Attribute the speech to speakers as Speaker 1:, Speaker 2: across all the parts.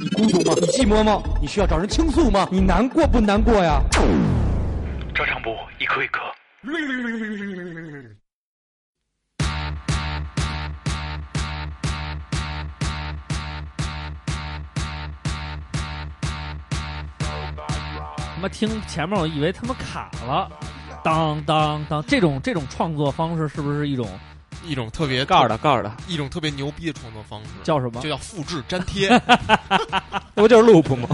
Speaker 1: 你孤独吗？你寂寞吗？你需要找人倾诉吗？你难过不难过呀？
Speaker 2: 照常不误，一颗一颗。
Speaker 3: 他妈听前面我以为他们卡了，当当当，这种这种创作方式是不是一种
Speaker 4: 一种特别
Speaker 5: 告诉他，告诉他，
Speaker 4: 一种特别牛逼的创作方式，
Speaker 3: 叫什么
Speaker 4: 就？叫复制粘贴。
Speaker 5: 那不就是 loop 吗？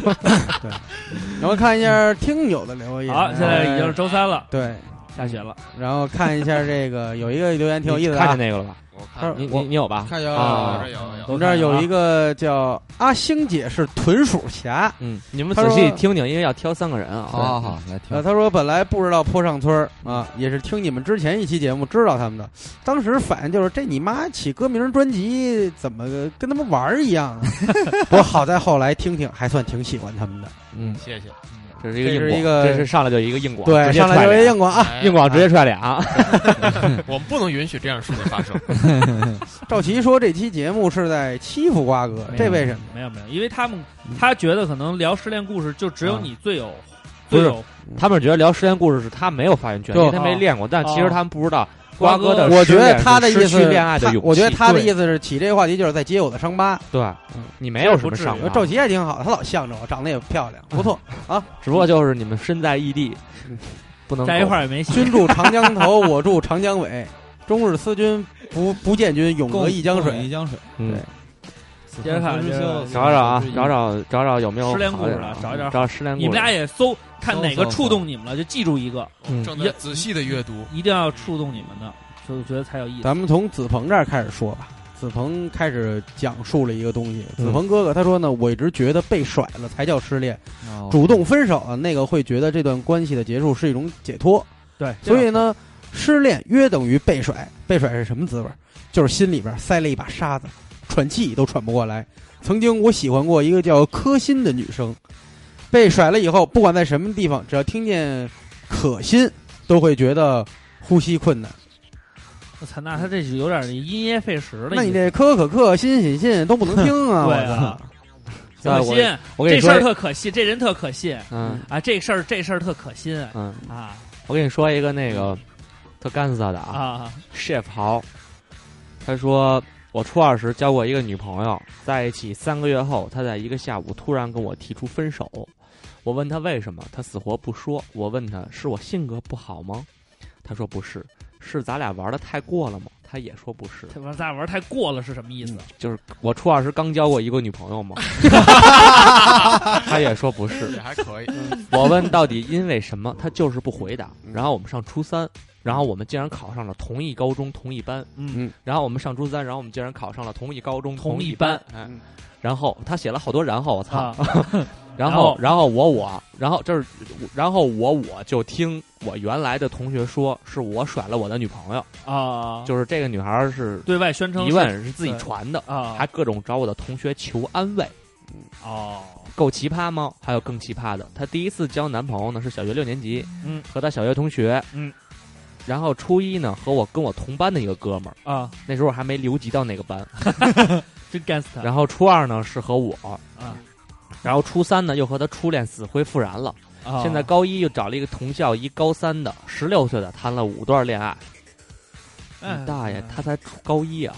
Speaker 6: 然后看一下听友的留言，
Speaker 3: 好，现在已经是周三了，
Speaker 6: 对，
Speaker 4: 哎
Speaker 3: 下雪了，
Speaker 6: 然后看一下这个有一个留言挺有意思的
Speaker 5: 看见
Speaker 6: 啊，
Speaker 5: 那个了吧？
Speaker 4: 我
Speaker 6: 他
Speaker 4: 看
Speaker 6: 说
Speaker 5: 你
Speaker 6: 我
Speaker 5: 你你有吧？
Speaker 4: 看有
Speaker 5: 啊
Speaker 4: 有有有
Speaker 6: 我们这儿有一个叫阿星姐是豚鼠侠，
Speaker 5: 嗯，你们
Speaker 6: 他
Speaker 5: 仔
Speaker 6: 说
Speaker 5: 细听听，因为要挑三个人啊。
Speaker 6: 好好好，
Speaker 5: 来
Speaker 6: 呃，。他说本来不知道坡上村儿啊，也是听你们之前一期节目知道他们的，当时反应就是这你妈起歌名专辑怎么跟他们玩儿一 样啊？不过好在后来听听还算挺喜欢他们的，
Speaker 5: 嗯，
Speaker 4: 谢
Speaker 3: 啊
Speaker 4: 谢。
Speaker 5: 这是一个硬
Speaker 6: 这
Speaker 5: 广，
Speaker 6: 是一个
Speaker 5: 这是上来就一个硬广，
Speaker 6: 对，
Speaker 5: 直接
Speaker 6: 上来
Speaker 5: 踹
Speaker 6: 就
Speaker 5: 脸
Speaker 6: 是硬广啊，
Speaker 4: 哎
Speaker 5: 硬广直接踹啊俩。
Speaker 4: 我们不能允许这样的事情发生。
Speaker 6: 赵琦说这期节目是在欺负瓜哥， 这为什
Speaker 5: 嗯
Speaker 6: 么？
Speaker 3: 没有没有，因为他们他觉得可能聊失恋故事就只有
Speaker 5: 啊
Speaker 3: 你最有
Speaker 6: 嗯
Speaker 5: 不
Speaker 3: 最
Speaker 5: 是
Speaker 3: 有
Speaker 5: 他们觉得聊失恋故事是他没有发言权，
Speaker 6: 就
Speaker 5: 因为他没练过，但其实他们不知道瓜哥的
Speaker 6: 哦我
Speaker 5: 失
Speaker 6: 觉
Speaker 5: 恋
Speaker 6: 得他的
Speaker 5: 是
Speaker 6: 意
Speaker 5: 失
Speaker 6: 思
Speaker 5: 去，恋爱的
Speaker 6: 他
Speaker 5: 勇气。
Speaker 6: 我觉得他的嗯
Speaker 5: 对
Speaker 6: 意思是起这个话题就是在揭我的伤疤。
Speaker 5: 对，你没有什么啊上
Speaker 6: 我
Speaker 5: 班，
Speaker 6: 赵琦也挺好，他老向着我，长得也漂 亮，不错。
Speaker 5: 只不过就是你们身在异地，
Speaker 6: 嗯
Speaker 5: 不能
Speaker 3: 在一块
Speaker 5: 儿。
Speaker 3: 儿也没戏。
Speaker 6: 君住长江头，我住长江尾。终日思君不不见君，永隔一江
Speaker 7: 一
Speaker 6: 水。
Speaker 7: 江水。
Speaker 5: 嗯
Speaker 6: 对，
Speaker 3: 接着看接着看
Speaker 5: 找找啊，找找找找有没有
Speaker 3: 嗯失恋故事
Speaker 5: 好
Speaker 3: 啊
Speaker 5: 的
Speaker 3: 找一找
Speaker 5: 找失恋故事。
Speaker 3: 你们俩也搜看
Speaker 7: 搜
Speaker 3: 哪个
Speaker 7: 搜
Speaker 3: 触动你们了，就记住一个，
Speaker 5: 嗯
Speaker 4: 正在仔细的阅读，
Speaker 3: 一定要触动你们的，所以我觉得才有意思。
Speaker 6: 咱们从子鹏这儿开始说吧。子鹏开始讲述了一个东西。
Speaker 5: 嗯
Speaker 6: 子鹏哥哥他说呢，我一直觉得被甩了才叫失恋，
Speaker 5: 哦
Speaker 6: 主动分手啊，那个会觉得这段关系的结束是一种解脱。
Speaker 3: 对，
Speaker 6: 所以呢，失恋约等于被甩。被甩是什么滋味儿？就是心里边儿塞了一把沙子，喘气都喘不过来。曾经我喜欢过一个叫柯欣的女生，被甩了以后，不管在什么地方，只要听见“可心”，都会觉得呼吸困难。
Speaker 3: 我操，那他这是有点因噎废食了。
Speaker 6: 那你这可可可、欣欣欣都不能听啊！
Speaker 3: 对
Speaker 6: 我
Speaker 3: 啊可
Speaker 6: 操，
Speaker 5: 啊
Speaker 3: 心，
Speaker 5: 我我跟
Speaker 3: 这
Speaker 5: 你
Speaker 3: 事
Speaker 5: 说
Speaker 3: 儿，特可信，这人特可信
Speaker 5: 嗯
Speaker 3: 啊，这事儿这事儿特可信啊
Speaker 5: 嗯，
Speaker 3: 啊
Speaker 5: 我跟你说一个那个特干涩的啊
Speaker 3: 啊！
Speaker 5: ，chef 豪，他说我初二时交过一个女朋友，在一起三个月后，他在一个下午突然跟我提出分手。我问他为什么，他死活不说。我问他是我性格不好吗？他说不是，是咱俩玩的太过了吗？他也说不是。
Speaker 3: 这玩咱俩玩太过了是什么意思？
Speaker 5: 就是我初二时刚交过一个女朋友嘛，他也说不是。
Speaker 4: 也还可以。
Speaker 5: 我问到底因为什么，他就是不回答。然后我们上初三，然后我们竟然考上了同一高中同一班。
Speaker 6: 嗯，
Speaker 5: 然后我们上初三，然后我们竟然考上了同一高中
Speaker 3: 同一
Speaker 5: 一
Speaker 3: 班
Speaker 5: 班。哎，然后他写了好多然后，我操！
Speaker 3: 啊，
Speaker 5: 然后然后我我，然后这是，然后我我就听我原来的同学说，是我甩了我的女朋友，
Speaker 3: 啊，
Speaker 5: 就是这个女孩儿是
Speaker 3: 对外宣称
Speaker 5: 疑
Speaker 3: 是
Speaker 5: 问是自己
Speaker 3: 对
Speaker 5: 传的，
Speaker 3: 啊，
Speaker 5: 还各种找我的同学求安慰。
Speaker 3: 哦，
Speaker 5: 够奇葩吗？还有更奇葩的，她第一次交男朋友呢是小学六年级，
Speaker 3: 嗯，
Speaker 5: 和她小学同学，
Speaker 3: 嗯，
Speaker 5: 然后初一呢和我跟我同班的一个哥们儿，
Speaker 3: 啊，
Speaker 5: 那时候还没留级到那个班，
Speaker 3: 真 gangster
Speaker 5: 然后初二呢是和我，
Speaker 3: 啊
Speaker 5: 然后初三呢又和她初恋死灰复燃了，
Speaker 3: 啊！
Speaker 5: 现在高一又找了一个同校一高三的，十六岁的谈了五段恋爱，
Speaker 3: 哎嗯
Speaker 5: 你大爷，他才初高一啊！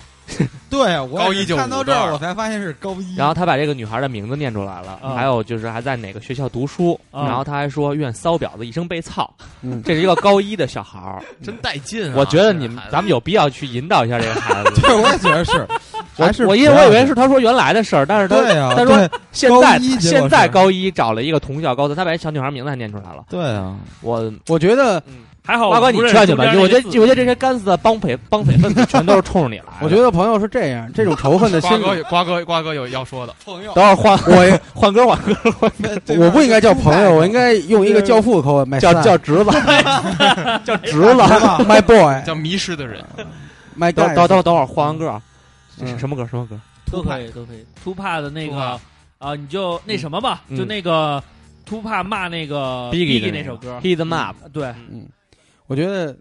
Speaker 7: 对啊，我
Speaker 4: 高
Speaker 7: 也
Speaker 4: 一
Speaker 7: 是
Speaker 4: 就
Speaker 7: 看
Speaker 4: 五
Speaker 7: 到这
Speaker 4: 段
Speaker 7: 儿
Speaker 4: 儿
Speaker 7: 我才发现是高一，
Speaker 5: 然后他把这个女孩的名字念出来了，
Speaker 3: 啊
Speaker 5: 还有就是还在哪个学校读书，
Speaker 3: 啊
Speaker 5: 然后他还说愿骚婊子一生被 操，
Speaker 6: 嗯
Speaker 5: 这是一个高一的小孩儿，
Speaker 4: 真带劲啊！
Speaker 5: 我觉得你们
Speaker 4: 这孩子
Speaker 5: 咱们有必要去引导一下这个孩子。
Speaker 7: 对，我也觉得 是，还是
Speaker 5: 我因为
Speaker 7: 不要
Speaker 5: 我以为是他说原来的事儿，但是他
Speaker 7: 对啊，
Speaker 5: 他说
Speaker 7: 对
Speaker 5: 现
Speaker 7: 高
Speaker 5: 在
Speaker 7: 一结果
Speaker 5: 现在
Speaker 7: 是
Speaker 5: 高一找了一个同校高三，他把这小女孩名字还念出来了。
Speaker 7: 对啊，
Speaker 5: 我
Speaker 6: 我觉得，
Speaker 3: 还好，
Speaker 5: 瓜哥你劝去吧，我觉得我觉得这
Speaker 3: 些
Speaker 5: 些干死的帮匪帮匪分子全都是冲着你来的。
Speaker 6: 我觉得朋友是这样，这种仇恨的心
Speaker 4: 瓜
Speaker 6: 理，
Speaker 4: 哥有瓜哥瓜哥有要说的，
Speaker 7: 朋友，
Speaker 5: 等会儿换
Speaker 6: 我 也
Speaker 5: 换歌换歌，
Speaker 6: 我不应该叫朋友，我应该用一个教父的口吻，my
Speaker 5: 叫
Speaker 6: son
Speaker 5: 叫侄子，叫侄子。
Speaker 6: my boy
Speaker 4: 叫迷失的人。
Speaker 6: my
Speaker 5: 等
Speaker 6: guy。
Speaker 5: 等等等会儿换完歌啊，这是
Speaker 6: 嗯
Speaker 5: 什么歌什么歌？
Speaker 3: 都可以都可以。突帕的那
Speaker 4: Tupac
Speaker 3: 个啊，你就那什么吧，
Speaker 5: 嗯
Speaker 3: 就那个突帕骂那个
Speaker 5: Biggie 的那
Speaker 3: 那首
Speaker 5: 个
Speaker 3: 歌嗯
Speaker 5: Heat Em Up，
Speaker 3: 对
Speaker 6: 我觉得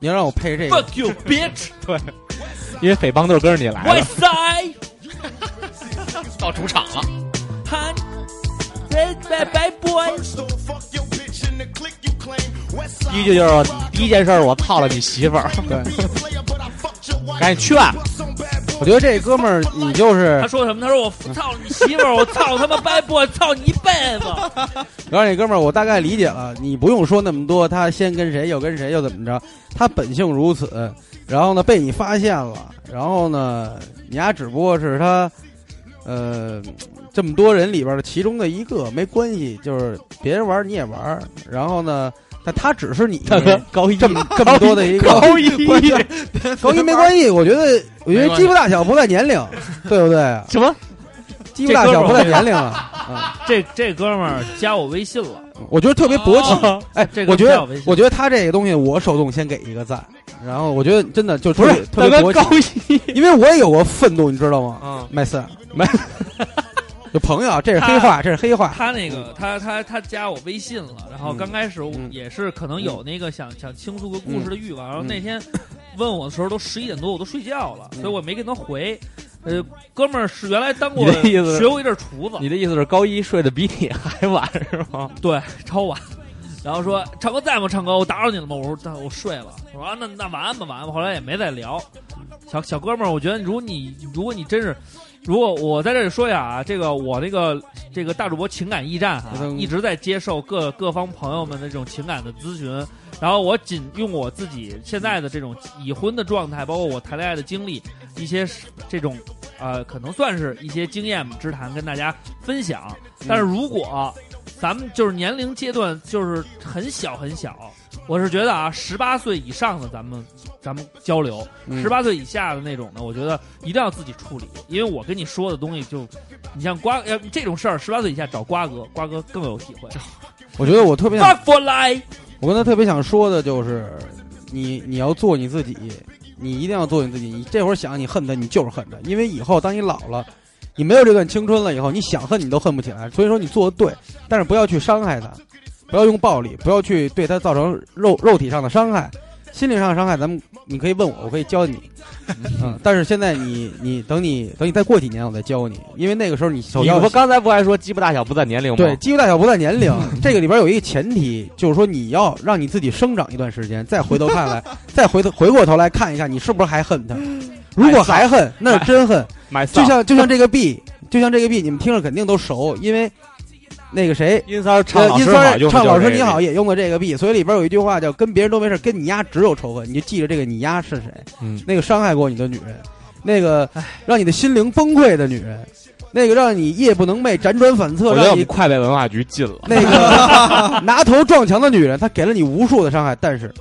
Speaker 6: 你要让我配这个，
Speaker 3: ，Fuck you bitch，
Speaker 5: 因为匪帮都是跟着你来的
Speaker 3: West。Side，
Speaker 4: 到主场了。
Speaker 3: 他拜拜拜拜。
Speaker 5: 第一句就是第一件事，我操了你媳妇儿，
Speaker 6: 对，
Speaker 5: 赶紧劝。
Speaker 6: 我觉得这哥们儿你就是
Speaker 3: 他，说什么？他说我操你媳妇儿，我操他妈掰不，我操你一辈子。
Speaker 6: 然后这哥们儿我大概理解了，你不用说那么多，他先跟谁又跟谁又怎么着，他本性如此，然后呢被你发现了，然后呢你丫只不过是他，呃，这么多人里边的其中的一个，没关系，就是别人玩你也玩，然后呢，但他只是你
Speaker 5: 大哥高一
Speaker 6: 这么这么多的一个
Speaker 5: 高一
Speaker 6: 关键高一没关系，我觉得我
Speaker 4: 没
Speaker 6: 觉得
Speaker 4: 关系
Speaker 6: 肌肤大小不在年龄，对不对？
Speaker 5: 什么？
Speaker 6: 肌肤大小不在年龄啊。嗯
Speaker 3: 这这哥们儿加我微信了，
Speaker 6: 我觉得特别薄情，
Speaker 3: 哦
Speaker 6: 哎
Speaker 3: 这，个
Speaker 6: 我觉
Speaker 3: 叫
Speaker 6: 得
Speaker 3: 微信
Speaker 6: 我觉得他这个东西，我手动先给一个赞，然后我觉得真的就特别特
Speaker 5: 大
Speaker 6: 别
Speaker 5: 哥
Speaker 6: 薄
Speaker 5: 高
Speaker 6: 情，
Speaker 5: 一，
Speaker 6: 因为我也有过愤怒，你知道吗？
Speaker 5: 嗯，
Speaker 6: 麦四，
Speaker 5: 麦，
Speaker 6: 就朋友啊，这是黑话，这是黑话，
Speaker 3: 他那个他他他加我微信了，然后刚开始我
Speaker 6: 嗯
Speaker 3: 也是可能有那个想想倾诉个故事的欲望，然后
Speaker 6: 嗯
Speaker 3: 那天问我的时候都十一点多，我都睡觉了，所以我没给他回。呃，哥们儿是原来当过
Speaker 5: 你的意思是
Speaker 3: 学过一阵厨 子，
Speaker 5: 你的意思是高一睡得比你还晚是吗？
Speaker 3: 对， 超晚。然后说唱歌在吗？唱歌，我打扰你了吗？我说我睡了。我说、啊、那那晚安吧，晚安吧。后来也没再聊。小小哥们儿，我觉得如果你如果你真是，如果我在这里说一下啊，这个我那个这个大主播情感驿站啊，
Speaker 6: 嗯
Speaker 3: 一直在接受各各方朋友们的这种情感的咨询。然后我仅用我自己现在的这种已婚的状态，包括我谈恋爱的经历，一些这种呃，可能算是一些经验之谈，跟大家分享。但是如果咱们就是年龄阶段就是很小很小，我是觉得啊，十八岁以上的咱们咱们交流，
Speaker 6: 嗯
Speaker 3: 十八岁以下的那种呢，我觉得一定要自己处理，因为我跟你说的东西就，你像瓜呃这种事儿，十八岁以下找瓜哥，瓜哥更有体 会。
Speaker 6: 我觉得我特别
Speaker 3: 发
Speaker 6: 想，
Speaker 3: 佛 来，
Speaker 6: 我跟他特别想说的就是，你你要做你自己，你一定要做你自己。你这会儿想你恨他，你就是恨他，因为以后当你老了，你没有这段青春了以后，你想恨你都恨不起来。所以说你做的对，但是不要去伤害他，不要用暴力，不要去对他造成肉肉体上的伤害。心理上的伤害，咱们你可以问我，我可以教 你，嗯，但是现在你你等你等你再过几年，我再教你，因为那个时候你首
Speaker 5: 你
Speaker 6: 要
Speaker 5: 不刚才不还说鸡巴大小不在年龄吗？
Speaker 6: 对，，肌肤大小不 在年龄，这个里边有一个前提，就是说你要让你自己生长一段时间，再回头看来，再回头回过头来看一下，你是不是还恨他？
Speaker 5: 嗯
Speaker 6: 如
Speaker 5: 哎
Speaker 6: 果还恨，那是真恨。
Speaker 5: 买
Speaker 6: 就像就像这个 B，就像这个 B，你们听着肯定都熟，因为那个谁，
Speaker 5: 音三儿唱
Speaker 6: 呃
Speaker 5: 老
Speaker 6: 音
Speaker 5: 师
Speaker 6: 三
Speaker 5: 好
Speaker 6: 儿
Speaker 5: 用，
Speaker 6: 唱老师你好，也用过这个 B，所以里边有一句话叫“跟别人都没事，跟你丫只有仇恨”，你就记着这个你丫是谁，
Speaker 5: 嗯
Speaker 6: 那个伤害过你的女人，那个让你的心灵崩溃的女人，那个让你夜不能寐、辗转反侧，
Speaker 5: 我觉得我
Speaker 6: 让
Speaker 5: 们
Speaker 6: 你
Speaker 5: 快被文化局禁了。
Speaker 6: 那个拿头撞墙的女人，她给了你无数的伤害，但是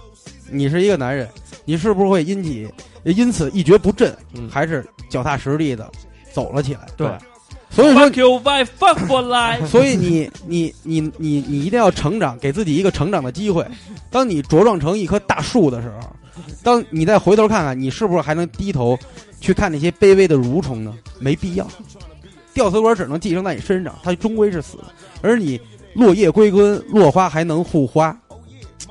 Speaker 6: 你是一个男人，你是不是会因起因此一蹶不振，
Speaker 5: 嗯
Speaker 6: 还是脚踏实地的走了起来？
Speaker 3: 对，
Speaker 6: 所以说
Speaker 3: fuck you why fuck for life，
Speaker 6: 所以你你你你你一定要成长，给自己一个成长的机会。当你茁壮成一棵大树的时候，当你再回头看看，你是不是还能低头去看那些卑微的蠕虫呢？没必要。吊死鬼只能寄生在你身上，它终归是死。而你落叶归根，落花还能护花，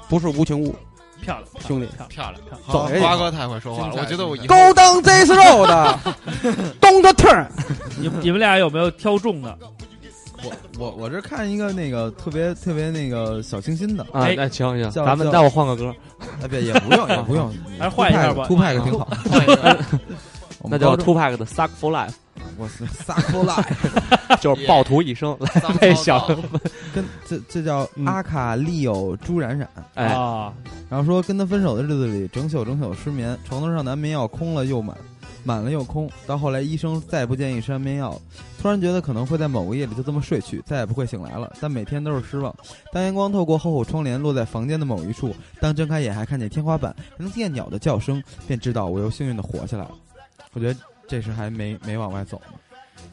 Speaker 6: 不是无情物，
Speaker 3: 漂亮，
Speaker 6: 兄弟。
Speaker 4: 漂亮， 漂亮
Speaker 6: 走人
Speaker 4: 瓜哥太会说话了，
Speaker 7: 精彩
Speaker 4: 我觉得我以后
Speaker 6: Go down this road, don't turn。
Speaker 3: 你你们俩有没有挑中的？
Speaker 7: 我我我这看一个那个特别特别那个小清新的，
Speaker 5: 啊
Speaker 3: 哎，
Speaker 5: 那行行，
Speaker 7: 叫
Speaker 5: 咱们
Speaker 7: 叫
Speaker 5: 待会儿换个歌，
Speaker 7: 哎别也不用也不用，
Speaker 3: 还是换一下吧
Speaker 7: 酷派个挺好，
Speaker 4: 换一个
Speaker 5: 那
Speaker 7: 我们
Speaker 5: 叫
Speaker 7: 高中
Speaker 5: Tupac 的《Suck for Life
Speaker 7: 我是萨克 拉，》，
Speaker 5: 就是暴徒一生。来，
Speaker 4: 脏
Speaker 5: 这
Speaker 4: 呃糟
Speaker 5: 小
Speaker 4: 糕
Speaker 7: 跟这这叫阿卡利友朱冉冉，
Speaker 5: 哎，
Speaker 3: 啊，
Speaker 7: 然后说跟他分手的日子里，整宿整宿失眠，床头上的安眠药空了又满，满了又空。到后来医生再也不建议吃安眠药了，突然觉得可能会在某个夜里就这么睡去，再也不会醒来了。但每天都是失望。当阳光透过厚厚窗帘落在房间的某一处，当睁开眼还看见天花板，还能听见鸟的叫声，便知道我又幸运的活下来了。我觉得这是还没没往外走呢。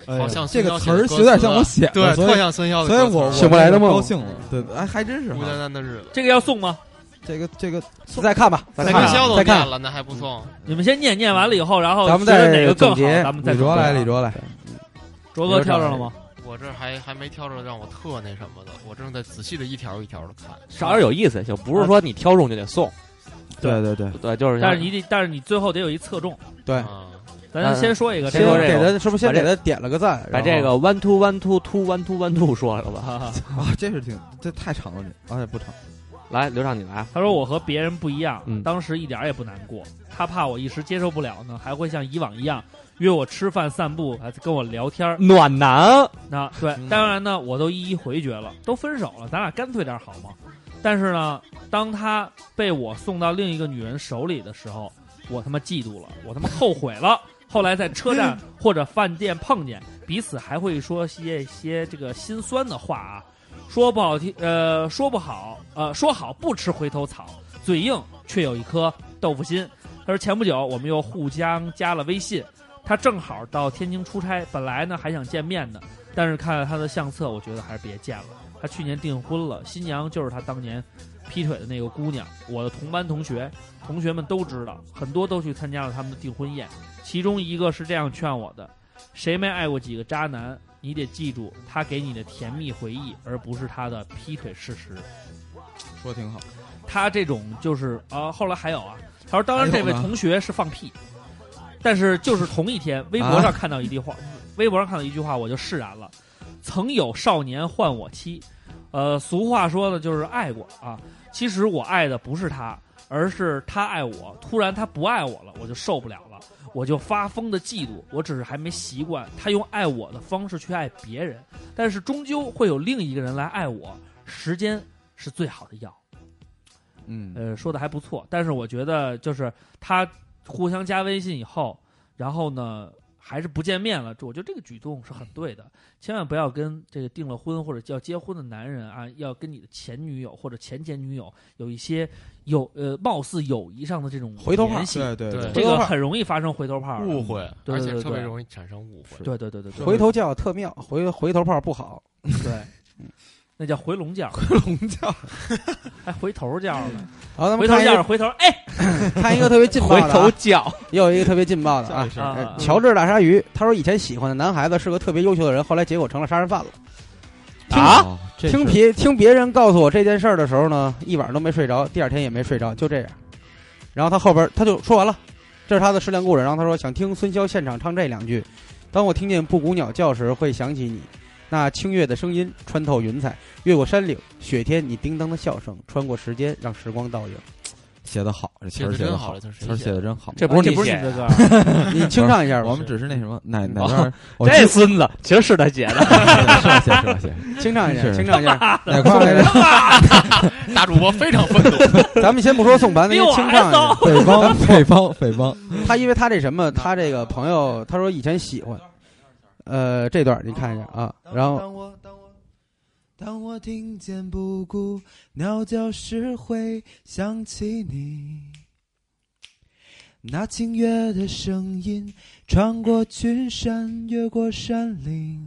Speaker 7: 哎呀
Speaker 4: 好像
Speaker 7: 这
Speaker 4: 孙
Speaker 7: 个
Speaker 4: 潇
Speaker 7: 词
Speaker 4: 写
Speaker 7: 儿有
Speaker 4: 的歌
Speaker 7: 点
Speaker 4: 词
Speaker 7: 像我写的，
Speaker 4: 对，
Speaker 7: 所
Speaker 4: 特
Speaker 7: 以
Speaker 4: 像孙潇的歌
Speaker 7: 所以
Speaker 4: 词儿，
Speaker 7: 我我
Speaker 6: 醒不来的梦
Speaker 7: 高兴了，对，哎，还真是哈
Speaker 4: 孤单单的日子，
Speaker 3: 这个要送吗？
Speaker 7: 这个这个
Speaker 6: 再看吧，再
Speaker 4: 那
Speaker 6: 看
Speaker 4: 跟
Speaker 6: 吧，
Speaker 4: 潇都
Speaker 6: 再
Speaker 4: 念
Speaker 6: 看。
Speaker 4: 了，那还不错。
Speaker 3: 你们先念，念完了以后，然后
Speaker 6: 咱们
Speaker 3: 觉得
Speaker 6: 再
Speaker 3: 哪个更好，
Speaker 6: 总结
Speaker 3: 咱们再啊
Speaker 7: 李
Speaker 3: 总
Speaker 7: 卓
Speaker 3: 结
Speaker 7: 来，李卓来。
Speaker 3: 卓哥挑上了吗？
Speaker 4: 我这还还没挑着让我特那什么的，我正在仔细的一条一条的看。
Speaker 5: 稍点有意思也行，不是说你挑中就得送，
Speaker 7: 对对对，
Speaker 5: 对，就是像
Speaker 3: 但是你得，但是你最后得有一侧重，
Speaker 6: 对，
Speaker 4: 啊，
Speaker 3: 咱先说一个，
Speaker 5: 嗯先说这
Speaker 6: 给
Speaker 5: 个
Speaker 6: 他是不是先
Speaker 5: 把这
Speaker 6: 给他点了个赞？
Speaker 5: 把这
Speaker 6: 然
Speaker 5: 个
Speaker 6: 后
Speaker 5: one two one two two one two one two 说了吧。
Speaker 3: 个。
Speaker 7: 啊，这是挺这太长了，这哎不长，
Speaker 5: 来，刘畅你来。
Speaker 3: 他说我和别人不一样，
Speaker 5: 嗯
Speaker 3: 当时一点儿也不难过。他怕我一时接受不了呢，还会像以往一样约我吃饭、散步，还跟我聊天儿。
Speaker 5: 暖男，
Speaker 3: 那对，当然呢，我都一一回绝了，都分手了，咱俩干脆点好吗？但是呢，当他被我送到另一个女人手里的时候，我他妈嫉妒了，我他妈后悔了。后来在车站或者饭店碰见，彼此还会说些些这个心酸的话啊，说不好听，呃，说不好，呃，说好不吃回头草，嘴硬却有一颗豆腐心。他说前不久我们又互相加了微信，他正好到天津出差，本来呢还想见面的，但是看了他的相册，我觉得还是别见了。他去年订婚了，新娘就是他当年劈腿的那个姑娘。我的同班同学，同学们都知道，很多都去参加了他们的订婚宴。其中一个是这样劝我的：谁没爱过几个渣男？你得记住，他给你的甜蜜回忆，而不是他的劈腿事实。
Speaker 7: 说挺好。
Speaker 3: 他这种就是啊、后来还有啊，他说当然
Speaker 7: 还
Speaker 3: 这
Speaker 7: 有
Speaker 3: 位
Speaker 7: 呢
Speaker 3: 同学是放屁，但是就是同一天，微博上看到一句
Speaker 7: 嗯
Speaker 3: 话，微博上看到一句话，我就释然了。曾有少年换我妻，呃，俗话说的就是爱过啊。其实我爱的不是他，而是他爱我。突然他不爱我了，我就受不了了，我就发疯的嫉妒。我只是还没习惯他用爱我的方式去爱别人，但是终究会有另一个人来爱我。时间是最好的药。
Speaker 7: 嗯，
Speaker 3: 呃，说的还不错，但是我觉得就是他互相加微信以后，然后呢还是不见面了，这我觉得这个举动是很对的，千万不要跟这个订了婚或者要结婚的男人啊，要跟你的前女友或者前前女友有一些有呃貌似友谊上的这种
Speaker 6: 回头炮
Speaker 3: 联系，
Speaker 7: 对对
Speaker 4: 对
Speaker 3: 这
Speaker 6: 回头
Speaker 3: 个
Speaker 6: 炮
Speaker 3: 很容易发生回头炮的
Speaker 4: 误。会，
Speaker 3: 对对
Speaker 4: 而且
Speaker 3: 对
Speaker 4: 特别
Speaker 3: 对
Speaker 4: 容易产生误会。
Speaker 3: 对对对对对
Speaker 6: 回头叫特妙，回回头炮不好。
Speaker 3: 对，那叫回笼觉，
Speaker 7: 龙叫
Speaker 3: 还回头觉呢，
Speaker 6: 好，咱
Speaker 3: 回
Speaker 6: 们
Speaker 3: 头
Speaker 6: 看一
Speaker 3: 觉
Speaker 6: 个
Speaker 3: 回头哎
Speaker 6: 看一个特别劲爆
Speaker 5: 回
Speaker 6: 的、
Speaker 5: 头
Speaker 6: 啊，
Speaker 5: 叫，
Speaker 6: 又一个特别劲爆的
Speaker 7: 叫
Speaker 6: 啊
Speaker 7: 一！声，
Speaker 3: 啊
Speaker 6: 哎，乔治大鲨鱼，他说以前喜欢的男孩子是个特别优秀的人，后来结果成了杀人犯了。
Speaker 5: 啊
Speaker 7: 哦，这
Speaker 6: 听
Speaker 7: 是
Speaker 6: 别听别人告诉我这件事儿的时候呢，一晚上都没睡着，第二天也没睡着，就这样。然后他后边他就说完了，这是他的失恋故事。然后他说想听孙潇现场唱这两句：当我听见布谷鸟叫时，会想起你。那清越的声音穿透云彩，越过山岭、雪天，你叮当的笑声穿过时间，让时光倒影。
Speaker 7: 写的好，这词儿
Speaker 4: 写得
Speaker 7: 写
Speaker 4: 真
Speaker 7: 得
Speaker 4: 好
Speaker 7: 好，
Speaker 4: 这词儿谁
Speaker 7: 词儿
Speaker 4: 写
Speaker 7: 写
Speaker 4: 的
Speaker 7: 的真好。
Speaker 5: 这
Speaker 3: 啊不
Speaker 5: 不
Speaker 3: 是
Speaker 5: 是
Speaker 3: 你
Speaker 5: 你
Speaker 3: 写
Speaker 5: 写
Speaker 3: 的
Speaker 5: 的，
Speaker 3: 歌，
Speaker 6: 你清唱一下吧，
Speaker 7: 我们只是那什么哪哪
Speaker 5: 哦
Speaker 7: 段儿，我
Speaker 5: 这
Speaker 7: 记
Speaker 5: 孙子其实是他写的。
Speaker 7: 是吧写是吧写
Speaker 6: 清唱一 下，
Speaker 7: 是
Speaker 6: 清唱一下。
Speaker 7: 哪块儿来着？
Speaker 4: 大主播非 常愤怒，
Speaker 6: 咱们先不说宋盘，咱
Speaker 3: 比
Speaker 6: 先
Speaker 3: 我
Speaker 6: 清
Speaker 3: 还
Speaker 6: 唱一下
Speaker 3: 骚。
Speaker 7: 北方北方北方，
Speaker 6: 他因为他这什么，他这个朋
Speaker 7: 嗯
Speaker 6: 友，他说以前喜欢，呃，这段你看一下啊，然后
Speaker 7: 当我当我当我听见布谷鸟叫时，会想起你。那清越的声音穿过群山，越过山岭。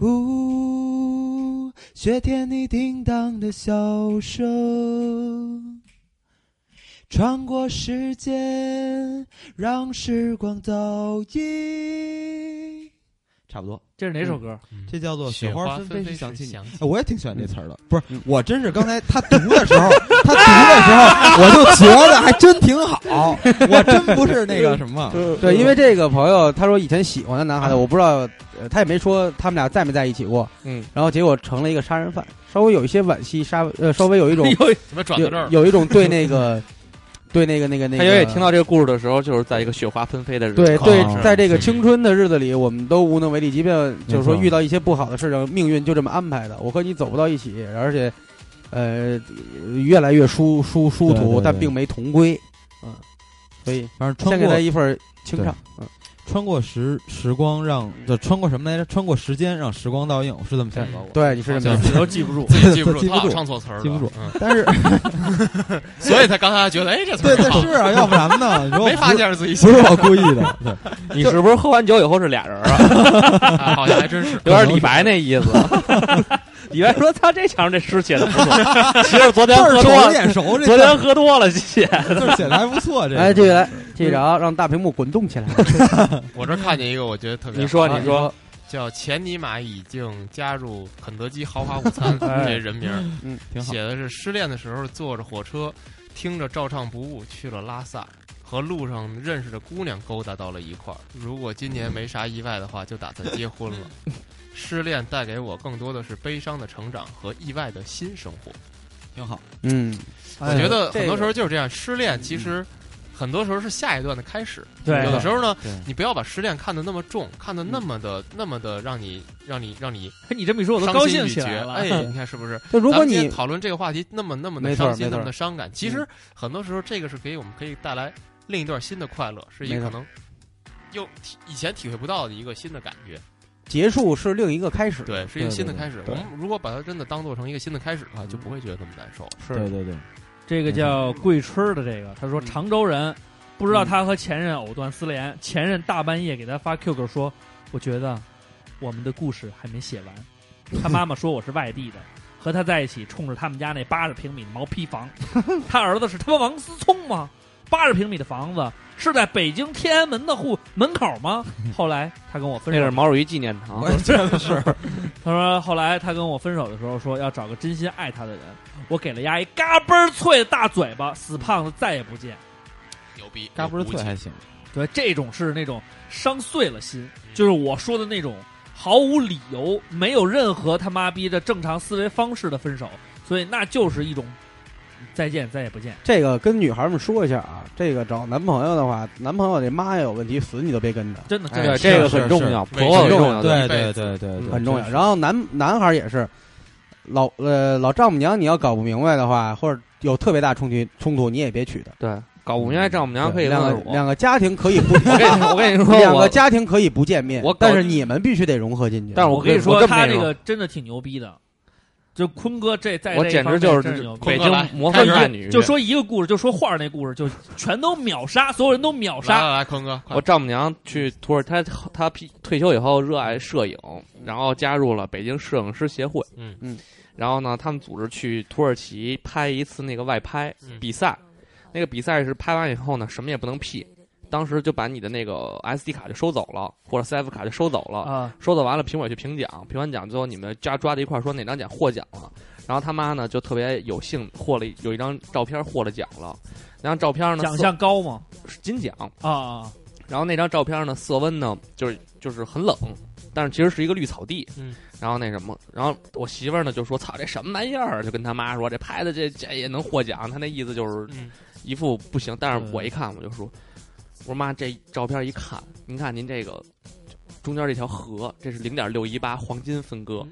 Speaker 7: 呜、雪天你叮当的笑声，穿过时间，让时光倒映。差不多，
Speaker 3: 这是哪首歌？
Speaker 7: 这叫做雪花纷飞
Speaker 4: 飞
Speaker 7: 时想起你。
Speaker 4: 想起
Speaker 7: 哎我也挺喜欢这词儿的，不是
Speaker 6: 嗯，
Speaker 7: 我真是刚才他读的 时候，他读的时候，我就觉得还真挺好，我真不是那个什 么，
Speaker 6: 对，因为这个朋友他说以前喜欢的
Speaker 7: 嗯
Speaker 6: 男孩子，我不知道，呃，他也没说他们俩在没在一起过，
Speaker 5: 嗯，
Speaker 6: 然后结果成了一个杀人犯，稍微有一些惋惜，杀呃，稍微有 一种
Speaker 4: 怎么转到
Speaker 6: 有
Speaker 4: 这儿了？
Speaker 6: 有一种对那个对那个那个那
Speaker 5: 他
Speaker 6: 个，
Speaker 5: 因为听到这个故事的时候，就是在一个雪花纷飞的日子。
Speaker 6: 对
Speaker 5: 啊
Speaker 6: 对，
Speaker 7: 是
Speaker 6: 在这个青春的日子里，我们都无能为力。即便就是说
Speaker 7: 没错
Speaker 6: 遇到一些不好的事情，命运就这么安排的。我和你走不到一起，而且，呃，越来越殊殊殊
Speaker 7: 对对
Speaker 6: 途，
Speaker 7: 对
Speaker 6: 但并没同归。嗯，所以
Speaker 7: 反正
Speaker 6: 先
Speaker 7: 穿
Speaker 6: 给他
Speaker 7: 过
Speaker 6: 一份清唱。嗯，
Speaker 7: 穿过时时光让，就穿过什么来着？穿过时间让时光倒映，是这么写的吧。我
Speaker 6: 对，你是这
Speaker 4: 自
Speaker 6: 么想
Speaker 4: 己
Speaker 6: 的。
Speaker 4: 都记不住，自 己记不
Speaker 7: 记
Speaker 4: 住，
Speaker 7: 不
Speaker 4: 他老
Speaker 7: 住
Speaker 4: 唱错词儿了，
Speaker 7: 记不住
Speaker 4: 嗯，
Speaker 7: 但是
Speaker 4: 所以他刚才觉得，哎，这词
Speaker 7: 对
Speaker 4: 儿
Speaker 7: 对
Speaker 4: 好
Speaker 7: 是 啊，要不然呢？你说我
Speaker 4: 没
Speaker 7: 不
Speaker 4: 发
Speaker 7: 是
Speaker 4: 现是自己写
Speaker 7: 不是我故意 的，对，
Speaker 5: 你是不是喝完酒以后是俩人啊？
Speaker 4: 的，啊好像还真是。
Speaker 5: 有点李白那意思。 李白说：“操，这墙上这诗写的不错， 其实昨天
Speaker 7: 字
Speaker 5: 喝多
Speaker 7: 儿熟
Speaker 5: 了，
Speaker 7: 脸 熟，这
Speaker 5: 昨天喝多了写。
Speaker 7: 字儿写的还不错，这嗯
Speaker 6: 哎，继续来，继续聊，让大屏幕滚动起 来。
Speaker 4: 我这看见一个，我觉得特别 好。
Speaker 5: 你说，啊你说，
Speaker 4: 叫钱尼玛已经加入肯德基豪华 午餐这人名儿，
Speaker 7: 哎嗯挺好。
Speaker 4: 写的是失恋的时候坐着火车，听着照唱不误去了拉萨，和路上认识的姑娘勾搭到了一块儿。如果今年没啥意外的话，就打算结 婚了。失恋带给我更多的是悲伤的成长和意外的新生活。
Speaker 7: 挺好。
Speaker 6: 嗯，
Speaker 7: 我
Speaker 4: 我觉得
Speaker 6: 这
Speaker 4: 很多
Speaker 6: 个
Speaker 4: 时候就是这样，失恋其实很多时候是下一段的开始。
Speaker 3: 对
Speaker 4: 有的时候呢
Speaker 7: 嗯对，
Speaker 4: 你不要把失恋看得那么重，看得那么的、那么的让你让你让你
Speaker 3: 你这么一说，我都
Speaker 4: 伤
Speaker 3: 高
Speaker 4: 心
Speaker 3: 兴
Speaker 4: 欲
Speaker 3: 起
Speaker 4: 绝。
Speaker 3: 来了。
Speaker 4: 哎，你看是不是？
Speaker 6: 就如果
Speaker 4: 咱们今天
Speaker 6: 你
Speaker 4: 讨论这个话题那么那么的
Speaker 6: 没错
Speaker 4: 伤心，
Speaker 6: 没错
Speaker 4: 那么的伤感，其实很多时候这个是给我们可以带来另一段新的快乐，是一
Speaker 6: 没
Speaker 4: 个
Speaker 6: 错
Speaker 4: 可能又体以前体会不到的一个新的感觉。
Speaker 6: 结束是另一个开始，
Speaker 4: 对，是一个
Speaker 7: 对
Speaker 4: 新的
Speaker 7: 对
Speaker 4: 开始。我们如果把它真的当做成一个新的开始的话，就不会觉得那么难受。
Speaker 6: 是
Speaker 7: 对 对对，
Speaker 3: 这个叫桂春儿的这个，他说常州人不知道他和前任藕断丝连，前任大半夜给他发 QQ 说，我觉得我们的故事还没写完。他妈妈说我是外地的，和他在一起冲着他们家那八十平米的毛坯 房，他儿子是他妈王思聪吗？八十平米的房子是在北京天安门的户门口 吗？后来他跟我分
Speaker 5: 那
Speaker 3: 手
Speaker 5: 是，毛主席纪念堂。
Speaker 3: 他说后来他跟我分手的时候说要找个真心爱他的人，我给了丫一嘎嘣儿脆的大嘴巴，死胖子再也不见。
Speaker 4: 牛逼，
Speaker 7: 嘎嘣
Speaker 4: 有
Speaker 7: 儿
Speaker 4: 骨
Speaker 7: 脆
Speaker 4: 气
Speaker 7: 还行。
Speaker 3: 对，这种是那种伤碎了心，就是我说的那种毫无理由、没有任何他妈逼的正常思维方式的分手，所以那就是一种再见再也不见。
Speaker 6: 这个跟女孩们说一下啊，这个找男朋友的话，男朋友这妈有问题，死你都别跟着，
Speaker 3: 真的，
Speaker 7: 哎
Speaker 3: 真
Speaker 5: 对，
Speaker 3: 的
Speaker 7: 是
Speaker 5: 这个
Speaker 7: 是
Speaker 5: 很重
Speaker 7: 是
Speaker 5: 要，
Speaker 4: 是
Speaker 5: 婆婆很
Speaker 7: 很
Speaker 5: 重
Speaker 7: 重
Speaker 5: 要。
Speaker 7: 对
Speaker 4: 一辈
Speaker 7: 对
Speaker 4: 子
Speaker 7: 对对，对
Speaker 6: 很重要。
Speaker 7: 真是
Speaker 6: 然后男男孩也是，老呃老丈母娘你要搞不明白的话，或者有特别大冲突冲突，你也别娶她。
Speaker 5: 对，搞不明白丈母娘可以
Speaker 6: 两
Speaker 5: 问
Speaker 6: 个
Speaker 5: 我。
Speaker 6: 两个家庭可以 不，
Speaker 5: 我跟你我跟你说，
Speaker 6: 两个
Speaker 5: 我
Speaker 6: 家庭可以不见面
Speaker 5: 我搞，
Speaker 6: 但是你们必须得融合进去。
Speaker 5: 但是我
Speaker 3: 跟你
Speaker 5: 我
Speaker 3: 说，
Speaker 5: 这么
Speaker 3: 他
Speaker 5: 跟
Speaker 3: 这
Speaker 5: 你说
Speaker 3: 个真的挺牛逼的，就坤哥这在
Speaker 5: 我
Speaker 3: 这一
Speaker 5: 简
Speaker 3: 方
Speaker 5: 直
Speaker 3: 面
Speaker 5: 就
Speaker 3: 真是
Speaker 5: 是
Speaker 3: 牛逼
Speaker 5: 北京模
Speaker 3: 就
Speaker 5: 范
Speaker 3: 一
Speaker 5: 大女。
Speaker 3: 就说一个故事，就说画儿那故事，就全都秒杀，所有人都秒
Speaker 4: 来
Speaker 3: 杀。
Speaker 4: 来来，坤哥，快
Speaker 5: 我丈母娘去土耳其，她她退退休以后热爱摄影，然后加入了北京摄影师协会。
Speaker 4: 嗯
Speaker 6: 嗯，
Speaker 5: 然后呢，他们组织去土耳其拍一次那个外拍
Speaker 4: 嗯
Speaker 5: 比赛。那个比赛是拍完以后呢，什么也不能 P，当时就把你的那个 SD 卡就收走了，或者 CF 卡就收走了。
Speaker 3: 啊，
Speaker 5: 收走完了，评委去评奖，评完奖之后你们抓抓在一块儿说哪张奖获奖了，然后他妈呢就特别有幸获了一有一张照片获了奖了，那张照片呢
Speaker 3: 奖项高吗？
Speaker 5: 色是金奖，
Speaker 3: 啊啊，
Speaker 5: 然后那张照片呢色温呢就是就是很冷，但是其实是一个绿草地，
Speaker 4: 嗯，
Speaker 5: 然后那什么，然后我媳妇儿呢就说操这什么玩意儿，就跟他妈说这拍的这这也能获奖，他那意思就是
Speaker 4: 嗯，
Speaker 5: 一副不行，但是我一看我就说，我说妈，这照片一看，您看您这个中间这条河，这是零点六一八黄金分割，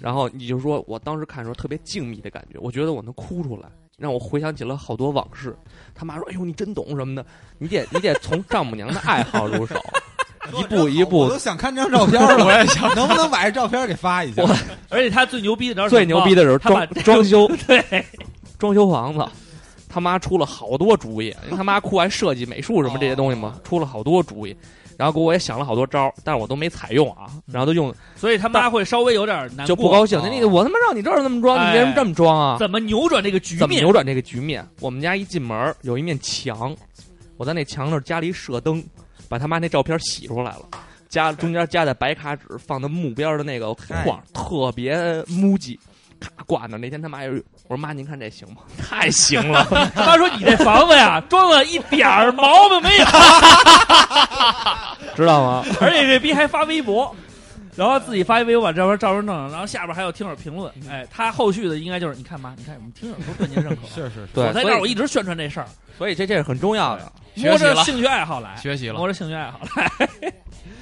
Speaker 5: 然后你就说我当时看的时候特别静谧的感觉，我觉得我能哭出来，让我回想起了好多往事。他妈说，哎呦，你真懂什么的，你得你得从丈母娘的爱好入手，一步一
Speaker 7: 我
Speaker 5: 步
Speaker 7: 都想看这张照片 了，我也想，能不能把这照片给发一下？
Speaker 3: 而且 他最牛逼的，你知道是
Speaker 5: 最
Speaker 3: 什么
Speaker 5: 牛
Speaker 3: 吗
Speaker 5: 逼的是
Speaker 3: 他把
Speaker 5: 装
Speaker 3: 这个
Speaker 5: 装修
Speaker 3: 对，
Speaker 5: 装修房子，他妈出了好多主意。因为 他妈酷爱设计、美术什么这些东西
Speaker 3: 哦
Speaker 5: 嘛，出了好多主意，然后给我也想了好多招儿，但是我都没采用啊，然后都用
Speaker 3: 所以他妈会稍微有点嗯难过，
Speaker 5: 就不高兴。那
Speaker 3: 啊
Speaker 5: 那个我他妈让你知道那么装，你
Speaker 3: 哎
Speaker 5: 为什么这么装啊？
Speaker 3: 怎么扭转这个局
Speaker 5: 怎么
Speaker 3: 面？
Speaker 5: 扭转这个局面？我们家一进门儿有一面墙，我在那墙那儿加了一射灯，把他妈那照片洗出来了。加中间加在白卡纸，放在木边儿的那个框，特别木叽，咔挂那儿。那天他妈又，我说妈，您看这行吗？太行了，
Speaker 3: 他妈说你这房子呀，装的一点儿毛病没有，
Speaker 5: 知道吗？
Speaker 3: 而且这逼还发微博，然后自己发一微博把照片照片弄上，然后下边还有听友评论，
Speaker 5: 嗯
Speaker 3: 哎，他后续的应该就是你看妈，你看我们听友都对您 认可，
Speaker 7: 是是，
Speaker 5: 对，
Speaker 3: 我在这
Speaker 5: 所
Speaker 3: 儿
Speaker 5: 以
Speaker 3: 我一直宣传这事儿，
Speaker 5: 所以这这是很重要的，
Speaker 4: 学
Speaker 3: 摸
Speaker 4: 习
Speaker 3: 着
Speaker 4: 了
Speaker 3: 兴趣爱好来，
Speaker 4: 学习了
Speaker 3: 摸。着兴趣爱好来，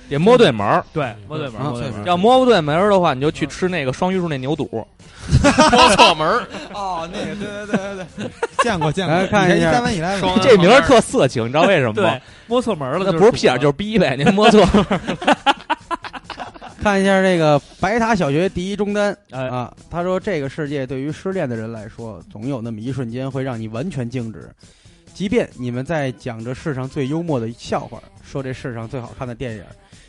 Speaker 5: 得摸对门儿。
Speaker 3: 对，摸对门儿，
Speaker 6: 啊
Speaker 3: 摸对门儿
Speaker 5: 要摸不对门儿的话，你就去吃那个双榆树那牛肚。
Speaker 4: 摸错门儿，
Speaker 7: 哦，那个，对对对对对， 见过见过
Speaker 6: 来，看一下
Speaker 7: 三万以来
Speaker 4: 双
Speaker 5: 这名儿特色情，你知道为什么吗
Speaker 3: 对？，摸错门儿了，
Speaker 5: 那不是屁眼儿就是是逼呗，您摸错。
Speaker 6: 看一下这个白塔小学第一中单
Speaker 3: 哎
Speaker 6: 啊，他说这个世界对于失恋的人来说，总有那么一瞬间会让你完全静止，即便你们在讲着世上最幽默的笑话，说这世上最好看的电影，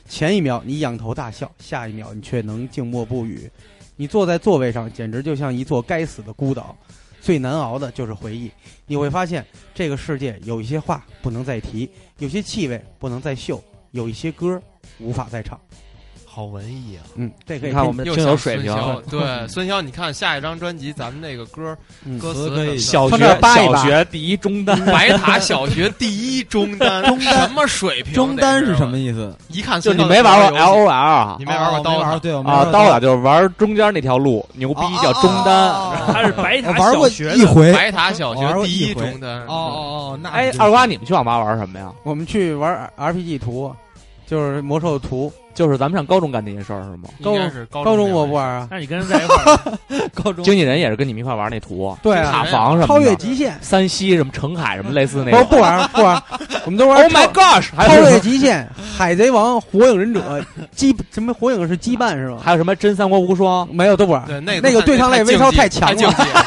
Speaker 6: 前一秒你仰头大笑，下一秒你却能静默不语，你坐在座位上，简直就像一座该死的孤岛。最难熬的就是回忆，你会发现这个世界有一些话不能再提，有些气味不能再嗅，有一些歌无法再唱。
Speaker 4: 好文艺啊！
Speaker 6: 嗯，这可
Speaker 5: 你
Speaker 6: 以
Speaker 5: 看
Speaker 6: 听
Speaker 5: 我们的
Speaker 4: 又
Speaker 5: 听
Speaker 4: 像
Speaker 5: 友水
Speaker 4: 孙
Speaker 5: 平，
Speaker 4: 骁对孙骁，你看下一张专辑，咱们那个歌
Speaker 6: 嗯
Speaker 4: 歌
Speaker 7: 词
Speaker 4: 词
Speaker 7: 可以
Speaker 4: 什
Speaker 5: 小
Speaker 4: 么
Speaker 6: 放
Speaker 5: 学
Speaker 6: 这儿扒一
Speaker 5: 小
Speaker 6: 扒
Speaker 5: 学第一中单，
Speaker 4: 的白塔小学第一中单，中单什么水平？
Speaker 7: 中单是什么
Speaker 4: 得？
Speaker 7: 意思？
Speaker 4: 一看
Speaker 5: 就
Speaker 4: 孙
Speaker 5: 你
Speaker 4: 骁
Speaker 5: 没玩过
Speaker 4: 的
Speaker 5: L
Speaker 4: 游戏
Speaker 5: O L 啊
Speaker 4: 你没玩过
Speaker 7: 哦没
Speaker 4: 刀
Speaker 7: 玩
Speaker 4: 塔
Speaker 7: 过，对，我没玩
Speaker 5: 啊，
Speaker 7: 过
Speaker 5: 刀塔就是玩中间那条路，牛逼
Speaker 7: 哦
Speaker 5: 叫中单。
Speaker 7: 哦
Speaker 3: 他是白
Speaker 7: 我
Speaker 3: 塔
Speaker 7: 玩
Speaker 3: 小
Speaker 7: 过
Speaker 3: 学
Speaker 7: 一
Speaker 3: 的，
Speaker 7: 回。
Speaker 4: 白塔小
Speaker 7: 玩
Speaker 4: 学
Speaker 7: 过
Speaker 4: 第
Speaker 7: 一回
Speaker 4: 中单
Speaker 7: 哦。哦哦，那
Speaker 5: 哎
Speaker 7: 就，是
Speaker 5: 二瓜，你们去网吧玩什么呀？
Speaker 6: 我们去玩 RPG 图，就是魔兽图。
Speaker 5: 就是咱们上高中干那些事儿是吗？
Speaker 4: 嗯应该是高
Speaker 6: 高中
Speaker 4: 那
Speaker 6: 我
Speaker 4: 会儿
Speaker 6: 不玩啊，
Speaker 3: 那你跟人在一块儿，
Speaker 7: 高中
Speaker 5: 经纪人也是跟你们一块玩那图，
Speaker 6: 对
Speaker 4: 经纪
Speaker 6: 啊
Speaker 5: 塔
Speaker 4: 人，
Speaker 5: 防什么的
Speaker 6: 超越极限，
Speaker 5: 三西什么澄海什么类似的
Speaker 6: 不
Speaker 5: 那
Speaker 6: 是
Speaker 5: 种。
Speaker 6: 不玩儿不玩儿，我们都玩
Speaker 5: Oh
Speaker 6: 儿
Speaker 5: my
Speaker 6: 超
Speaker 5: gosh！还
Speaker 6: 超
Speaker 5: 有
Speaker 6: 越
Speaker 5: 什么
Speaker 6: 极限、海贼王、火影忍者、羁什么火影是羁绊是吧？
Speaker 5: 还有什么真三国无双？
Speaker 6: 没有都不玩儿，
Speaker 4: 对那
Speaker 6: 那个对抗类微操太强了
Speaker 4: 竞技了，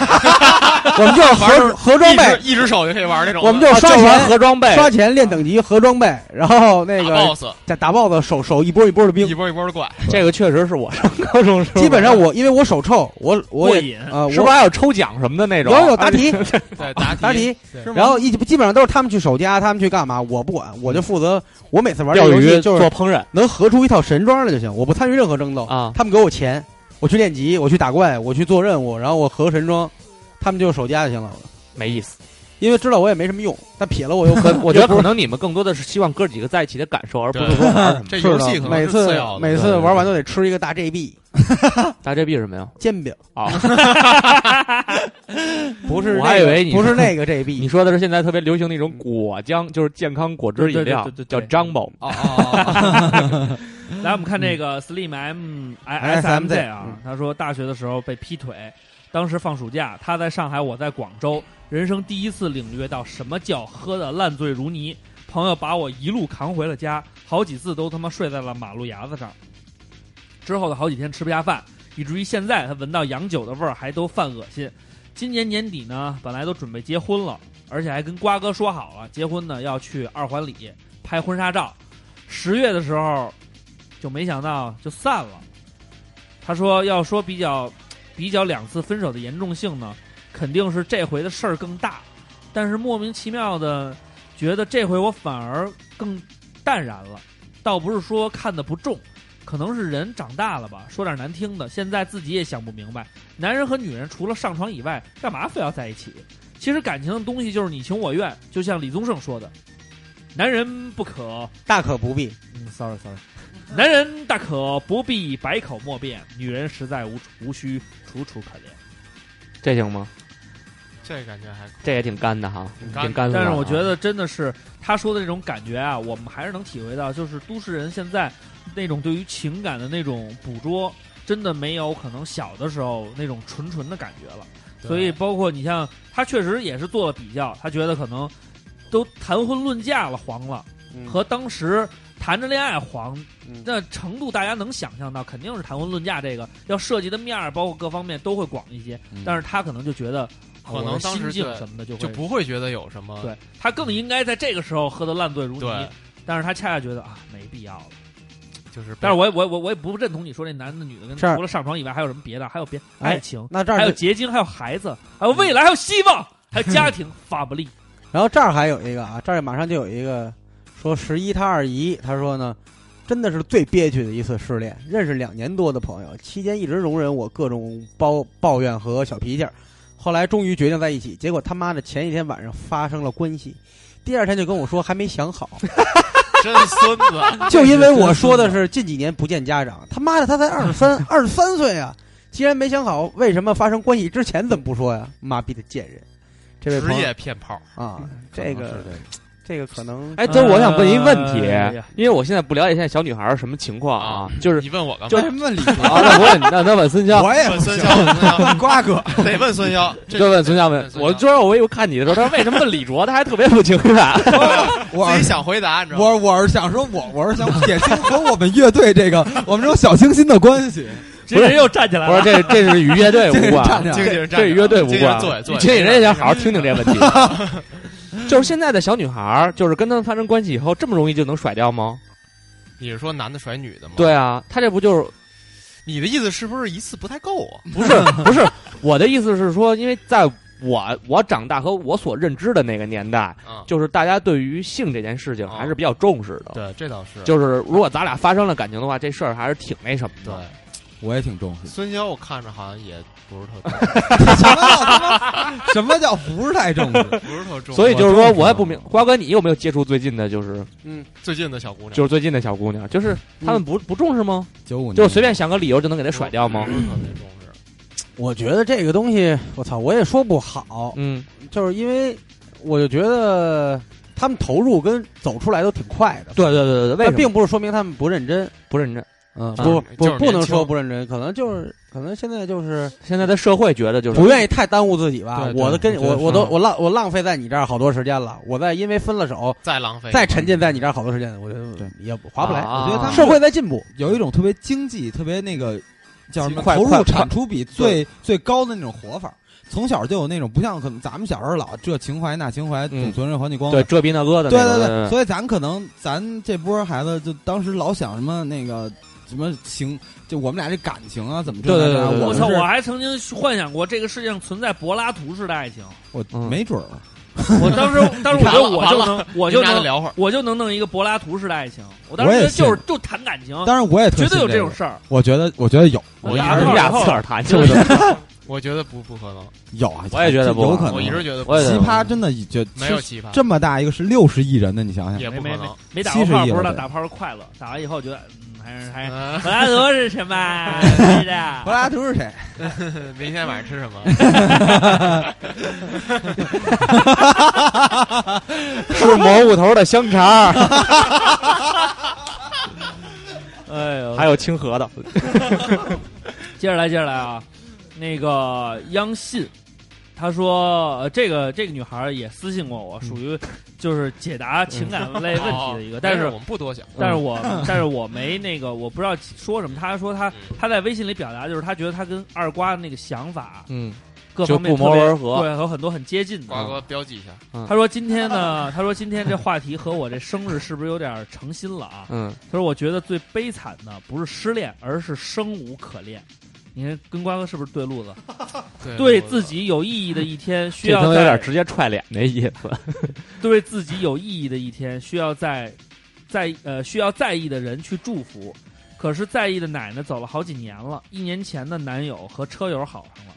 Speaker 6: 我们就是
Speaker 4: 玩儿就是
Speaker 6: 合合装备，
Speaker 4: 一只一只手就可以玩那种的。
Speaker 6: 我们就是刷
Speaker 5: 啊玩
Speaker 6: 钱
Speaker 5: 盒装备，
Speaker 6: 刷钱练等级合装备，然后那
Speaker 4: 打
Speaker 6: 个
Speaker 4: boss，
Speaker 6: 打打 BOSS 手手一波一波的
Speaker 4: 一
Speaker 6: 兵。
Speaker 4: 波一波的怪，
Speaker 5: 这个确实是我上高中时候玩的。
Speaker 6: 基本上我因为我手臭，我我
Speaker 3: 过
Speaker 6: 也
Speaker 3: 瘾。
Speaker 6: 啊，我
Speaker 5: 是不是还有抽奖什么的那种？ 啊
Speaker 6: 有有答题
Speaker 4: 对答
Speaker 6: 答
Speaker 4: 题，
Speaker 6: 题，
Speaker 4: 是吗
Speaker 6: 然后一基本上都是他们去守家，他们去干嘛，我不管，我就负责我每次玩这
Speaker 5: 钓
Speaker 6: 游
Speaker 5: 鱼、
Speaker 6: 戏就是
Speaker 5: 做烹饪
Speaker 6: 能合出一套神装来就行，我不参与任何争斗。
Speaker 5: 啊，
Speaker 6: 他们给我钱，我去练级，我去打怪，我去做任务，然后我合神装，他们就守家就行了。
Speaker 5: 没意思。
Speaker 6: 因为知道我也没什么用，但撇了我又可，
Speaker 5: 我觉得
Speaker 6: 又不
Speaker 5: 可
Speaker 6: 是
Speaker 5: 能你们更多的是希望哥几个在一起的感受，而不是
Speaker 4: 对
Speaker 5: 说玩什么。
Speaker 4: 这
Speaker 6: 是
Speaker 4: 游
Speaker 6: 的
Speaker 4: 戏可能
Speaker 6: 每
Speaker 4: 是
Speaker 6: 次
Speaker 4: 次要的。
Speaker 6: 每次玩完都得吃一个大 JB
Speaker 5: 大 JB 是什么呀？
Speaker 6: 煎饼，
Speaker 5: 啊，
Speaker 6: 不是
Speaker 5: 我
Speaker 6: 那
Speaker 5: 还以为
Speaker 6: 个
Speaker 5: 你
Speaker 6: 不是那个
Speaker 5: 你
Speaker 6: JB，
Speaker 5: 说的是现在特别流行的一种果浆，就是健康果汁饮料
Speaker 3: 对对对
Speaker 5: 叫
Speaker 3: 对，对
Speaker 5: Jumbo。
Speaker 7: 哦哦，
Speaker 3: 来，我们看这个 Slim M
Speaker 6: SMZ
Speaker 3: SMZ 啊
Speaker 6: 嗯，
Speaker 3: 他说大学的时候被劈腿，当时放暑假，他在上海，我在广州，人生第一次领略到什么叫喝的烂醉如泥。朋友把我一路扛回了家，好几次都他妈睡在了马路牙子上。之后的好几天吃不下饭，以至于现在他闻到洋酒的味儿还都犯恶心。今年年底呢，本来都准备结婚了，而且还跟瓜哥说好了，结婚呢要去二环里拍婚纱照。十月的时候，就没想到就散了。他说要说比较比较两次分手的严重性呢，肯定是这回的事儿更大，但是莫名其妙的觉得这回我反而更淡然了，倒不是说看得不重。可能是人长大了吧，说点难听的，现在自己也想不明白，男人和女人除了上床以外，干嘛非要在一起？其实感情的东西就是你情我愿，就像李宗盛说的，男人不可
Speaker 6: 大可不必。
Speaker 3: 嗯，sorry sorry，男人大可不必百口莫辩，女人实在无无需楚楚可怜。
Speaker 5: 这行吗？
Speaker 4: 这感觉还
Speaker 5: 这也挺干的哈，
Speaker 4: 挺干的
Speaker 5: 挺干的。
Speaker 3: 但是我觉，得真的是他说的这种感觉啊，我们还是能体会到，就是都市人现在那种对于情感的那种捕捉，真的没有可能小的时候那种纯纯的感觉了。 所以包括你像他确实也是做了比较，他觉得可能都谈婚论嫁了黄了，和当时谈着恋爱黄
Speaker 6: 嗯，
Speaker 3: 那程度大家能想象到，肯定是谈婚论嫁这个要涉及的面儿，包括各方面都会广一些。但是他可能就觉得，啊
Speaker 4: 可能
Speaker 3: 我的
Speaker 4: 当时
Speaker 3: 嗯心境
Speaker 4: 对
Speaker 3: 什么的就会
Speaker 4: 就不会觉得有什么。
Speaker 3: 对他更应该在这个时候喝得烂醉如泥
Speaker 4: 对。
Speaker 3: 但是他恰恰觉得啊，没必要了。
Speaker 4: 就是被，
Speaker 3: 但是我也我也我我也不认同你说这男的女的跟
Speaker 6: 这儿
Speaker 3: 除了上床以外还有什么别的，还有别
Speaker 6: 哎
Speaker 3: 爱情，
Speaker 6: 那这
Speaker 3: 还
Speaker 6: 儿
Speaker 3: 有
Speaker 6: 就，
Speaker 3: 结晶，还有孩子，还有未来，还有希望，还有家庭，法不利。
Speaker 6: 然后这儿还有一个啊，这儿马上就有一个说十一他二姨，他说呢，真的是最憋屈的一次失恋，认识两年多的朋友，期间一直容忍我各种抱抱怨和小脾气儿，后来终于决定在一起，结果他妈的前一天晚上发生了关系。第二天就跟我说还没 想好，
Speaker 4: 真孙子，
Speaker 6: 就因为我说的是近几年不见家长，他妈的他才二 十三，二十三岁啊！既然没想好，为什么发生关系之前怎么不说呀？妈逼的贱人！这位
Speaker 4: 职
Speaker 6: 朋友
Speaker 4: 业骗炮。
Speaker 6: 啊， 这个这个可能
Speaker 5: 哎，这我想问一问题
Speaker 3: 哎呀，
Speaker 5: 因为我现在不了解现在小女孩儿什么情况啊，就是
Speaker 4: 你问我干嘛？
Speaker 5: 就
Speaker 7: 为什么理
Speaker 5: 啊，那我问那那问孙骁，
Speaker 7: 我也
Speaker 4: 问孙骁，问孙 骁
Speaker 7: 瓜哥，
Speaker 4: 得问孙骁，这
Speaker 5: 就问孙骁问
Speaker 4: 问，孙骁
Speaker 5: 我就是我又看你的时候，他说为什么问李卓，他还特别不情啊感，
Speaker 7: 我
Speaker 4: 自己想回答，你知道吗？
Speaker 7: 我我是想说，我我是想撇清和我们乐队这个我们这种小清新的关系。
Speaker 3: 这人又站起来
Speaker 5: 我
Speaker 3: 了
Speaker 5: 说。这这是与乐队无关啊
Speaker 7: 这，这
Speaker 4: 经纪人站
Speaker 5: 这
Speaker 4: 着
Speaker 5: 与乐队无
Speaker 4: 经纪人
Speaker 5: 关
Speaker 4: 坐下，坐下
Speaker 5: 经纪人也想好好听听这问题。就是现在的小女孩儿，就是跟他们发生关系以后，这么容易就能甩掉吗？
Speaker 4: 你是说男的甩女的吗？
Speaker 5: 对，啊，他这不就是嗯
Speaker 4: 你的意思是不是一次不太够啊？
Speaker 5: 不是不是？我的意思是说，因为在我我长大和我所认知的那个年代，
Speaker 4: 啊，
Speaker 5: 就是大家对于性这件事情还是比较重视的。
Speaker 4: 对，这倒是。
Speaker 5: 就是如果咱俩发生了感情的话，这事儿还是挺那什么
Speaker 4: 对
Speaker 5: 的。，
Speaker 7: 我也挺重视。
Speaker 4: 孙骁我看着好像也不是特
Speaker 7: 什么叫他妈什么叫不是太重视？
Speaker 4: 不是特重。
Speaker 5: 所以就是
Speaker 7: 我
Speaker 5: 说，
Speaker 7: 重视
Speaker 5: 我也不明，瓜哥，你有没有接触最近的，就是
Speaker 4: 最近的小姑娘
Speaker 5: 就是最近的小姑娘，就是他们不不重视吗？
Speaker 7: 九五年
Speaker 5: 就是随便想个理由就能给她甩掉吗
Speaker 4: 不？是特别重视。
Speaker 6: 我觉得这个东西，我操，我也说不好，
Speaker 5: 嗯，
Speaker 6: 就是因为我就觉得他们投入跟走出来都挺快的，
Speaker 5: 对对对对，为
Speaker 6: 但
Speaker 5: 什么
Speaker 6: 并不是说明他们不认真，
Speaker 5: 不认真？
Speaker 6: 嗯，
Speaker 5: 就
Speaker 6: 不
Speaker 4: 是就是
Speaker 6: 不不能
Speaker 4: 年轻
Speaker 6: 说不认真，可能就是可能现在就是
Speaker 5: 现在的社会觉得就是
Speaker 6: 不愿意太耽误自己吧
Speaker 7: 对。对
Speaker 6: 我的跟
Speaker 7: 我觉
Speaker 6: 我
Speaker 7: 得是
Speaker 6: 我都我浪我浪费在你这儿好多时间了，我在因为分了手，
Speaker 4: 再浪费，
Speaker 6: 再沉浸在你这儿好多时间，我觉得
Speaker 7: 对
Speaker 6: 也划不来。
Speaker 5: 啊
Speaker 7: 我觉得他们
Speaker 6: 社会在进步，
Speaker 7: 有一种特别经济、特别那个叫什么
Speaker 6: 快
Speaker 7: 投
Speaker 6: 快
Speaker 7: 入产出比最最高的那种活法。从小就有那种不像可能咱们小时候老这情怀那情怀，
Speaker 5: 嗯
Speaker 7: 总存着还你光
Speaker 5: 对
Speaker 7: 的。
Speaker 5: 遮蔽那个的嗯
Speaker 7: 对
Speaker 5: 那个，
Speaker 7: 对
Speaker 5: 对
Speaker 7: 所以咱可能咱这波孩子就当时老想什么那个什么情，就我们俩这感情啊，怎么这
Speaker 5: 对对
Speaker 7: 那这啊
Speaker 5: 对对对
Speaker 3: 我
Speaker 7: 我
Speaker 3: 操！我
Speaker 7: 们
Speaker 3: 还曾经幻想过这个世界上存在柏拉图式的爱情。
Speaker 7: 是我
Speaker 5: 嗯
Speaker 7: 没准儿，
Speaker 3: 我当时，当时我觉得我
Speaker 4: 完
Speaker 3: 就
Speaker 4: 了
Speaker 3: 能，我
Speaker 4: 我
Speaker 3: 就
Speaker 4: 俩得
Speaker 3: 能，
Speaker 4: 聊会儿。
Speaker 3: 我就能弄一个柏拉图式的爱情。我当时
Speaker 7: 我也
Speaker 3: 觉得就是
Speaker 7: 信
Speaker 3: 就谈感情，
Speaker 7: 当然我也特
Speaker 3: 绝对有
Speaker 7: 信
Speaker 3: 这种
Speaker 7: 个
Speaker 3: 事儿。
Speaker 7: 我觉得，我觉得有，
Speaker 5: 对，
Speaker 4: 我一
Speaker 5: 俩
Speaker 4: 直
Speaker 5: 你俩自个儿谈去了。
Speaker 4: 我觉得不不可能，
Speaker 7: 有啊，
Speaker 5: 我也觉得不
Speaker 7: 有可能。
Speaker 4: 我一直觉得不
Speaker 5: 我也觉得
Speaker 7: 奇葩真的就
Speaker 4: 没有奇葩，
Speaker 7: 这么大一个是六十亿人的，你想想，
Speaker 4: 也
Speaker 3: 没
Speaker 4: 不可
Speaker 3: 没没
Speaker 4: 能。
Speaker 3: 没打过炮，
Speaker 7: 71
Speaker 3: 不知道
Speaker 7: 了
Speaker 3: 打炮是快乐。打完以后觉得，嗯，还是还是
Speaker 4: 嗯
Speaker 3: 柏拉图是什么？是
Speaker 7: 柏
Speaker 3: 的，
Speaker 7: 拉图是谁？
Speaker 4: 明天晚上吃什么？
Speaker 5: 是蘑菇头的香肠，
Speaker 3: 哎呦，
Speaker 5: 还有清河的。
Speaker 3: 接着来，接着来啊！那个央信，他说、呃这个这个女孩儿也私信过我，属于就是解答情感类问题的一
Speaker 5: 哎
Speaker 3: 个，
Speaker 4: 哦
Speaker 3: 但
Speaker 4: 没事
Speaker 3: 是
Speaker 4: 我们不多想。
Speaker 5: 嗯
Speaker 3: 但是我但是我没那个，我不知道说什么。他说他
Speaker 4: 嗯
Speaker 3: 他在微信里表达就是他觉得他跟二瓜那个想法
Speaker 5: 嗯，
Speaker 3: 各方面
Speaker 5: 就不谋
Speaker 3: 特别
Speaker 5: 而合
Speaker 3: 对，有很多很接近
Speaker 4: 瓜
Speaker 3: 的。
Speaker 4: 哥标记一下，
Speaker 3: 他说今天呢，他说今天这话题和我这生日是不是有点成心了啊？
Speaker 5: 嗯，
Speaker 3: 他说我觉得最悲惨的不是失恋，而是生无可恋。你看跟瓜哥是不是对路子？对自己有意义的一天，需
Speaker 5: 这他妈
Speaker 3: 要
Speaker 5: 有点
Speaker 3: 在
Speaker 5: 直接踹脸那意思。
Speaker 3: 对自己有意义的一天，需要在在呃需要在意的人去祝福。可是在意的奶奶走了好几年了，一年前的男友和车友好上了，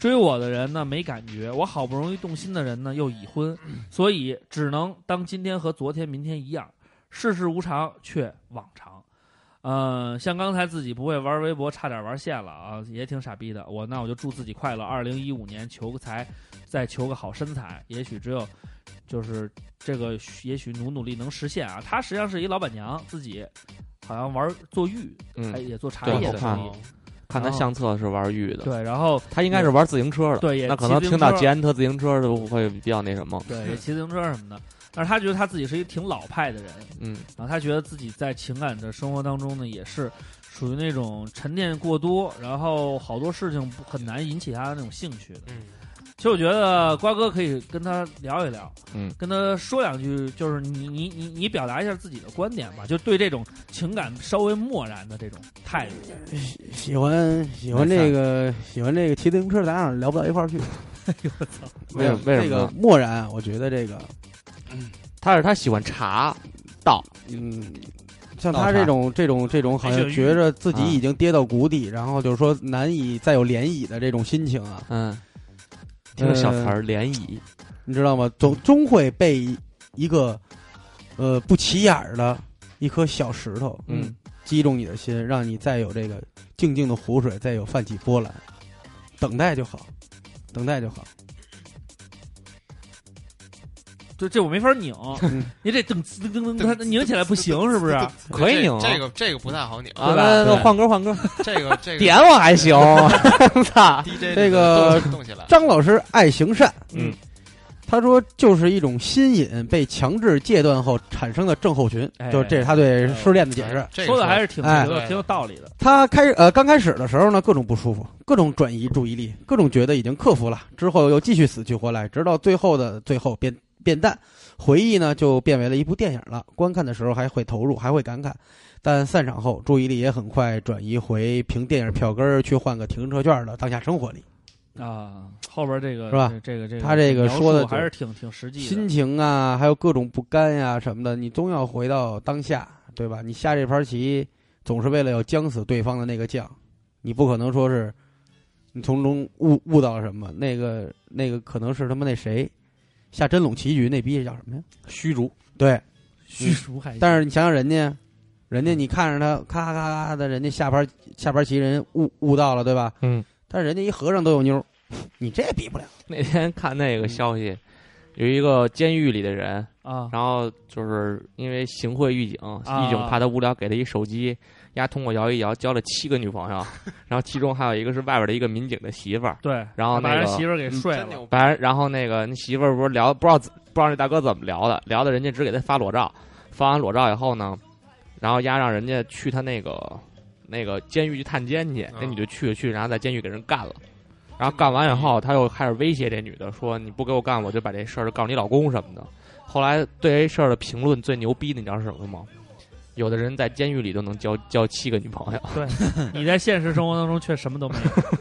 Speaker 3: 追我的人呢没感觉，我好不容易动心的人呢又已婚，所以只能当今天和昨天、明天一样，世事无常却往常。呃，像刚才自己不会玩微博，差点玩线了啊，也挺傻逼的。我那我就祝自己快乐，二零一五年求个财，再求个好身材，也许只有就是这个，也许努努力能实现啊。她实际上是一老板娘，自己好像玩做玉，还
Speaker 5: 嗯，
Speaker 3: 也做茶
Speaker 5: 对
Speaker 3: 叶
Speaker 5: 我
Speaker 3: 的
Speaker 5: 看
Speaker 3: 生意。
Speaker 5: 看他相册是玩玉的，
Speaker 3: 对，然后
Speaker 5: 他应该是玩自行车的。
Speaker 3: 对也
Speaker 5: 那可能
Speaker 3: 骑自行
Speaker 5: 听到
Speaker 3: 车
Speaker 5: 捷安特自行车就会比较那什么。
Speaker 3: 对也骑自行车什么的，但是她觉得她自己是一挺老派的人，
Speaker 5: 嗯，
Speaker 3: 然后她觉得自己在情感的生活当中呢，也是属于那种沉淀过多，然后好多事情不很难引起她的那种兴趣的。
Speaker 4: 嗯，
Speaker 3: 其实我觉得瓜哥可以跟他聊一聊，
Speaker 5: 嗯，
Speaker 3: 跟他说两句，就是你你你你表达一下自己的观点吧，就对这种情感稍微漠然的这种态度。
Speaker 6: 喜欢喜欢这个喜欢这个骑自行车，咱俩聊不到一块儿去。
Speaker 5: 为什为什
Speaker 6: 这
Speaker 5: 么
Speaker 6: 个
Speaker 5: 呢？
Speaker 6: 漠然啊？我觉得这个，
Speaker 5: 他是他喜欢茶道，
Speaker 6: 嗯，像
Speaker 7: 倒
Speaker 6: 他
Speaker 7: 茶
Speaker 6: 这种这种这种，好像觉着自己已经跌到谷底，然后就是说难以再有涟漪的这种心情啊，
Speaker 5: 嗯，听个小词儿涟漪，
Speaker 6: 你知道吗？总终会被一个呃不起眼儿的一颗小石头，
Speaker 5: 嗯，
Speaker 6: 击中你的心，让你再有这个静静的湖水，再有泛起波澜，等待就好，等待就好。
Speaker 3: 就这我没法 拧
Speaker 6: 嗯，
Speaker 3: 你得噔噔噔噔，它拧起来不行，是不是？
Speaker 5: 可以拧啊
Speaker 4: 这这个这个不太好拧，
Speaker 5: 啊，
Speaker 6: 对吧
Speaker 5: 那那
Speaker 6: 对
Speaker 5: 换歌换歌，
Speaker 4: 这个这 个
Speaker 5: 点我还行， 操，
Speaker 4: DJ
Speaker 6: 这个
Speaker 4: 动起动起来，
Speaker 6: 张老师爱行善，
Speaker 5: 嗯，
Speaker 6: 他说就是一种心瘾被强制戒断后产生的症候群，
Speaker 3: 哎
Speaker 6: 就这是他对失恋的解释。
Speaker 4: 这个
Speaker 3: 说的还是挺
Speaker 6: 哎
Speaker 3: 挺有挺有道理的。
Speaker 6: 他开始呃刚开始的时候呢，各种不舒服，各种转移注意力，各种觉得已经克服了，之后又继续死去活来，直到最后的最后变变淡，回忆呢就变为了一部电影了。观看的时候还会投入，还会感慨，但散场后注意力也很快转移回凭电影票根儿去换个停车券的当下生活里。
Speaker 3: 啊，后边这个
Speaker 6: 是吧？
Speaker 3: 这个这个
Speaker 6: 他这个
Speaker 3: 描述
Speaker 6: 说的就
Speaker 3: 还是挺挺实际的
Speaker 6: 心情啊，还有各种不甘呀、什么的，你终要回到当下，对吧？你下这盘棋总是为了要将死对方的那个将，你不可能说是你从中悟悟到了什么，那个那个可能是他妈那谁下真龙棋局那逼叫什么呀？
Speaker 5: 虚竹，
Speaker 6: 对，
Speaker 3: 虚竹还行
Speaker 6: 嗯但是你想想人家，人家你看着他咔咔咔的，人家下盘下盘棋人悟悟到了，对吧？
Speaker 5: 嗯，
Speaker 6: 但是人家一和尚都有妞儿，你这比不了。
Speaker 5: 那天看那个消息，有一个监狱里的人，
Speaker 3: 啊
Speaker 5: 然后就是因为行贿狱警，
Speaker 3: 啊
Speaker 5: 狱警怕他无聊，给他一手机，丫通过摇一摇交了七个女朋友，然后其中还有一个是外边的一个民警的媳妇儿。
Speaker 3: 对，
Speaker 5: 然后
Speaker 3: 把
Speaker 5: 那
Speaker 3: 人
Speaker 5: 个
Speaker 3: 媳妇儿给睡
Speaker 4: 嗯真
Speaker 3: 了
Speaker 4: 牛逼！
Speaker 5: 完，然后那个那媳妇儿不是聊不知道怎不知道这大哥怎么聊的，聊的人家只给他发裸照，发完裸照以后呢，然后丫让人家去他那个那个监狱去探监去，那
Speaker 4: 嗯
Speaker 5: 女的去去，然后在监狱给人干了，然后干完以后，他又开始威胁这女的说你不给我干，我就把这事儿告诉你老公什么的。后来对这事儿的评论最牛逼的，你知道是什么吗？有的人在监狱里都能交交七个女朋友，
Speaker 3: 你在现实生活当中却什么都没 有。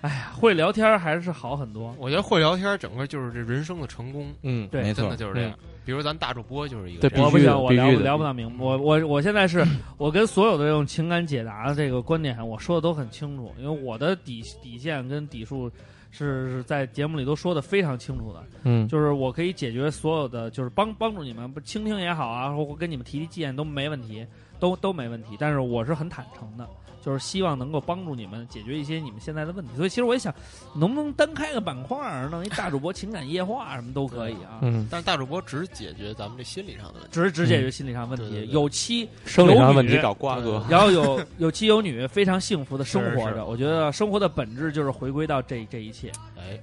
Speaker 3: 哎呀，会聊天儿还是好很多。
Speaker 4: 我觉得会聊天，整个就是这人生的成功，
Speaker 5: 嗯，
Speaker 3: 对
Speaker 7: 没
Speaker 4: 真
Speaker 7: 错
Speaker 4: 的，就是这样。比如咱大主播就是一个
Speaker 5: 对
Speaker 4: 这
Speaker 5: 必
Speaker 3: 我
Speaker 4: 样，
Speaker 3: 不
Speaker 5: 须的
Speaker 3: 行，我
Speaker 5: 必
Speaker 3: 聊
Speaker 5: 须
Speaker 3: 不
Speaker 5: 的
Speaker 3: 聊不到明白。我我我现 在是我跟所有的这种情感解答的这个观点，我说的都很清楚，因为我的底底线跟底数是是在节目里都说的非常清楚的。
Speaker 5: 嗯，
Speaker 3: 就是我可以解决所有的，就是帮帮助你们，不倾听也好啊，或跟你们提提建议都没问题，都都没问题。但是我是很坦诚的，就是希望能够帮助你们解决一些你们现在的问题。所以其实我也想，能不能单开个板块儿，弄一大主播情感夜话什么都可以啊。
Speaker 5: 嗯，
Speaker 4: 但是大主播只解决咱们这心理上的问题。
Speaker 3: 只只解决心理上问题，
Speaker 4: 嗯对对对
Speaker 3: 有妻
Speaker 5: 生理上的问题
Speaker 3: 有女
Speaker 5: 找瓜哥，
Speaker 3: 然后有 有妻有女，非常幸福的生活
Speaker 4: 是
Speaker 3: 着。
Speaker 4: 是
Speaker 3: 我觉得生活的本质就是回归到这这一切。
Speaker 4: 哎，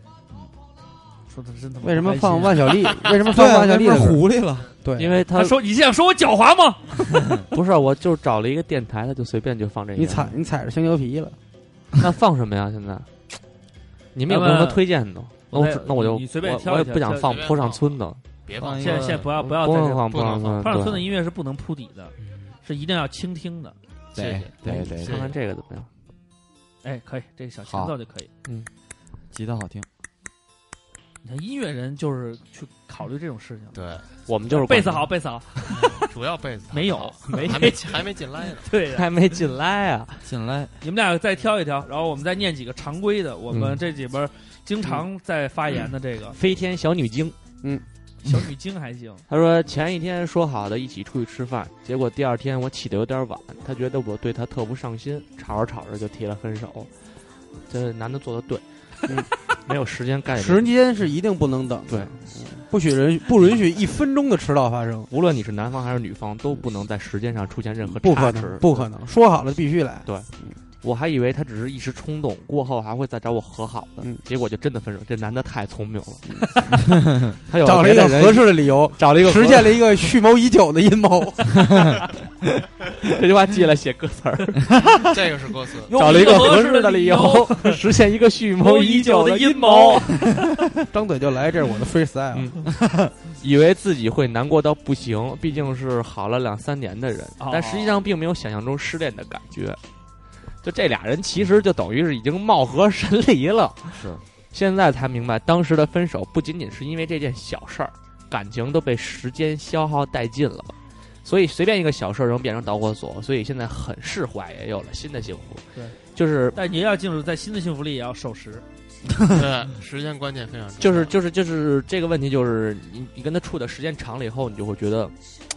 Speaker 3: 说的真他妈
Speaker 6: 为什么
Speaker 3: 开心啊
Speaker 6: 放万小丽？为什
Speaker 7: 对
Speaker 6: 么放
Speaker 7: 啊，
Speaker 6: 万小
Speaker 7: 那
Speaker 6: 丽
Speaker 7: 不
Speaker 6: 的
Speaker 7: 是
Speaker 6: 歌？
Speaker 7: 狐狸了，
Speaker 6: 对，
Speaker 5: 因为嗯
Speaker 3: 他
Speaker 5: 他
Speaker 3: 说你想说我狡猾吗？
Speaker 5: 不是，我就找了一个电台，他就随便就放这个。
Speaker 6: 你踩你踩着香蕉皮了。
Speaker 5: 那放什么呀？现在你们有没有什么推荐的？那
Speaker 3: 咱们
Speaker 5: 我那我就
Speaker 3: 你随便
Speaker 5: 我
Speaker 3: 挑一
Speaker 5: 我也
Speaker 3: 挑
Speaker 5: 不想
Speaker 3: 挑
Speaker 5: 放
Speaker 4: 随便
Speaker 5: 坡上
Speaker 4: 放
Speaker 5: 村的，
Speaker 4: 别
Speaker 7: 放
Speaker 4: 放啊
Speaker 7: 一
Speaker 3: 现
Speaker 7: 个
Speaker 3: 在现在不要不要
Speaker 5: 不
Speaker 3: 在这
Speaker 5: 能放
Speaker 4: 不
Speaker 5: 坡上
Speaker 4: 能
Speaker 5: 村。
Speaker 3: 胖
Speaker 5: 对
Speaker 3: 村的音乐是不能铺底的，
Speaker 4: 嗯
Speaker 3: 是一定要倾听的。
Speaker 4: 谢谢
Speaker 7: 对对
Speaker 4: 谢
Speaker 5: 看看
Speaker 4: 谢。
Speaker 5: 这个怎么样？
Speaker 3: 哎，可以，这个小前奏就可以。
Speaker 7: 吉他好听，
Speaker 3: 你看音乐人就是去考虑这种事情。
Speaker 4: 对，
Speaker 5: 我们就是
Speaker 3: 贝斯好，贝斯好，
Speaker 4: 主要被子
Speaker 3: 没有， 没
Speaker 4: 还没 还没进 来呢。
Speaker 3: 对的。
Speaker 5: 还没进来啊！
Speaker 7: 进来
Speaker 3: 你们俩再挑一挑，然后我们再念几个常规的，我们
Speaker 5: 嗯
Speaker 3: 这里边经常在发言的这个
Speaker 5: 飞天小女精，
Speaker 6: 嗯
Speaker 3: 小女精还行。
Speaker 5: 她说前一天说好的一起出去吃饭，结果第二天我起的有点晚，她觉得我对她特不上心，吵着吵着就提了分手。这男的做的对，嗯没有时间干这个
Speaker 6: 时间是一定不能等，
Speaker 5: 对，
Speaker 6: 不许人不允许一分钟的迟到发生，
Speaker 5: 无论你是男方还是女方，都不能在时间上出现任何
Speaker 6: 不
Speaker 5: 差
Speaker 6: 可
Speaker 5: 池
Speaker 6: 能，不可能，说好了必须来。
Speaker 5: 我还以为他只是一时冲动，过后还会再找我和好的，
Speaker 6: 嗯
Speaker 5: 结果就真的分手。这男的太聪明了，他有
Speaker 6: 找了一
Speaker 5: 别
Speaker 6: 个
Speaker 5: 的人
Speaker 6: 合，适的理由，
Speaker 5: 找了一个合
Speaker 6: 实现了一个蓄谋已久的阴谋。
Speaker 5: 这句话记下来写歌词儿，
Speaker 4: 这个是歌词，
Speaker 5: 找了一个合适
Speaker 3: 的
Speaker 5: 的理由，实现一个蓄谋
Speaker 3: 已
Speaker 5: 已
Speaker 3: 久
Speaker 5: 久
Speaker 3: 的
Speaker 5: 的
Speaker 3: 阴
Speaker 5: 阴
Speaker 3: 谋
Speaker 5: 谋。
Speaker 6: 张嘴就来，这是我的 freestyle。
Speaker 5: 以为自己会难过到不行，毕竟是好了两三年的人
Speaker 3: 哦，
Speaker 5: 但实际上并没有想象中失恋的感觉。就这俩人其实就等于是已经貌合神离了。
Speaker 7: 是，
Speaker 5: 现在才明白，当时的分手不仅仅是因为这件小事儿，感情都被时间消耗殆尽了。所以随便一个小事儿能变成导火索，所以现在很释怀，也有了新的幸福。
Speaker 3: 对，
Speaker 5: 就是
Speaker 3: 但也要进入在新的幸福里，也要守时。
Speaker 4: 对，时间观念非常重要。
Speaker 5: 就是就是就是这个问题，就是你你跟他处的时间长了以后，你就会觉得，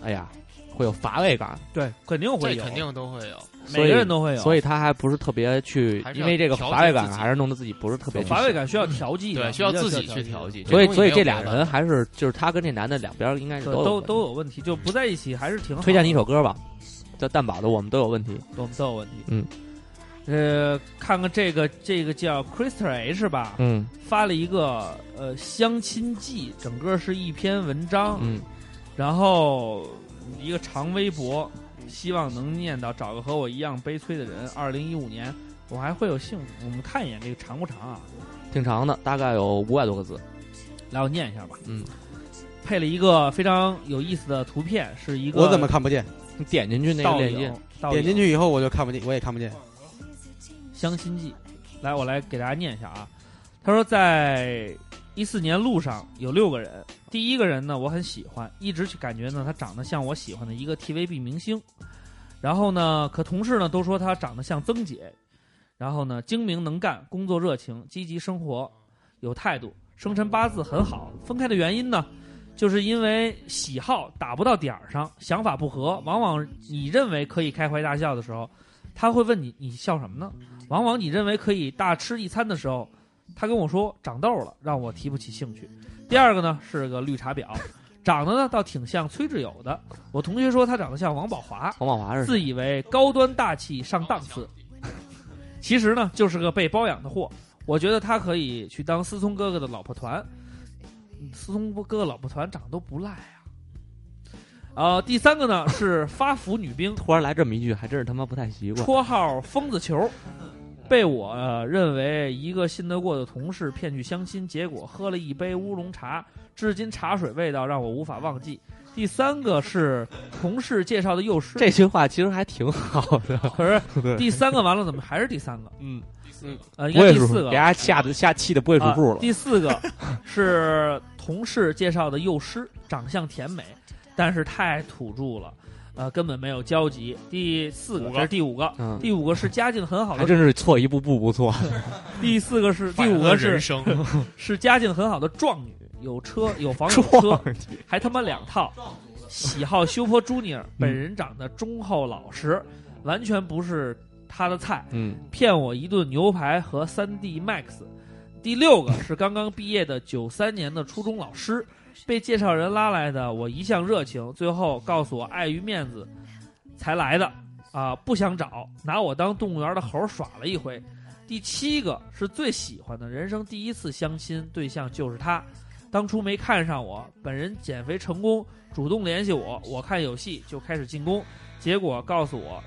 Speaker 5: 哎呀，会有乏味感。
Speaker 3: 对，肯定会
Speaker 4: 这
Speaker 3: 有，
Speaker 4: 肯定都会有。
Speaker 3: 每
Speaker 5: 所以
Speaker 3: 个人都会有。
Speaker 5: 所以他还不是特别去
Speaker 4: 还，
Speaker 5: 因
Speaker 4: 是要
Speaker 5: 为这个
Speaker 4: 调
Speaker 5: 乏味
Speaker 4: 节
Speaker 5: 感
Speaker 4: 自己
Speaker 5: 还是弄得自己不是特别去
Speaker 3: 乏味感需要调剂的，
Speaker 4: 嗯对，需要
Speaker 3: 一定
Speaker 4: 自己去调
Speaker 3: 剂。
Speaker 4: 剂。
Speaker 5: 所以
Speaker 4: 东西
Speaker 5: 所以这
Speaker 4: 没有
Speaker 5: 俩
Speaker 4: 办法
Speaker 5: 人还是就是他跟这男的两边应该是
Speaker 3: 对
Speaker 5: 有
Speaker 3: 都
Speaker 5: 都
Speaker 3: 都有问题，就不在一起还是挺好的。
Speaker 5: 推荐你一首歌吧，叫蛋堡的《我们都有问题》。
Speaker 3: 我们都有问题。
Speaker 5: 嗯，
Speaker 3: 呃，看看这个这个叫 Crystal H 吧，
Speaker 5: 嗯
Speaker 3: 发了一个呃相亲记，整个是一篇文章，
Speaker 5: 嗯，
Speaker 3: 然后一个长微博，希望能念到找个和我一样悲催的人。二零一五年我还会有幸福，我们看一眼这个长不长啊？
Speaker 5: 挺长的，大概有五百多个字。
Speaker 3: 来，我念一下吧。
Speaker 5: 嗯，
Speaker 3: 配了一个非常有意思的图片，是一个
Speaker 6: 我怎么看不见？
Speaker 5: 你点进去那
Speaker 3: 倒
Speaker 5: 个链
Speaker 3: 影
Speaker 5: 接，
Speaker 3: 倒影
Speaker 6: 点进去以后我就看不见，我也看不见。
Speaker 3: 相亲记。来，我来给大家念一下啊。他说在一四年路上有六个人，第一个人呢我很喜欢，一直去感觉呢他长得像我喜欢的一个 TVB 明星，然后呢，可同事呢都说他长得像曾姐，然后呢精明能干，工作热情，积极生活，有态度，生辰八字很好。分开的原因呢？就是因为喜好打不到点儿上，想法不合，往往你认为可以开怀大笑的时候，他会问你你笑什么呢？往往你认为可以大吃一餐的时候，他跟我说长痘了，让我提不起兴趣。第二个呢是个绿茶婊，长得呢倒挺像崔智友的，我同学说他长得像王宝华，
Speaker 5: 黄宝华是
Speaker 3: 自以为高端大气上档次，其实呢就是个被包养的货。我觉得他可以去当思聪哥哥的老婆团，嗯思聪哥哥老婆团长得都不赖啊。呃，第三个呢是发福女兵，
Speaker 5: 突然来这么一句，还真是他妈不太习惯。
Speaker 3: 绰号疯子球，被我、呃认为一个信得过的同事骗去相亲，结果喝了一杯乌龙茶，至今茶水味道让我无法忘记。第三个是同事介绍的幼师，
Speaker 5: 这句话其实还挺好的，
Speaker 3: 可是
Speaker 5: 对
Speaker 3: 第三个完了，怎么还是第三个？
Speaker 5: 嗯，
Speaker 3: 呃，应
Speaker 5: 不
Speaker 3: 该
Speaker 5: 会
Speaker 3: 第
Speaker 5: 数
Speaker 3: 四，个
Speaker 5: 给大家吓得吓气的不会数
Speaker 3: 啊
Speaker 5: 数了。
Speaker 3: 第四个是同事介绍的幼师，长相甜美，但是太土著了，呃，根本没有交集。第四个，
Speaker 4: 五个
Speaker 3: 这是第五个，
Speaker 5: 嗯，
Speaker 3: 第五个是家境很好
Speaker 5: 还
Speaker 3: 的，
Speaker 5: 真是错一步步步错。
Speaker 3: 第四个是第
Speaker 4: 反
Speaker 3: 五
Speaker 4: 了
Speaker 3: 个
Speaker 4: 人
Speaker 3: 是
Speaker 4: 生，
Speaker 3: 是家境很好的壮女，有 车有房有车，还他妈两套，喜好修坡朱尼尔，
Speaker 4: 嗯
Speaker 3: 本人长得忠厚老实，完全不是他的菜。
Speaker 5: 嗯，
Speaker 3: 骗我一顿牛排和3 D Max。第六个是刚刚毕业的九三年的初中老师，被介绍人拉来的。我一向热情，最后告诉我碍于面子才来的啊、不想找，拿我当动物园的猴耍了一回。第七个是最喜欢的，人生第一次相亲对象就是他，当初没看上我，本人减肥成功，主动联系我，我看有戏就开始进攻，结果告诉我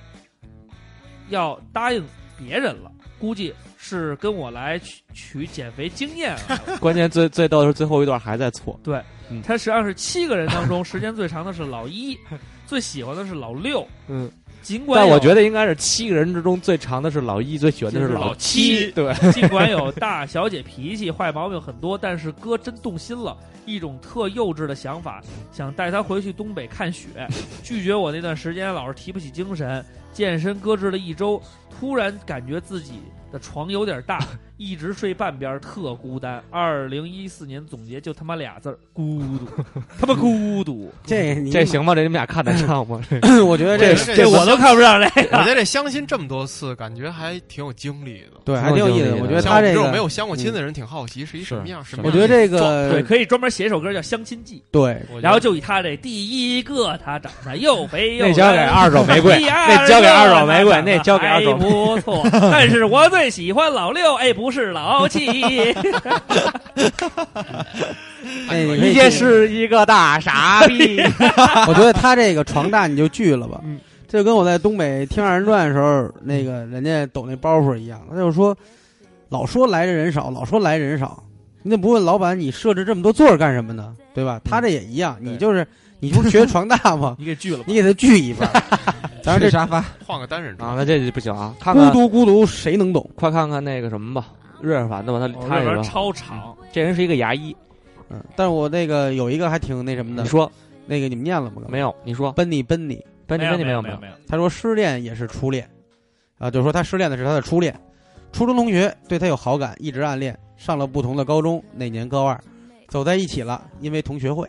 Speaker 3: 要答应别人了，估计是跟我来取取减肥经验啊。
Speaker 5: 嗯关键最最逗的是最后一段还在错。
Speaker 3: 他实际上是七个人当中时间最长的是老一，最喜欢的是老六。
Speaker 5: 嗯，
Speaker 3: 尽管
Speaker 5: 但
Speaker 6: 啊
Speaker 5: 我觉
Speaker 3: 得，
Speaker 5: 得应该是七个人之中最长的是老一，最喜欢的
Speaker 3: 就是
Speaker 5: 老
Speaker 3: 老七
Speaker 5: 对，
Speaker 3: 尽管有大小姐脾气、坏毛病很多，但是哥真动心了，一种特幼稚的想法，想带他回去东北看雪。拒绝我那段时间老是提不起精神，健身搁置了一周，突然感觉自己的床有点 大，一直睡半边儿，特孤单。二零一四年总结就他妈俩字儿：孤独， 他妈孤独。
Speaker 6: 这你
Speaker 5: 这，行吗？这你们俩看得上 吗？这
Speaker 6: 我觉得这
Speaker 4: 这
Speaker 6: 这
Speaker 3: 我都看不上这
Speaker 4: 我觉得这相亲这么多次，感觉还挺有经历的。
Speaker 6: 对还挺有意思。
Speaker 5: 挺有意思的
Speaker 6: 我觉得
Speaker 4: 像我
Speaker 6: 他
Speaker 4: 们
Speaker 6: 这
Speaker 4: 这种没
Speaker 6: 个，
Speaker 4: 有相过亲的人，挺好奇是一什么样？什么
Speaker 6: 我
Speaker 4: 样
Speaker 6: 觉
Speaker 4: 的
Speaker 6: 得
Speaker 4: 一
Speaker 6: 这
Speaker 4: 状
Speaker 6: 个
Speaker 3: 对，可以专门写一首歌叫《相亲记
Speaker 6: 对，
Speaker 4: 态，我》，觉得
Speaker 3: 然后就以他这第一个，他长得又 肥又
Speaker 5: 那交给二手 玫瑰，
Speaker 3: 第二个
Speaker 5: 那交给二手玫瑰，那交给二手
Speaker 3: 还
Speaker 6: 哎
Speaker 3: 不错。但是我最喜欢老六，哎，不是老七。？
Speaker 6: 哎，你可以
Speaker 5: 一
Speaker 6: 去
Speaker 5: 天是一个大傻逼。
Speaker 6: 我觉得他这个床大你就拒了吧。这就跟我在东北听二人转的时候，那个人家抖那包袱一样，他就说老说来的人少，老说来人少，你怎么不问老板你设置这么多座儿干什么呢？对吧？他这也一样，你就是你不是觉得床大吗
Speaker 3: 你给拒了吧。
Speaker 6: 你给他锯一半儿，咱们这
Speaker 7: 沙发，
Speaker 4: 换个单人
Speaker 5: 啊，
Speaker 4: 床，
Speaker 5: 那这就不行啊！看
Speaker 6: 孤
Speaker 5: 看，
Speaker 6: 独孤独谁能懂？
Speaker 5: 快看看那个什么吧，瑞尔凡的吧，他
Speaker 6: 哦
Speaker 3: 我
Speaker 5: 他
Speaker 3: 这
Speaker 5: 也
Speaker 3: 玩意
Speaker 5: 有
Speaker 3: 儿超长，
Speaker 5: 这人是一个牙医。
Speaker 6: 嗯，但是我那个有一个还挺那什么
Speaker 5: 你
Speaker 6: 的，
Speaker 5: 说
Speaker 6: 那个你们念了吗？
Speaker 5: 没有？你说，
Speaker 6: 奔你奔你，
Speaker 5: 班尼班尼
Speaker 3: 没
Speaker 5: 有没
Speaker 3: 没有
Speaker 5: 有？
Speaker 3: 没有。
Speaker 6: 他说失恋也是初恋，啊，就是说他失恋的是他的初恋，初中同学对他有好感，一直暗恋，上了不同的高中，那年高二，走在一起了，因为同学会。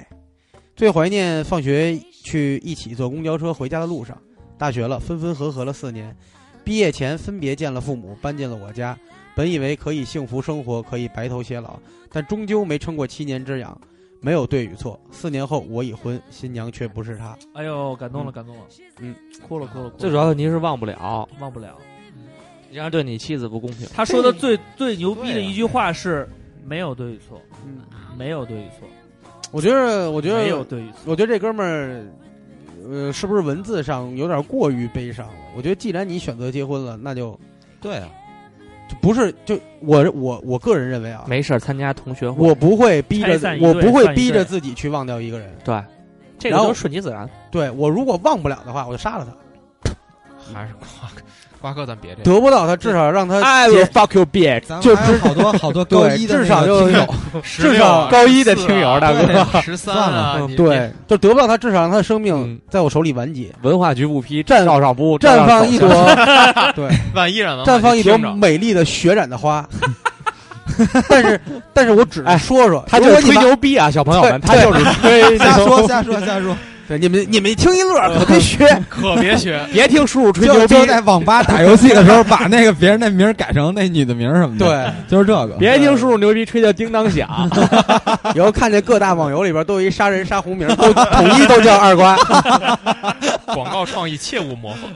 Speaker 6: 最怀念放学去一起坐公交车回家的路上。大学了，分分合合了四年，毕业前分别见了父母，搬进了我家。本以为可以幸福生活，可以白头偕老，但终究没撑过七年之痒，没有对与错。四年后我已婚，新娘却不是他。
Speaker 3: 哎呦，感动了，感动了，
Speaker 6: 嗯，
Speaker 3: 哭了，哭了，哭了
Speaker 5: 最主要问题是忘不了，
Speaker 3: 忘不了。
Speaker 5: 这样对你妻子不公平。
Speaker 3: 他说的最最牛逼的一句话是：没有对与错，没有对与错，
Speaker 6: 我觉得，我觉得
Speaker 3: 没有对与错。
Speaker 6: 我觉得这哥们儿，呃，是不是文字上有点过于悲伤了？我觉得，既然你选择结婚了，那就
Speaker 7: 对啊，
Speaker 6: 就不是就我我我个人认为啊，
Speaker 5: 没事儿，参加同学会，
Speaker 6: 我不会逼
Speaker 3: 拆
Speaker 6: 着
Speaker 3: 散一对
Speaker 6: 我不会
Speaker 3: 算一
Speaker 6: 逼
Speaker 3: 对
Speaker 6: 着自己去忘掉一个人。
Speaker 5: 对，这个
Speaker 6: 然后
Speaker 5: 都是顺其自然。
Speaker 6: 对我如果忘不了的话，我就杀了他。
Speaker 4: 还是挂瓜哥，咱别这样。
Speaker 6: 得不到他，至少让他
Speaker 5: I will
Speaker 6: 结
Speaker 5: fuck you bitch。
Speaker 7: 咱
Speaker 6: 就
Speaker 7: 们还有好多好多高
Speaker 6: 对，
Speaker 7: 一的
Speaker 6: 至少就
Speaker 7: 有
Speaker 6: 至少
Speaker 4: 啊
Speaker 5: 高一的听友大
Speaker 7: 哥
Speaker 4: 十三
Speaker 7: 算了
Speaker 4: 啊，
Speaker 5: 嗯
Speaker 4: 你
Speaker 6: 对，就得不到他，至少让他的生
Speaker 5: 嗯
Speaker 6: 命在我手里完结，
Speaker 5: 文化局不批，
Speaker 6: 绽
Speaker 5: 照上不
Speaker 6: 绽放一朵，
Speaker 4: 万一让咱
Speaker 6: 绽放一朵
Speaker 4: 听着
Speaker 6: 美丽的血染的 花。但是，但是我只哎是说说，
Speaker 5: 他
Speaker 6: 如
Speaker 5: 就
Speaker 6: 果
Speaker 5: 是
Speaker 6: 你
Speaker 5: 吹
Speaker 6: 把
Speaker 5: 牛逼啊，小朋友们，
Speaker 6: 对
Speaker 5: 他就是 吹
Speaker 7: 瞎说
Speaker 5: 牛，，
Speaker 7: 瞎说瞎说，
Speaker 6: 对你们你们听一乐，可别学。
Speaker 4: 可别学
Speaker 5: 别听叔叔 吹
Speaker 7: 就
Speaker 5: 牛逼
Speaker 7: 就，在网吧打游戏的时候，把那个别人的名儿改成那女的名儿什么的，
Speaker 6: 对，
Speaker 7: 对，就是这个。
Speaker 5: 别听叔叔牛逼吹叫叮当 响。
Speaker 6: 以后看见各大网游里边都有一杀人杀红名，都 统一都叫二瓜。
Speaker 4: 广告创意切勿模仿。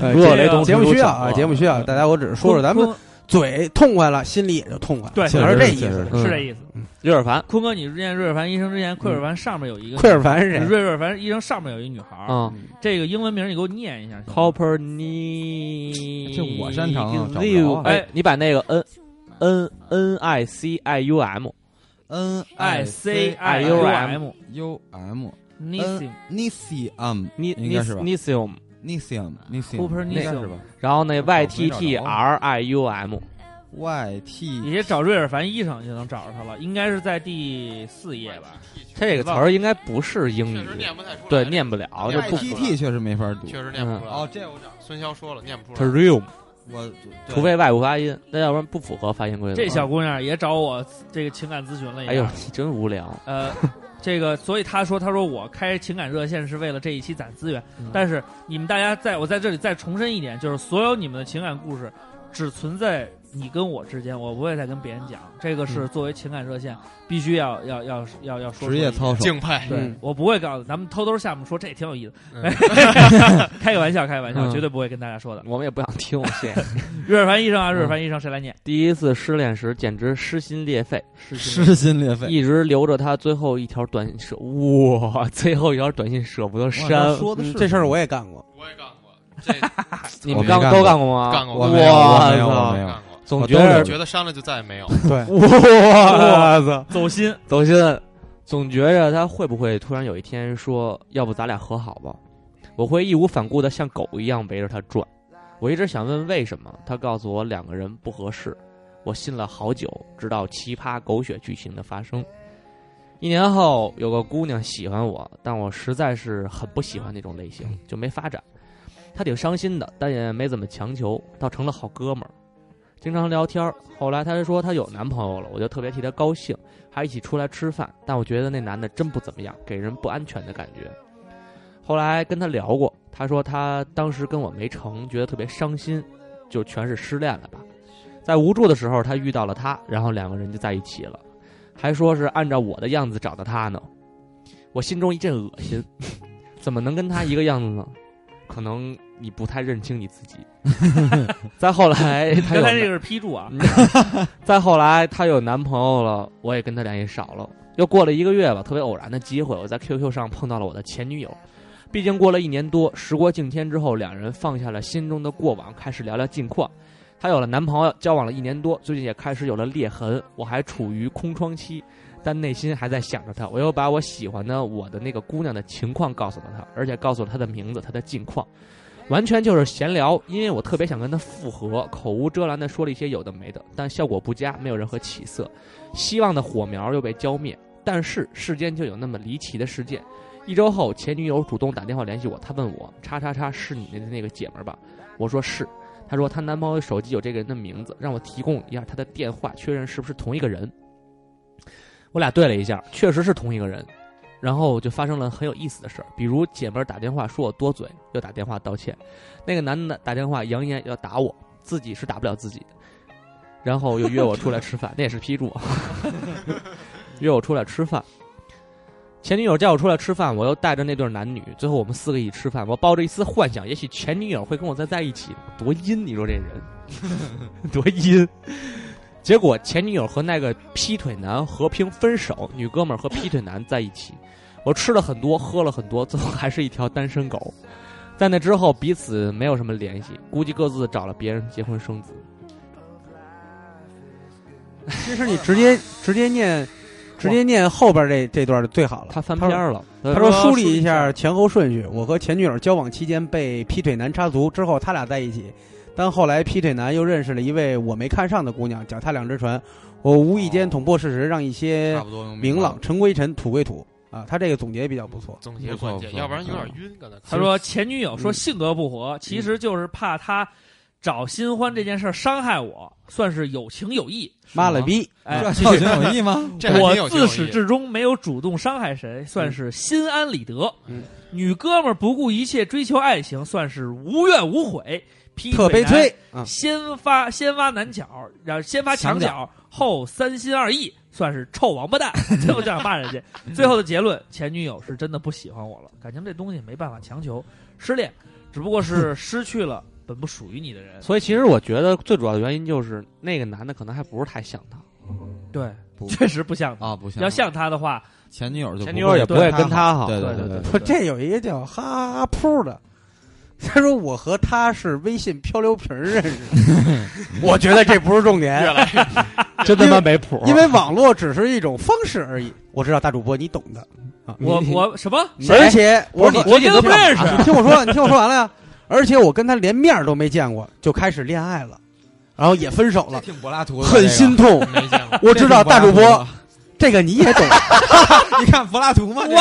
Speaker 6: 呃
Speaker 5: 如果
Speaker 6: 节
Speaker 5: 雷同
Speaker 6: 节
Speaker 5: 如
Speaker 6: 目
Speaker 5: 果
Speaker 6: 需要
Speaker 5: 巧
Speaker 6: 啊，
Speaker 5: 合
Speaker 6: 节目需要，大家我只是说说，咱们嘴痛快了，心里也就痛快，
Speaker 3: 对
Speaker 6: 主要是这意
Speaker 5: 确实
Speaker 6: 思
Speaker 5: 是。
Speaker 3: 是这意思。
Speaker 5: 有点烦
Speaker 3: 坤哥，你念瑞尔凡医生之前，奎尔凡上面有一个
Speaker 6: 奎尔凡是谁？
Speaker 3: 瑞尔凡医生上面有一女孩儿，
Speaker 6: 嗯
Speaker 5: 啊
Speaker 3: 这个英文名儿你给我念一下行吗。
Speaker 5: ，Copper 你
Speaker 7: 这我擅长啊找不着啊
Speaker 5: u 哎，你把那个 N N N I C I U M
Speaker 7: N
Speaker 3: I C I
Speaker 5: U
Speaker 3: U
Speaker 5: M
Speaker 3: M
Speaker 7: U M
Speaker 3: Nissim
Speaker 7: 嗯 Nisium，
Speaker 5: Ni
Speaker 7: 应该是吧
Speaker 5: Ni Nisium，
Speaker 7: Nisium
Speaker 3: Cooper
Speaker 7: Nisium，
Speaker 3: Nisium
Speaker 7: 应该是吧
Speaker 5: 然后那
Speaker 7: 我找
Speaker 5: Y
Speaker 7: 没
Speaker 5: T
Speaker 7: 找
Speaker 5: T
Speaker 7: 着
Speaker 5: R I U M，
Speaker 7: ？Y T
Speaker 3: 你先找瑞尔凡医生就能找着他了，应该是在第四页吧？
Speaker 5: 它这个词儿应该不是英
Speaker 4: 确实
Speaker 5: 语，
Speaker 4: 念不太出来，
Speaker 5: 对，念不了，就
Speaker 4: 这
Speaker 5: 不
Speaker 7: T T 确实没法读。
Speaker 4: 确实念不出来。
Speaker 7: 哦，，这我找，
Speaker 4: 孙骁说了，念不出来。
Speaker 5: Trium，
Speaker 7: 我
Speaker 5: 除非外部发音，那要不然不符合发音规则。
Speaker 3: 这小姑娘也找我这个情感咨询了一下。
Speaker 5: 哎呦，你真无聊。
Speaker 3: 呃，这个，所以他说，他说我开情感热线是为了这一期攒资源，
Speaker 5: 嗯
Speaker 3: 但是你们大家在我在这里再重申一点，就是所有你们的情感故事只存在你跟我之间，我不会再跟别人讲。这个是作为情感热线必须要要要要要说
Speaker 7: 职业
Speaker 3: 出来
Speaker 7: 操
Speaker 3: 的。
Speaker 7: 守。
Speaker 4: 敬 佩，
Speaker 3: 对
Speaker 6: 嗯，
Speaker 3: 我不会告诉咱们偷偷下面说，这也挺有意思。
Speaker 4: 嗯
Speaker 3: 开个玩笑，开个玩笑，
Speaker 5: 嗯
Speaker 3: 绝对不会跟大家说的。
Speaker 5: 我们也不想听，谢谢。
Speaker 3: 瑞尔凡医生啊，瑞尔凡医生，谁来念？
Speaker 5: 第一次失恋时简直撕心裂肺，
Speaker 7: 撕心裂肺，
Speaker 5: 一直留着他最后一条短信舍，哇，最后一条短信舍不得删。
Speaker 7: 说的是
Speaker 6: 嗯这事儿我也干过，
Speaker 4: 我也干过，这
Speaker 5: 你
Speaker 7: 我
Speaker 5: 们
Speaker 7: 没
Speaker 5: 刚
Speaker 7: 干
Speaker 5: 都
Speaker 7: 过
Speaker 5: 干过吗？
Speaker 4: 干过
Speaker 7: 我
Speaker 5: 哇
Speaker 7: 没有，我没有，我
Speaker 5: 操！
Speaker 7: 没有。
Speaker 4: 干过。
Speaker 5: 总
Speaker 7: 我
Speaker 5: 觉
Speaker 7: 都
Speaker 5: 得
Speaker 7: 有
Speaker 4: 觉得删了就再也没有。
Speaker 6: 对，
Speaker 5: 哇操！
Speaker 3: 走心，
Speaker 5: 走心，总觉着他会不会突然有一天说，要不咱俩和好吧？我会义无反顾的像狗一样围着他转。我一直想问为什么，他告诉我两个人不合适。我信了好久，直到奇葩狗血剧情的发生。一年后，有个姑娘喜欢我，但我实在是很不喜欢那种类型，就没发展。她挺伤心的，但也没怎么强求，倒成了好哥们儿，经常聊天儿。后来她就说她有男朋友了，我就特别替她高兴。还一起出来吃饭，但我觉得那男的真不怎么样，给人不安全的感觉。后来跟他聊过，他说他当时跟我没成，觉得特别伤心，就全是失恋了吧。在无助的时候，他遇到了他，然后两个人就在一起了，还说是按照我的样子找的他呢。我心中一阵恶心， 怎么能跟他一个样子呢？可能你不太认清你自己。再后来，他
Speaker 3: 刚
Speaker 5: 有
Speaker 3: 才
Speaker 5: 男
Speaker 3: 这个是批注啊，
Speaker 5: 再后来，她有男朋友了，我也跟她联系少了。又过了一个月吧，特别偶然的机会，我在 QQ 上碰到了我的前女友。毕竟过了一年多，时过境迁之后，两人放下了心中的过往，开始聊聊近况。她有了男朋友，交往了一年多，最近也开始有了裂痕。我还处于空窗期，但内心还在想着她。我又把我喜欢的我的那个姑娘的情况告诉了她，而且告诉了她的名字、她的近况。完全就是闲聊，因为我特别想跟他复合，口无遮拦的说了一些有的没的，但效果不佳，没有任何起色，希望的火苗又被浇灭。但是世间就有那么离奇的事件，一周后前女友主动打电话联系我，她问我叉叉叉是你的那个姐们儿吧？我说是，她说她男朋友手机有这个人的名字，让我提供一下她的电话，确认是不是同一个人。我俩对了一下，确实是同一个人。然后就发生了很有意思的事儿，比如姐们儿打电话说我多嘴，又打电话道歉。那个男的打电话扬言要打我，自己是打不了自己的，然后又约我出来吃饭，那也是批注， 约我出来吃饭。前女友叫我出来吃饭，我又带着那对男女，最后我们四个一起吃饭。我抱着一丝幻想，也许前女友会跟我再在一起，多阴！你说这人 多阴。结果前女友和那个劈腿男和平分手，女哥们儿和劈腿男在一起。我吃了很多，喝了很多，最后还是一条单身狗。在那之后，彼此没有什么联系，估计各自找了别人结婚生子。
Speaker 6: 其实你直接直接念直接念后边这这段就最好了。
Speaker 5: 他翻篇
Speaker 6: 了。
Speaker 5: 了。他
Speaker 6: 他说梳理一下前后顺序，我和前女友交往期间被劈腿男插足之后，他俩在一起，但后来劈腿男又认识了一位我没看上的姑娘，脚踏两只船，我无意间捅破事实，让一些
Speaker 8: 差不多能
Speaker 6: 明
Speaker 8: 白
Speaker 6: 朗尘归尘，土归土啊。他这个总结比较不错，
Speaker 4: 总结
Speaker 8: 不错
Speaker 4: 关键，
Speaker 8: 不错
Speaker 4: 要不然有点晕。刚才看
Speaker 3: 他说前女友说性格不合，其实就是怕他找新欢这件事儿伤害我，算是有情有义。
Speaker 6: 妈了逼，
Speaker 3: 哎，
Speaker 7: 这有情有义吗？
Speaker 4: 这还挺有
Speaker 3: 我
Speaker 4: 挺
Speaker 3: 自
Speaker 4: 有意
Speaker 3: 始
Speaker 4: 思
Speaker 3: 至终没有主动伤害谁，算是心安理得。
Speaker 6: 嗯
Speaker 3: 女哥们儿不顾一切追求爱情，算是无怨无悔。劈腿
Speaker 6: 特
Speaker 3: 男
Speaker 6: 悲催啊！
Speaker 3: 先发先挖南角，然后先发墙角，后三心二意，算是臭王八蛋。最后就想骂人家。最后的结论，前女友是真的不喜欢我了。感情这东西没办法强求，失恋只不过是失去了本不属于你的人。
Speaker 5: 所以其实我觉得最主要的原因就是那个男的可能还不是太想他，
Speaker 3: 对
Speaker 7: 不，
Speaker 3: 确实不像他。
Speaker 7: 啊，不像
Speaker 3: 要像他的话，
Speaker 7: 前女友就
Speaker 5: 前女友也不会跟他好。
Speaker 7: 对
Speaker 3: 对
Speaker 7: 对
Speaker 3: 对
Speaker 6: 我这有一个叫哈哈扑的， 他说我和他是微信漂流瓶认 识的，我觉得这不是重点，
Speaker 5: 真
Speaker 6: 他妈
Speaker 5: 没谱
Speaker 6: 因为网络只是一种方式而已。我知道大主播你懂的，
Speaker 3: 我我什么？
Speaker 6: 而且我
Speaker 3: 我跟他不认识。
Speaker 6: 你听我说，你听我说完了呀。而且我跟他连面儿都没见过，就开始恋爱了，然后也分手 了，
Speaker 7: 挺柏拉图
Speaker 6: 很心 痛。
Speaker 4: 没见过。
Speaker 6: 我知道大主播，这个你也懂。
Speaker 7: 你看柏拉图吗？
Speaker 3: 喂，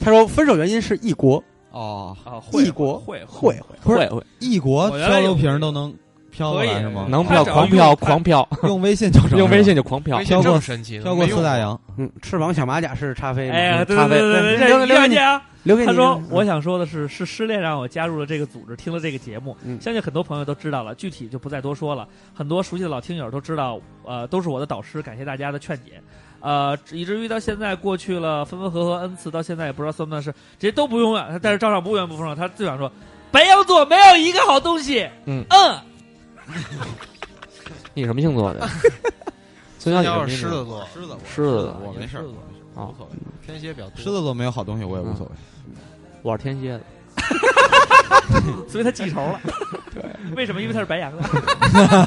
Speaker 6: 他说分手原因是异国，
Speaker 7: 哦，
Speaker 3: 啊，
Speaker 6: 异国
Speaker 3: 会
Speaker 6: 会会
Speaker 7: 不
Speaker 5: 会
Speaker 7: 是
Speaker 5: 会
Speaker 7: 异国
Speaker 3: 我原来
Speaker 7: 漂
Speaker 3: 有
Speaker 7: 流瓶都能飘过
Speaker 3: 可
Speaker 7: 来
Speaker 3: 以
Speaker 7: 是吗？
Speaker 5: 能飘
Speaker 3: 他只要
Speaker 5: 狂
Speaker 3: 用
Speaker 5: 飘
Speaker 3: 他
Speaker 5: 狂飘，
Speaker 7: 用微信就成，
Speaker 5: 用微信就狂飘
Speaker 4: 微。信
Speaker 7: 飘
Speaker 4: 这
Speaker 7: 过
Speaker 4: 么神奇呢，
Speaker 7: 飘过
Speaker 4: 没用
Speaker 7: 四大洋，
Speaker 6: 嗯，翅膀小马嗯甲是咖啡吗，
Speaker 3: 哎呀，对
Speaker 6: 咖
Speaker 3: 对
Speaker 6: 啡，
Speaker 3: 对对对，
Speaker 6: 留
Speaker 3: 这
Speaker 6: 给
Speaker 3: 一块
Speaker 6: 留给你
Speaker 3: 钱啊。
Speaker 6: 留给你。
Speaker 3: 他说：“我想说的是，是失恋让我加入了这个组织，听了这个节目，
Speaker 6: 嗯
Speaker 3: 相信很多朋友都知道了，具体就不再多说了。很多熟悉的老听友都知道，呃，都是我的导师，感谢大家的劝解。呃，以至于到现在过去了分分合合 n 次，到现在也不知道算不算是，这些都不用了。但是照常不无怨不分他就想说，白羊座没有一个好东西。
Speaker 5: 嗯
Speaker 3: 嗯，
Speaker 5: 你什么星座的？孙
Speaker 4: 要
Speaker 5: 潇，你什
Speaker 4: 要
Speaker 5: 么
Speaker 4: 是狮
Speaker 5: 星
Speaker 4: 子
Speaker 5: 座？
Speaker 4: 座，
Speaker 7: 狮子
Speaker 5: 狮子
Speaker 4: 我没事儿，
Speaker 5: 啊
Speaker 4: 无所谓，天蝎比较多。
Speaker 7: 狮子座没有好东西，我也无所谓。
Speaker 5: 我是天蝎的。
Speaker 3: 所以他记仇了。 为什么？因为他是白羊的。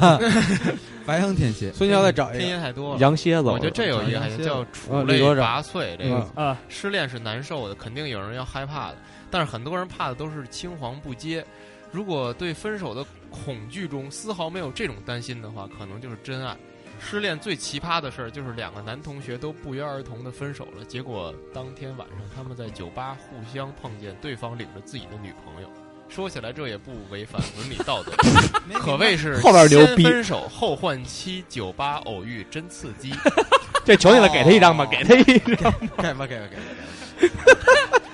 Speaker 7: 白羊天蝎，
Speaker 6: 孙潇再找一
Speaker 4: 天
Speaker 6: 个，
Speaker 4: 蝎太多了。
Speaker 5: 羊蝎子，
Speaker 4: 我觉得这有一个还
Speaker 7: 羊蝎
Speaker 4: 叫
Speaker 6: 啊
Speaker 4: 触
Speaker 6: 李
Speaker 4: 类
Speaker 6: 多长
Speaker 4: 拔萃，这
Speaker 6: 嗯
Speaker 4: 个
Speaker 3: 啊，
Speaker 4: 失恋是难受的，肯定有人要害怕的，但是很多人怕的都是青黄不接。如果对分手的恐惧中丝毫没有这种担心的话，可能就是真爱。失恋最奇葩的事儿就是两个男同学都不约而同的分手了，结果当天晚上他们在酒吧互相碰见，对方领着自己的女朋友。说起来这也不违反伦理道德，可谓是
Speaker 5: 后边牛逼
Speaker 4: 先分手后换妻，酒吧偶遇真刺 激。
Speaker 5: 这求你了，给他一张吧，给他一张。
Speaker 7: 给吧给吧给吧，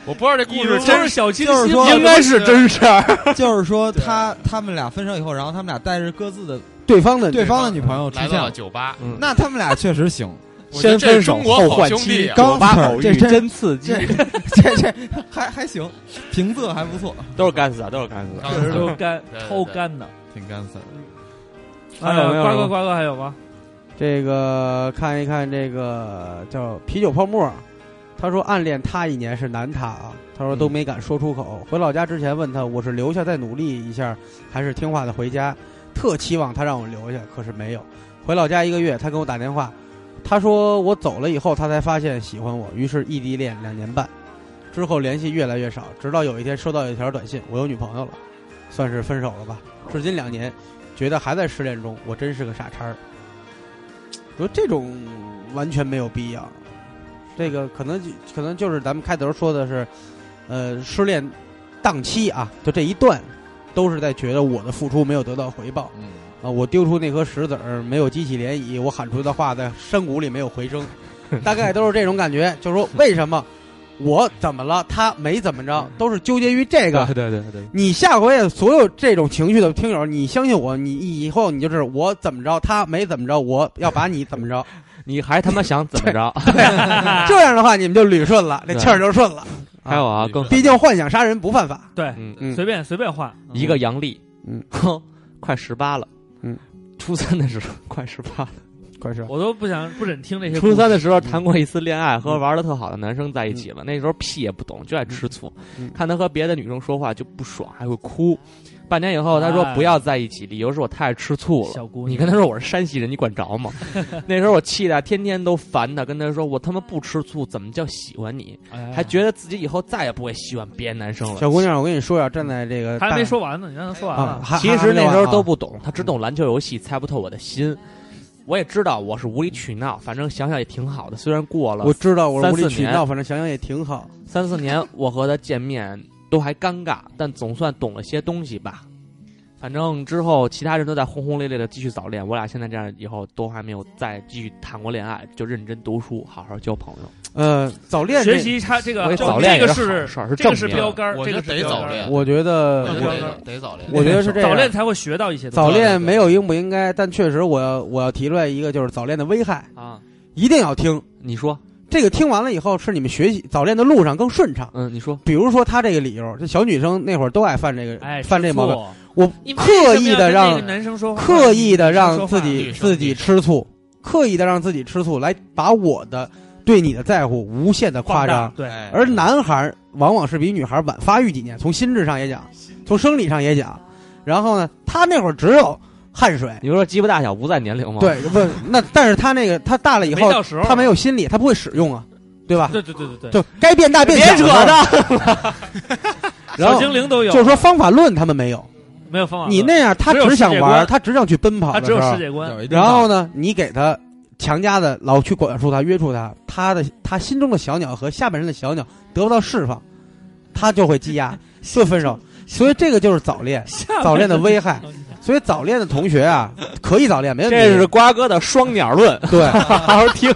Speaker 4: 我不知道这故事真
Speaker 3: 是小清
Speaker 7: 就是
Speaker 3: 新
Speaker 7: 说
Speaker 3: 吗
Speaker 7: 应该是
Speaker 5: 真事儿。
Speaker 7: 就是说他他们俩分手以后，然后他们俩带着各自的
Speaker 6: 对方的
Speaker 7: 对方的女朋友出
Speaker 4: 来
Speaker 7: 现
Speaker 4: 到
Speaker 7: 了
Speaker 4: 了，酒吧，
Speaker 5: 哦嗯
Speaker 7: 那他们俩确实行。
Speaker 4: 我觉
Speaker 5: 先
Speaker 4: 得这
Speaker 5: 分
Speaker 4: 是
Speaker 5: 手
Speaker 4: 中国
Speaker 5: 后
Speaker 4: 好
Speaker 5: 换
Speaker 4: 兄
Speaker 5: 妻
Speaker 4: 弟，啊！
Speaker 7: 刚
Speaker 5: 酒吧
Speaker 7: 好
Speaker 5: 偶
Speaker 7: 这
Speaker 5: 遇
Speaker 7: 真
Speaker 5: 真刺激
Speaker 7: 这， 这这还还行，评测还不错，
Speaker 5: 都是干死的，都是干死的。
Speaker 4: 刚
Speaker 3: 确实
Speaker 4: 才
Speaker 3: 都干
Speaker 4: 对对对
Speaker 3: 超干的。哎
Speaker 7: 挺干涩的。
Speaker 5: 还有没有
Speaker 3: 瓜
Speaker 5: 什
Speaker 3: 哥
Speaker 5: 么
Speaker 3: 瓜哥还有吗？
Speaker 6: 这个看一看这个叫啤酒泡沫，他说暗恋他一年是男他啊，他说都没敢说出口。回老家之前问他，我是留下再努力一下，还是听话的回家？特期望他让我留下，可是没有。回老家一个月，他跟我打电话，他说我走了以后，他才发现喜欢我，于是异地恋两年半，之后联系越来越少，直到有一天收到一条短信，我有女朋友了，算是分手了吧。至今两年，觉得还在失恋中，我真是个傻叉儿。我说这种完全没有必要，这个可能就可能就是咱们开头说的是，呃，失恋档期啊，就这一段，都是在觉得我的付出没有得到回报
Speaker 7: 嗯，
Speaker 6: 啊，我丢出那颗石子儿没有激起涟漪，我喊出的话在山谷里没有回声，大概都是这种感觉，就是说为什么我怎么了，他没怎么着，都是纠结于这个
Speaker 5: 对。对对对，
Speaker 6: 你下回所有这种情绪的听友，你相信我，你以后你就是我怎么着，他没怎么着，我要把你怎么 着，
Speaker 5: 你还他妈想怎么着？
Speaker 3: 啊
Speaker 6: 这样的话，你们就捋顺了，这
Speaker 5: 对
Speaker 6: 气儿就顺了。
Speaker 5: 还有啊，更
Speaker 6: 毕竟幻想杀人不犯法。
Speaker 3: 对，
Speaker 5: 嗯，
Speaker 6: 嗯
Speaker 3: 随便随便换。
Speaker 5: 一个杨丽，
Speaker 6: 嗯，
Speaker 5: 哼， 快十八了，
Speaker 6: 嗯，
Speaker 5: 初三的时候快十八了，
Speaker 6: 快说，
Speaker 3: 我都不想不忍听这些故事。
Speaker 5: 初三的时候谈过一次恋爱，和玩的特好的男生在一起了。那时候屁也不懂，就爱吃醋
Speaker 6: 嗯，
Speaker 5: 看他和别的女生说话就不爽，还会哭。半年以后，他说
Speaker 3: 哎
Speaker 5: 不要在一起，理由是我太爱吃醋了。
Speaker 3: 小姑娘，
Speaker 5: 你跟他说我是山西人，你管着吗？那时候我气的天天都烦他，跟他说我他妈不吃醋，怎么叫喜欢你？
Speaker 3: 哎
Speaker 5: 还觉得自己以后再也不会喜欢别的男生了。
Speaker 6: 小姑娘，我跟你说呀，站在这个
Speaker 3: 他还没
Speaker 6: 大
Speaker 3: 说完呢，你让他说完
Speaker 6: 啊
Speaker 3: 了，，
Speaker 6: 还
Speaker 5: 其实那时候都。
Speaker 6: 还没完啊
Speaker 5: 不懂，他只懂篮球游戏，猜不透我的心。我也知道我是无理取闹，反正想想也挺好的。虽然过了
Speaker 6: 我知道我是无理
Speaker 5: 三四
Speaker 6: 取
Speaker 5: 年
Speaker 6: 闹，反正想想也挺好。
Speaker 5: 三四年，我和他见面都还尴尬，但总算懂了些东西吧。反正之后其他人都在轰轰烈烈的继续早恋，我俩现在这样以后都还没有再继续谈过恋爱，就认真读书，好好交朋友。
Speaker 6: 呃，早恋这
Speaker 3: 学，习差这
Speaker 5: 我
Speaker 3: 个
Speaker 5: 也
Speaker 3: 这
Speaker 5: 早恋
Speaker 3: 啊这
Speaker 5: 也
Speaker 3: 个
Speaker 5: 是好
Speaker 3: 是
Speaker 5: 事儿是
Speaker 3: 这个
Speaker 5: 正
Speaker 3: 是
Speaker 5: 面
Speaker 3: 标杆儿，
Speaker 4: 我
Speaker 3: 这
Speaker 4: 觉
Speaker 3: 个
Speaker 4: 得
Speaker 3: 是
Speaker 4: 得
Speaker 3: 标
Speaker 4: 早
Speaker 3: 杆儿
Speaker 4: 恋，
Speaker 6: 我觉
Speaker 4: 我
Speaker 6: 得
Speaker 3: 对
Speaker 4: 觉得得早恋。
Speaker 6: 我觉得是 这样
Speaker 3: 早恋才会学到一些东西
Speaker 6: 早恋没有应不应该，但确实我要我要提出来一个，就是早恋的危害，
Speaker 5: 啊，
Speaker 6: 一定要听。
Speaker 5: 你说，
Speaker 6: 这个听完了以后，是你们学习早恋的路上更顺畅。
Speaker 5: 嗯，你说，
Speaker 6: 比如说他这个理由，这小女生那会儿都爱犯这个，
Speaker 3: 哎，
Speaker 6: 犯这毛病。
Speaker 3: 病，
Speaker 6: 我
Speaker 3: 你
Speaker 6: 刻意的
Speaker 3: 为什么要跟那
Speaker 6: 让
Speaker 3: 个男生说话，
Speaker 6: 刻意的让自
Speaker 3: 女
Speaker 6: 己
Speaker 4: 女生
Speaker 6: 自己吃醋，刻意的让自己吃醋，来把我的对你的在乎无限的夸张。
Speaker 3: 对，
Speaker 4: 哎
Speaker 6: 而男孩儿往往是比女孩儿晚发育几年，从心智上也讲，从生理上也讲。然后呢，他那会儿只有汗水，
Speaker 5: 你说鸡巴大小不在年龄吗？，
Speaker 6: 对，不那，但是他那个他大了以
Speaker 3: 没
Speaker 6: 后，
Speaker 3: 到时候
Speaker 6: 他没有心理，他不会使用啊，对吧？
Speaker 3: 对对对对对，
Speaker 6: 就该变大变小，
Speaker 5: 别扯淡。
Speaker 6: 然
Speaker 3: 小
Speaker 6: 后
Speaker 3: 精灵都有，
Speaker 6: 就是说方法论他们没有，
Speaker 3: 没有方法论，
Speaker 6: 你那样他
Speaker 3: 只有世界
Speaker 6: 想玩儿，
Speaker 3: 观
Speaker 6: 他只想去奔跑
Speaker 3: 他
Speaker 6: 的
Speaker 3: 只
Speaker 6: 时
Speaker 3: 有世
Speaker 6: 候，
Speaker 3: 界观，
Speaker 6: 然后呢，你给他强加的老去管束他、约束他，他的他心中的小鸟和下半身的小鸟得不到释放，他就会积 压，会分手。所以这个就是早恋，早恋的危害。嗯所以早恋的同学啊，可以早恋，没问题。
Speaker 5: 这是瓜哥的双鸟论，
Speaker 6: 对
Speaker 5: 好好听。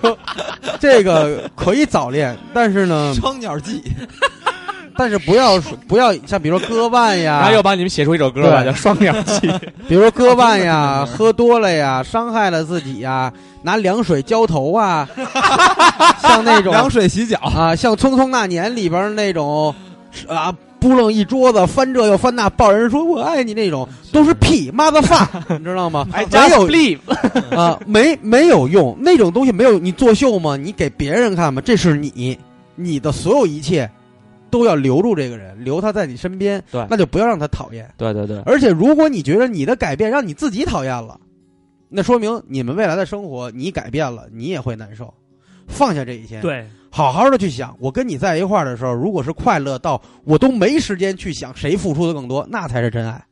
Speaker 6: 这个可以早恋，但是呢，
Speaker 7: 双鸟记，
Speaker 6: 但是不要说不要像比如说割腕
Speaker 5: 然
Speaker 6: 呀
Speaker 5: 后，又帮你们写出一首歌来，
Speaker 6: 对
Speaker 5: 叫《双鸟 记》。
Speaker 6: 比如说割腕呀，喝多了呀，伤害了自己呀，拿凉水浇头啊， 像那种
Speaker 7: 凉水洗脚，
Speaker 6: 啊，像《匆匆那年》里边那种啊，扑棱一桌子，翻这又翻那，抱人说我爱你那种，都是屁妈的饭，你知道吗？
Speaker 5: 哎
Speaker 6: 没有
Speaker 5: believe，
Speaker 6: 啊，没没有用，那种东西没有，你作秀吗？你给别人看吗？这是你，你的所有一切都要留住这个人，留他在你身边，
Speaker 5: 对
Speaker 6: 那就不要让他讨厌。
Speaker 5: 对对 对，
Speaker 6: 而且，如果你觉得你的改变让你自己讨厌了，那说明你们未来的生活你改变了，你也会难受。放下这一切，，
Speaker 3: 对，
Speaker 6: 好好的去想，我跟你在一块儿的时候，如果是快乐到我都没时间去想谁付出的更多，那才是真爱。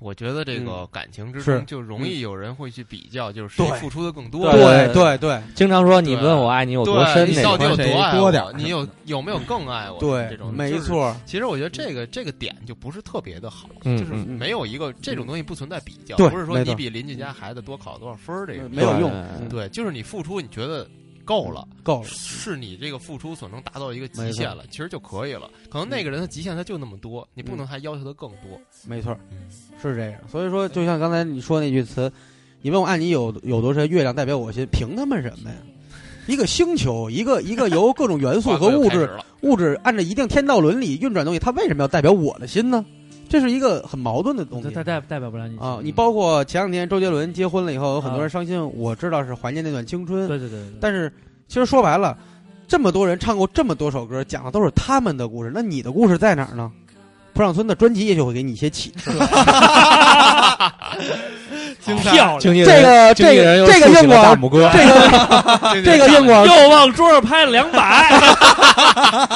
Speaker 4: 我觉得这个感情之
Speaker 6: 是
Speaker 4: 中就容易有人会去比较，就是谁
Speaker 6: 对
Speaker 4: 付出的更多。
Speaker 5: 对
Speaker 6: 对对，
Speaker 5: 经常说你
Speaker 4: 对
Speaker 5: 问我哎爱你有多
Speaker 4: 对
Speaker 5: 深
Speaker 4: 你
Speaker 5: 那
Speaker 4: 到
Speaker 5: 种
Speaker 4: 底。有
Speaker 7: 谁
Speaker 4: 多爱
Speaker 7: 多
Speaker 4: 我
Speaker 7: 点儿
Speaker 4: 你有有没有更爱我？
Speaker 6: 对
Speaker 4: 这种
Speaker 6: 没。错儿，
Speaker 4: 就是其实我觉得这个这个点就不是特别的好，
Speaker 5: 嗯
Speaker 4: 就是
Speaker 5: 嗯
Speaker 4: 没有一个这种东西不存在比较，
Speaker 6: 对
Speaker 4: 不是说
Speaker 6: 没
Speaker 4: 你
Speaker 6: 错
Speaker 4: 比邻居家孩子多考多少分儿这个
Speaker 6: 没有用，
Speaker 5: 对
Speaker 4: 对，就是你付出你觉得够了，
Speaker 6: 够了。
Speaker 4: 是你这个付出所能达到一个
Speaker 6: 没
Speaker 4: 极
Speaker 6: 错
Speaker 4: 限了，其实就可以了。可能那个人的极限他就那么多，你
Speaker 6: 嗯
Speaker 4: 不能还要求他更多。
Speaker 6: 没错儿
Speaker 4: 嗯，
Speaker 6: 是这样。所以说，就像刚才你说那句词，你问我爱你有有多深，月亮代表我心，凭他们什么呀？一个星球，一个一个由各种 元素
Speaker 4: 瓜
Speaker 6: 和
Speaker 4: 哥又
Speaker 6: 物
Speaker 4: 开始
Speaker 6: 质
Speaker 4: 了，
Speaker 6: 物质按照一定天道伦理运转的东西，它为什么要代表我的心呢？这是一个很矛盾的东西
Speaker 3: 他代代表不了你啊
Speaker 6: 啊！你包括前两天周杰伦结婚了以后，有很多人伤心，我知道是怀念那段青春，
Speaker 3: 对对对对，
Speaker 6: 但是其实说白了，这么多人唱过这么多首歌，讲的都是他们的故事，那你的故事在哪 儿呢？浦上村的专辑也许会给你一些启示。
Speaker 3: 漂亮，
Speaker 5: 经纪
Speaker 6: 这个
Speaker 5: 经纪
Speaker 6: 这
Speaker 5: 人
Speaker 6: 个
Speaker 5: 又
Speaker 6: 这个啊
Speaker 5: 竖起
Speaker 6: 硬
Speaker 5: 了
Speaker 7: 啊
Speaker 5: 大
Speaker 6: 广，
Speaker 5: 拇哥，
Speaker 6: 这个这个硬广，
Speaker 3: 又往桌上拍了两百，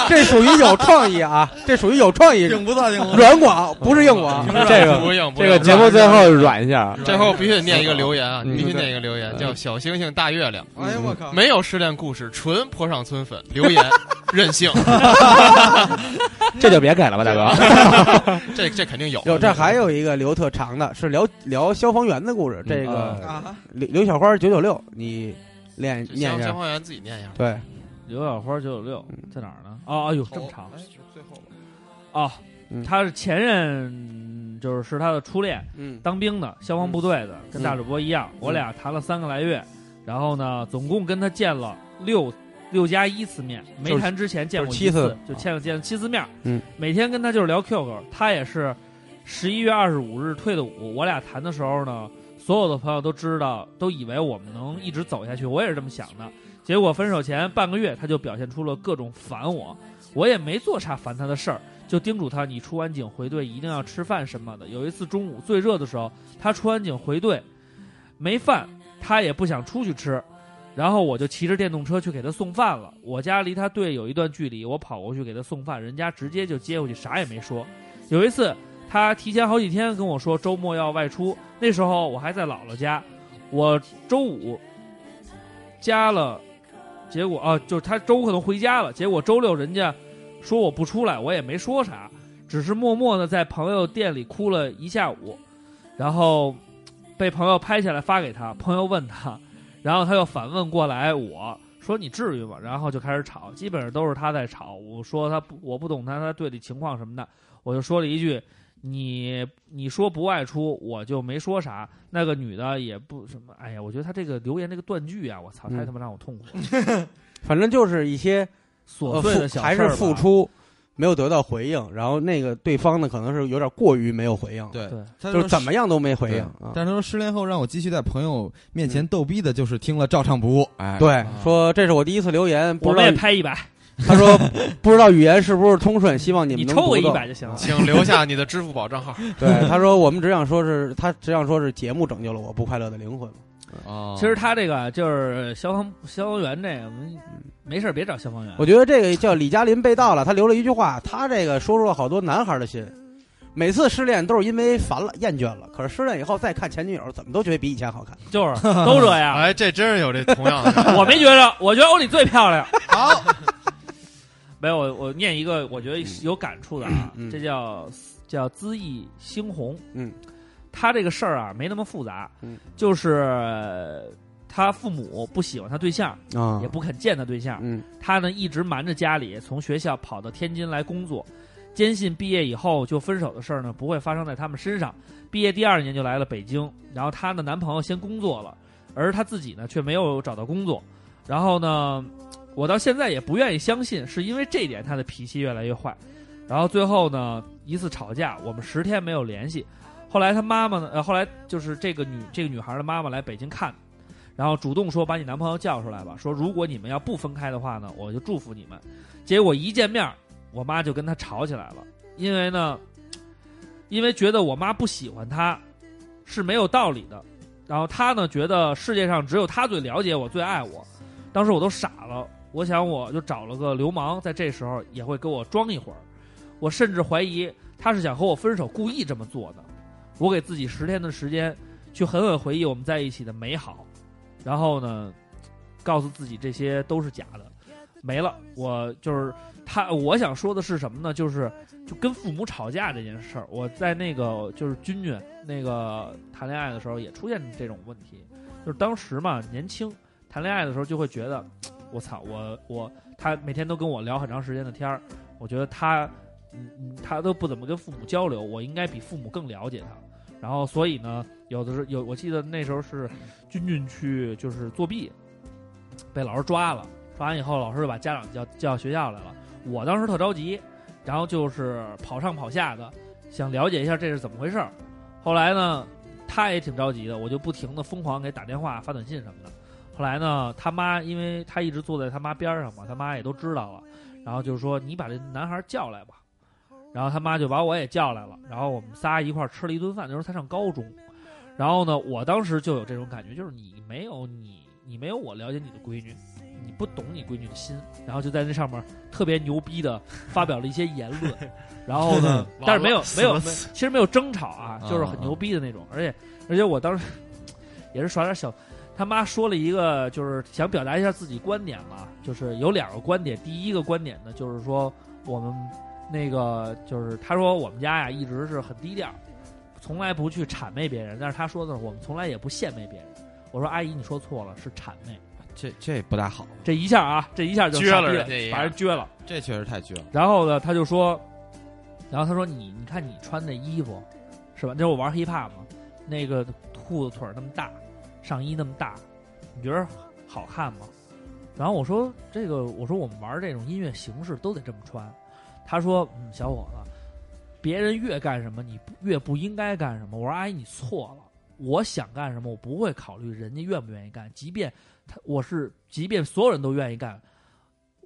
Speaker 6: 这属于有创 意啊，这属于有创意。
Speaker 7: 不到硬
Speaker 6: 软广不是硬广，
Speaker 5: 这个
Speaker 4: 不用，不
Speaker 5: 这
Speaker 4: 用
Speaker 5: 个节目最后软一下，
Speaker 4: 最后必须得念一个留言啊，
Speaker 5: 嗯
Speaker 4: 必须念一个留言，叫小星星大月亮，
Speaker 7: 哎呦我靠，
Speaker 4: 没有失恋故事，纯坡上村粉，留 言任性，
Speaker 5: 这就别给了吧，大哥。
Speaker 4: 这这肯定有。啊
Speaker 6: 有这还有一个留特长的，是聊聊消防员的故事。这
Speaker 5: 嗯
Speaker 6: 个
Speaker 7: 啊，
Speaker 6: 刘刘小花九九六，你练念
Speaker 4: 消
Speaker 6: 一
Speaker 4: 消
Speaker 6: 下。
Speaker 4: 防员自己念一下。
Speaker 6: 对，
Speaker 3: 刘小花九九六在哪儿呢？哦，哎呦，这么长
Speaker 7: 哎最后吧
Speaker 3: 啊
Speaker 6: 嗯！
Speaker 3: 他是前任，就是是他的初恋，
Speaker 6: 嗯
Speaker 3: 当兵的，消防部队的，跟大主播一样，我俩谈了三个来月，然后呢，总共跟他见了六六加一次面，没
Speaker 6: 就是
Speaker 3: 谈之前见过
Speaker 6: 就是七
Speaker 3: 一
Speaker 6: 次啊
Speaker 3: 次，就见了见了七次面，
Speaker 6: 嗯，
Speaker 3: 每天跟他就是聊 QQ，他也是十一月二十五日退的伍，我俩谈的时候呢，所有的朋友都知道，都以为我们能一直走下去，我也是这么想的，结果分手前半个月他就表现出了各种烦我，我也没做啥烦他的事儿。就叮嘱他，你出完警回队一定要吃饭什么的。有一次中午最热的时候，他出完警回队没饭，他也不想出去吃，然后我就骑着电动车去给他送饭了。我家离他队有一段距离，我跑过去给他送饭，人家直接就接过去，啥也没说。有一次他提前好几天跟我说周末要外出，那时候我还在姥姥家，我周五加了，结果啊，就是他周五可能回家了，结果周六人家说我不出来，我也没说啥，只是默默的在朋友店里哭了一下午，然后被朋友拍下来发给他，朋友问他，然后他又反问过来我。说你至于吗？然后就开始吵，基本上都是他在吵。我说他不，我不懂他他队里情况什么的，我就说了一句：“你你说不外出，我就没说啥。”那个女的也不什么，哎呀，我觉得他这个留言这个断句啊，我操，
Speaker 6: 嗯
Speaker 3: 太他妈让我痛苦了。
Speaker 6: 反正就是一些
Speaker 3: 琐碎的小
Speaker 6: 呃付
Speaker 3: 事
Speaker 6: 还
Speaker 3: 儿吧
Speaker 6: 是付。出没有得到回应，然后那个对方呢可能是有点过于没有回应，
Speaker 7: 对
Speaker 3: 对
Speaker 7: 他
Speaker 6: 就是
Speaker 7: 说
Speaker 6: 怎么样都没回
Speaker 7: 对
Speaker 6: 应啊。
Speaker 7: 但是他说失恋后让我继续在朋友面前逗逼的，就是听了照唱不误。哎，
Speaker 6: 对，说这是我第一次留言，不
Speaker 3: 我
Speaker 6: 知
Speaker 3: 们也
Speaker 6: 道
Speaker 3: 拍一百，
Speaker 6: 他说不知道语言是不是通顺，希望你
Speaker 3: 你
Speaker 6: 们能
Speaker 3: 抽我
Speaker 6: 读啊
Speaker 3: 一
Speaker 6: 懂
Speaker 3: 百就行了。
Speaker 4: 请留下你的支付宝账 号。
Speaker 6: 对，他说我们只想说是他只想说是节目拯救了我不快乐的灵魂。
Speaker 4: 哦
Speaker 3: 其实他这个就是消防消防员这个，没没事儿别找消防员。
Speaker 6: 我觉得这个叫李佳林被盗了，他留了一句话，他这个说出了好多男孩的心。每次失恋都是因为烦了、厌倦了，可是失恋以后再看前女友，怎么都觉得比以前好看。
Speaker 3: 就是都这 样，
Speaker 4: 哎，这真是有这同样的。
Speaker 3: 我没觉着，我觉得欧里最漂 亮。
Speaker 4: 好，
Speaker 3: 没有，我我念一个我觉得有感触的啊，
Speaker 6: 嗯嗯嗯
Speaker 3: 这叫叫恣意猩红。
Speaker 6: 嗯，
Speaker 3: 他这个事儿啊没那么复杂，
Speaker 6: 嗯
Speaker 3: 就是呃他父母不喜欢他对象，
Speaker 6: 啊
Speaker 3: 也不肯见他对象，
Speaker 6: 嗯
Speaker 3: 他呢一直瞒着家里，从学校跑到天津来工作，坚信毕业以后就分手的事儿呢不会发生在他们身上。毕业第二年就来了北京，然后她的男朋友先工作了，而她自己呢却没有找到工作。然后呢，我到现在也不愿意相信，是因为这一点她的脾气越来越坏。然后最后呢，一次吵架，我们十天没有联系。后来她妈妈呢，呃，后来就是这个女这个女孩的妈妈来北京看然后主动说把你男朋友叫出来吧，说如果你们要不分开的话呢，我就祝福你们。结果一见面，我妈就跟他吵起来了，因为呢，因为觉得我妈不喜欢他是没有道理的，然后他呢觉得世界上只有他最了解我、最爱我，当时我都傻了，我想我就找了个流氓，在这时候也会给我装一会儿，我甚至怀疑他是想和我分手，故意这么做的。我给自己十天的时间，去狠狠回忆我们在一起的美好。然后呢，告诉自己这些都是假的，没了。我就是他，我想说的是什么呢？就是就跟父母吵架这件事儿，我在那个就是君君那个谈恋爱的时候也出现这种问题，就是当时嘛年轻谈恋爱的时候就会觉得，我操，我我他每天都跟我聊很长时间的天儿，我觉得他。嗯，嗯他都不怎么跟父母交流，我应该比父母更了解他。然后，所以呢，有的是有，我记得那时候是君君去就是作弊，被老师抓了。抓完以后，老师就把家长叫叫学校来了。我当时特着急，然后就是跑上跑下的，想了解一下这是怎么回事儿。后来呢，他也挺着急的，我就不停的疯狂给打电话、发短信什么的。后来呢，他妈因为他一直坐在他妈边儿上嘛，他妈也都知道了，然后就说你把这男孩叫来吧。然后他妈就把我也叫来了，然后我们仨一块儿吃了一顿饭。那时候才上高中，然后呢，我当时就有这种感觉，就是你没有你，你没有我了解你的闺女，你不懂你闺女的心，然后就在那上面特别牛逼的发表了一些言论，然后呢，但是没有没有没有，其实没有争吵啊，
Speaker 4: 嗯
Speaker 3: 就是很牛逼的那种，而且而且我当时 也是耍点小。他妈说了一个，就是想表达一下自己观点嘛，就是有两个观点。第一个观点呢，就是说我们那个，就是他说我们家呀一直是很低调，从来不去谄媚别人，但是他说的是我们从来也不献媚别人。我说阿姨，你说错了，是谄媚。
Speaker 7: 这这不大好，
Speaker 3: 这一下啊，这一下就
Speaker 4: 撅
Speaker 3: 傻
Speaker 4: 了
Speaker 3: 逼
Speaker 4: 人家一下
Speaker 3: 把人撅了。
Speaker 7: 这确实太 绝了。
Speaker 3: 然后呢，他就说，然后他说你你看你穿的衣服，是吧？那时候我玩 hiphop 嘛，那个裤子腿儿那么大，上衣那么大，你觉得好看吗？然后我说这个，我说我们玩这种音乐形式都得这么穿。他说嗯，小伙子，别人越干什么，你不越不应该干什么。我说哎阿姨，你错了。我想干什么，我不会考虑人家愿不愿意干，即便他我是，即便所有人都愿意干，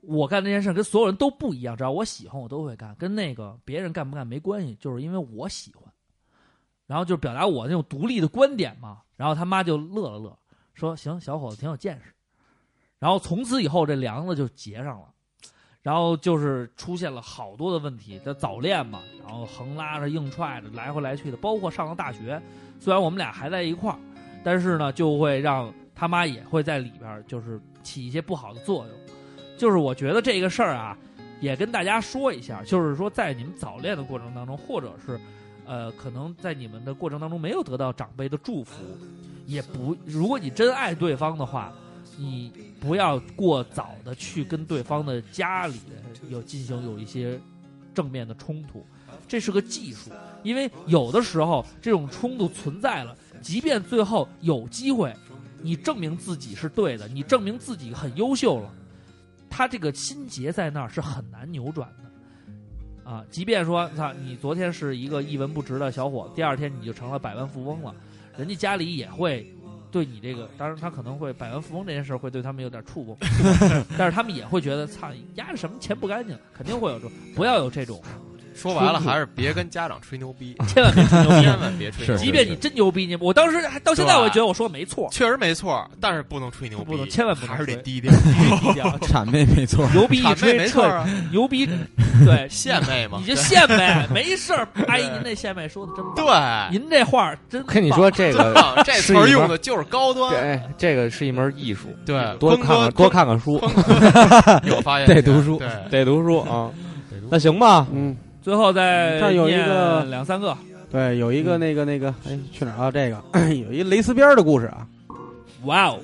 Speaker 3: 我干这件事儿跟所有人都不一样，只要我喜欢，我都会干，跟那个别人干不干没关系，就是因为我喜欢。然后就表达我那种独立的观点嘛。然后他妈就乐了乐，说：“行，小伙子挺有见识。”然后从此以后，这梁子就结上了。然后就是出现了好多的问题，这早恋嘛，然后横拉着硬踹着，来回来去的，包括上了大学，虽然我们俩还在一块儿，但是呢，就会让他妈也会在里边儿就是起一些不好的作用。就是我觉得这个事儿啊，也跟大家说一下，就是说在你们早恋的过程当中，或者是呃，可能在你们的过程当中没有得到长辈的祝福，也不，如果你真爱对方的话，你不要过早的去跟对方的家里人有进行有一些正面的冲突，这是个技术，因为有的时候这种冲突存在了，即便最后有机会，你证明自己是对的，你证明自己很优秀了，他这个心结在那儿是很难扭转的。啊，即便说，操，你昨天是一个一文不值的小伙子，第二天你就成了百万富翁了，人家家里也会对你这个，当然他可能会百万富翁这件事儿会对他们有点触碰， 但是他们也会觉得，操，压着什么钱不干净，肯定会有这种，不要有这种，
Speaker 4: 说白了还是别跟家长吹牛逼，
Speaker 3: 千 万别吹牛
Speaker 4: 千
Speaker 3: 逼。
Speaker 4: 万别吹牛逼。
Speaker 3: 即便你真牛逼，你我当时还到现在
Speaker 4: 是吧
Speaker 3: 我也觉得我说的没 错，
Speaker 4: 确实没错，但是不能吹牛逼，
Speaker 3: 不能千万不能
Speaker 4: 还是得
Speaker 3: 吹
Speaker 4: 低调。
Speaker 3: 低调
Speaker 7: 谄媚没错，
Speaker 3: 牛逼一
Speaker 4: 谄媚
Speaker 3: 吹
Speaker 4: 没错
Speaker 3: 彻
Speaker 4: 啊，
Speaker 3: 牛 逼，对，
Speaker 4: 献媚嘛
Speaker 3: 你，这献呗，没事儿，阿姨您这献呗说的真棒，
Speaker 4: 对，
Speaker 3: 您这话儿真
Speaker 5: 跟你
Speaker 3: 棒
Speaker 5: 说这
Speaker 4: 真
Speaker 5: 个，
Speaker 4: 棒，这词儿用的就是高端，
Speaker 5: 这哎这个是一门艺术，
Speaker 4: 对，
Speaker 5: 多看看多看看书，
Speaker 4: 看，有发言
Speaker 6: 得
Speaker 4: 权
Speaker 6: 读书
Speaker 4: 对，
Speaker 5: 得读书啊。 那行吧，
Speaker 6: 嗯，
Speaker 3: 最后再
Speaker 6: 这儿有一
Speaker 3: 念
Speaker 6: 个
Speaker 3: 两三个，
Speaker 6: 对，有一个那个那个，哎，去哪儿啊？这个 有一蕾丝边儿的故事啊。
Speaker 3: 哇哦，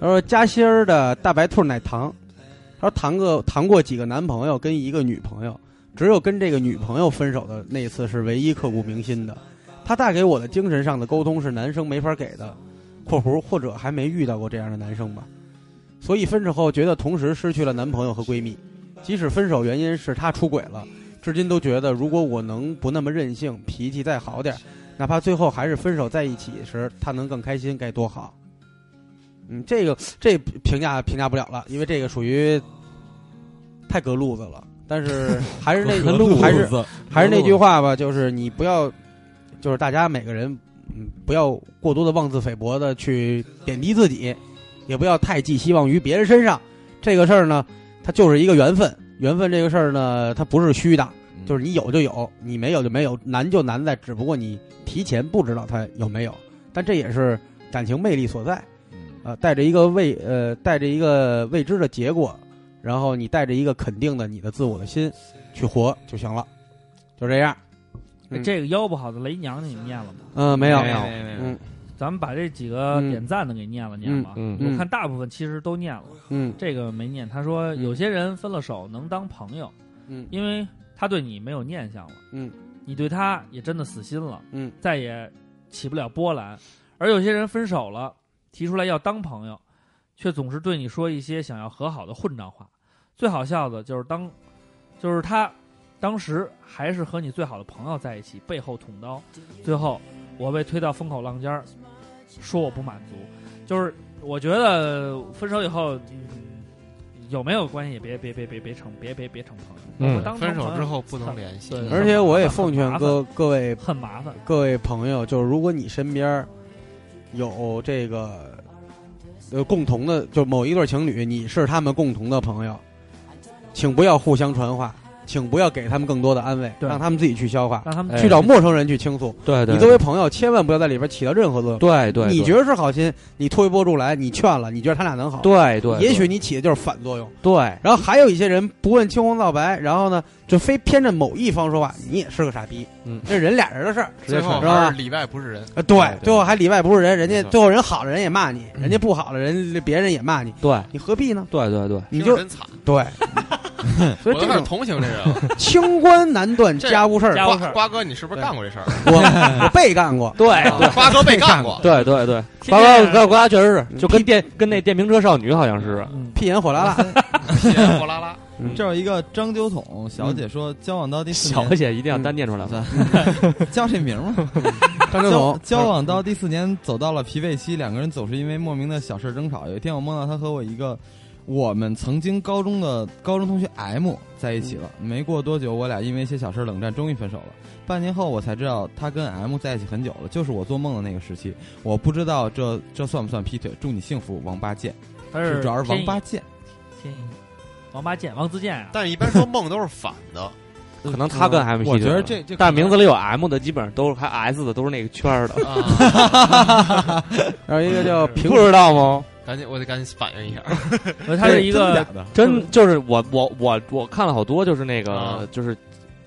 Speaker 6: 他说夹心儿的大白兔奶糖，他说谈过谈过几个男朋友跟一个女朋友，只有跟这个女朋友分手的那一次是唯一刻骨铭心的。他带给我的精神上的沟通是男生没法给的（括弧或者还没遇到过这样的男生吧），所以分手后觉得同时失去了男朋友和闺蜜。即使分手原因是他出轨了，至今都觉得如果我能不那么任性，脾气再好点儿，哪怕最后还是分手在一起时，他能更开心，该多好。嗯，这个这评价评价不了了，因为这个属于太隔路子了。但是还是 那还是还是那句话吧，就是你不要，就是大家每个人，嗯，不要过多的妄自菲薄的去贬低自己，也不要太寄希望于别人身上。这个事儿呢，它就是一个缘分，缘分这个事儿呢，它不是虚的，
Speaker 7: 嗯
Speaker 6: 就是你有就有，你没有就没有，难就难在只不过你提前不知道它有没有，但这也是感情魅力所在。
Speaker 7: 嗯
Speaker 6: 呃，带着一个未呃，带着一个未知的结果，然后你带着一个肯定的你的自我的心去活就行了，就这样。嗯
Speaker 3: 这个腰不好的雷娘你们念了吗？
Speaker 6: 嗯、没有
Speaker 5: 没有
Speaker 6: 嗯
Speaker 3: 咱们把这几个
Speaker 6: 嗯
Speaker 3: 点赞的给念了念吧。
Speaker 5: 嗯
Speaker 6: 嗯
Speaker 3: 我看大部分其实都念了，
Speaker 6: 嗯
Speaker 3: 这个没念。他说有些人分了手能当朋友，
Speaker 6: 嗯
Speaker 3: 因为他对你没有念想了，
Speaker 6: 嗯，
Speaker 3: 你对他也真的死心了，
Speaker 6: 嗯，
Speaker 3: 再也起不了波澜。而有些人分手了，提出来要当朋友，却总是对你说一些想要和好的混账话。最好笑的就是当，就是他当时还是和你最好的朋友在一起，背后捅刀，最后我被推到风口浪尖儿，说我不满足，就是我觉得分手以后，嗯，有没有关系也别别别别别成别别别成朋友，
Speaker 5: 嗯
Speaker 3: 我当成
Speaker 4: 分手
Speaker 3: 朋友
Speaker 4: 之后不能联系，
Speaker 3: 对
Speaker 6: 而且我也奉劝
Speaker 3: 嗯麻烦
Speaker 6: 各各位
Speaker 3: 很麻烦，
Speaker 6: 各位朋友，就是如果你身边儿有这个呃共同的，就某一对情侣，你是他们共同的朋友，请不要互相传话，请不要给他们更多的安慰，
Speaker 3: 对
Speaker 6: 让他们自己去消化，
Speaker 3: 让他们
Speaker 5: 哎
Speaker 6: 去找陌生人去倾诉。
Speaker 5: 对对，
Speaker 6: 你作为朋友，千万不要在里边起到任何作用。
Speaker 5: 对对，
Speaker 6: 你觉得是好心，你推波助澜，你劝了，你觉得他俩能好，
Speaker 5: 对对，
Speaker 6: 也许你起的就是反作用。
Speaker 5: 对
Speaker 6: 然后还有一些人不问青红皂白，然后呢，就非偏着某一方说话，你也是个傻逼。
Speaker 5: 嗯呃
Speaker 6: 这人俩人的事儿，
Speaker 4: 最后
Speaker 6: 是吧
Speaker 4: 还是里外不是人。
Speaker 6: 啊，对
Speaker 5: 对，
Speaker 6: 最后还里外不是人，人家
Speaker 5: 没错嗯
Speaker 6: 最后人好了，人也骂你，人家不好了，人别人也骂你，
Speaker 5: 对
Speaker 6: 你何必呢？
Speaker 5: 对对对，，
Speaker 6: 你
Speaker 4: 听着
Speaker 6: 就
Speaker 4: 真惨，
Speaker 6: 对，
Speaker 4: 我
Speaker 6: 所以
Speaker 4: 都
Speaker 6: 这
Speaker 4: 开始
Speaker 6: 种
Speaker 4: 同情这人了。
Speaker 6: 清官难断
Speaker 4: 这
Speaker 6: 家 务事儿，
Speaker 3: 家务事
Speaker 4: 瓜
Speaker 3: 儿
Speaker 4: 瓜哥，你是不是干过这事儿？啊
Speaker 6: 我我被干 过
Speaker 5: 对哎对
Speaker 4: 瓜哥被干过，
Speaker 5: 对对对，
Speaker 3: 天
Speaker 5: 瓜
Speaker 3: 天
Speaker 5: 瓜瓜瓜确实是，就跟电跟那电瓶车少女好像是，
Speaker 3: 嗯
Speaker 6: 屁眼火辣 辣，
Speaker 4: 谢谢货拉拉。
Speaker 7: 这有一个张酒桶小姐说，交往到第四
Speaker 5: 小
Speaker 7: 年，
Speaker 5: 姐一定要单念出来。
Speaker 7: 叫这名儿 吗？
Speaker 6: 张志
Speaker 7: 交
Speaker 6: 总，
Speaker 7: 交往到第四年，走到了疲惫期，两个人总是因为莫名的小事争吵。有一天，我梦到他和我一个我们曾经高中的高中同学 M 在一起了，没过多久，我俩因为一些小事冷战，终于分手了。半年后我才知道他跟 M 在一起很久了，就是我做梦的那个时期。我不知道这这算不算劈腿？祝你幸福，王八健。
Speaker 3: 他
Speaker 7: 是
Speaker 3: 是
Speaker 7: 主要是
Speaker 3: 天
Speaker 7: 王
Speaker 3: 意
Speaker 7: 八健，
Speaker 3: 天意王八健王自健啊，
Speaker 4: 但是一般说梦都是反的，
Speaker 5: 可能他跟 M
Speaker 7: 我觉得这这可能
Speaker 5: 但名字里有 M 的，基本上都是还 S 的，都是那个圈儿的，
Speaker 4: 啊，
Speaker 5: 嗯
Speaker 6: 然后一个叫平
Speaker 5: 不知道吗？
Speaker 4: 赶紧我得赶紧反应一下。
Speaker 3: 他是一
Speaker 7: 真
Speaker 3: 个
Speaker 7: 假的
Speaker 5: 真就是我我我我看了好多，就是那个
Speaker 4: 啊
Speaker 5: 就是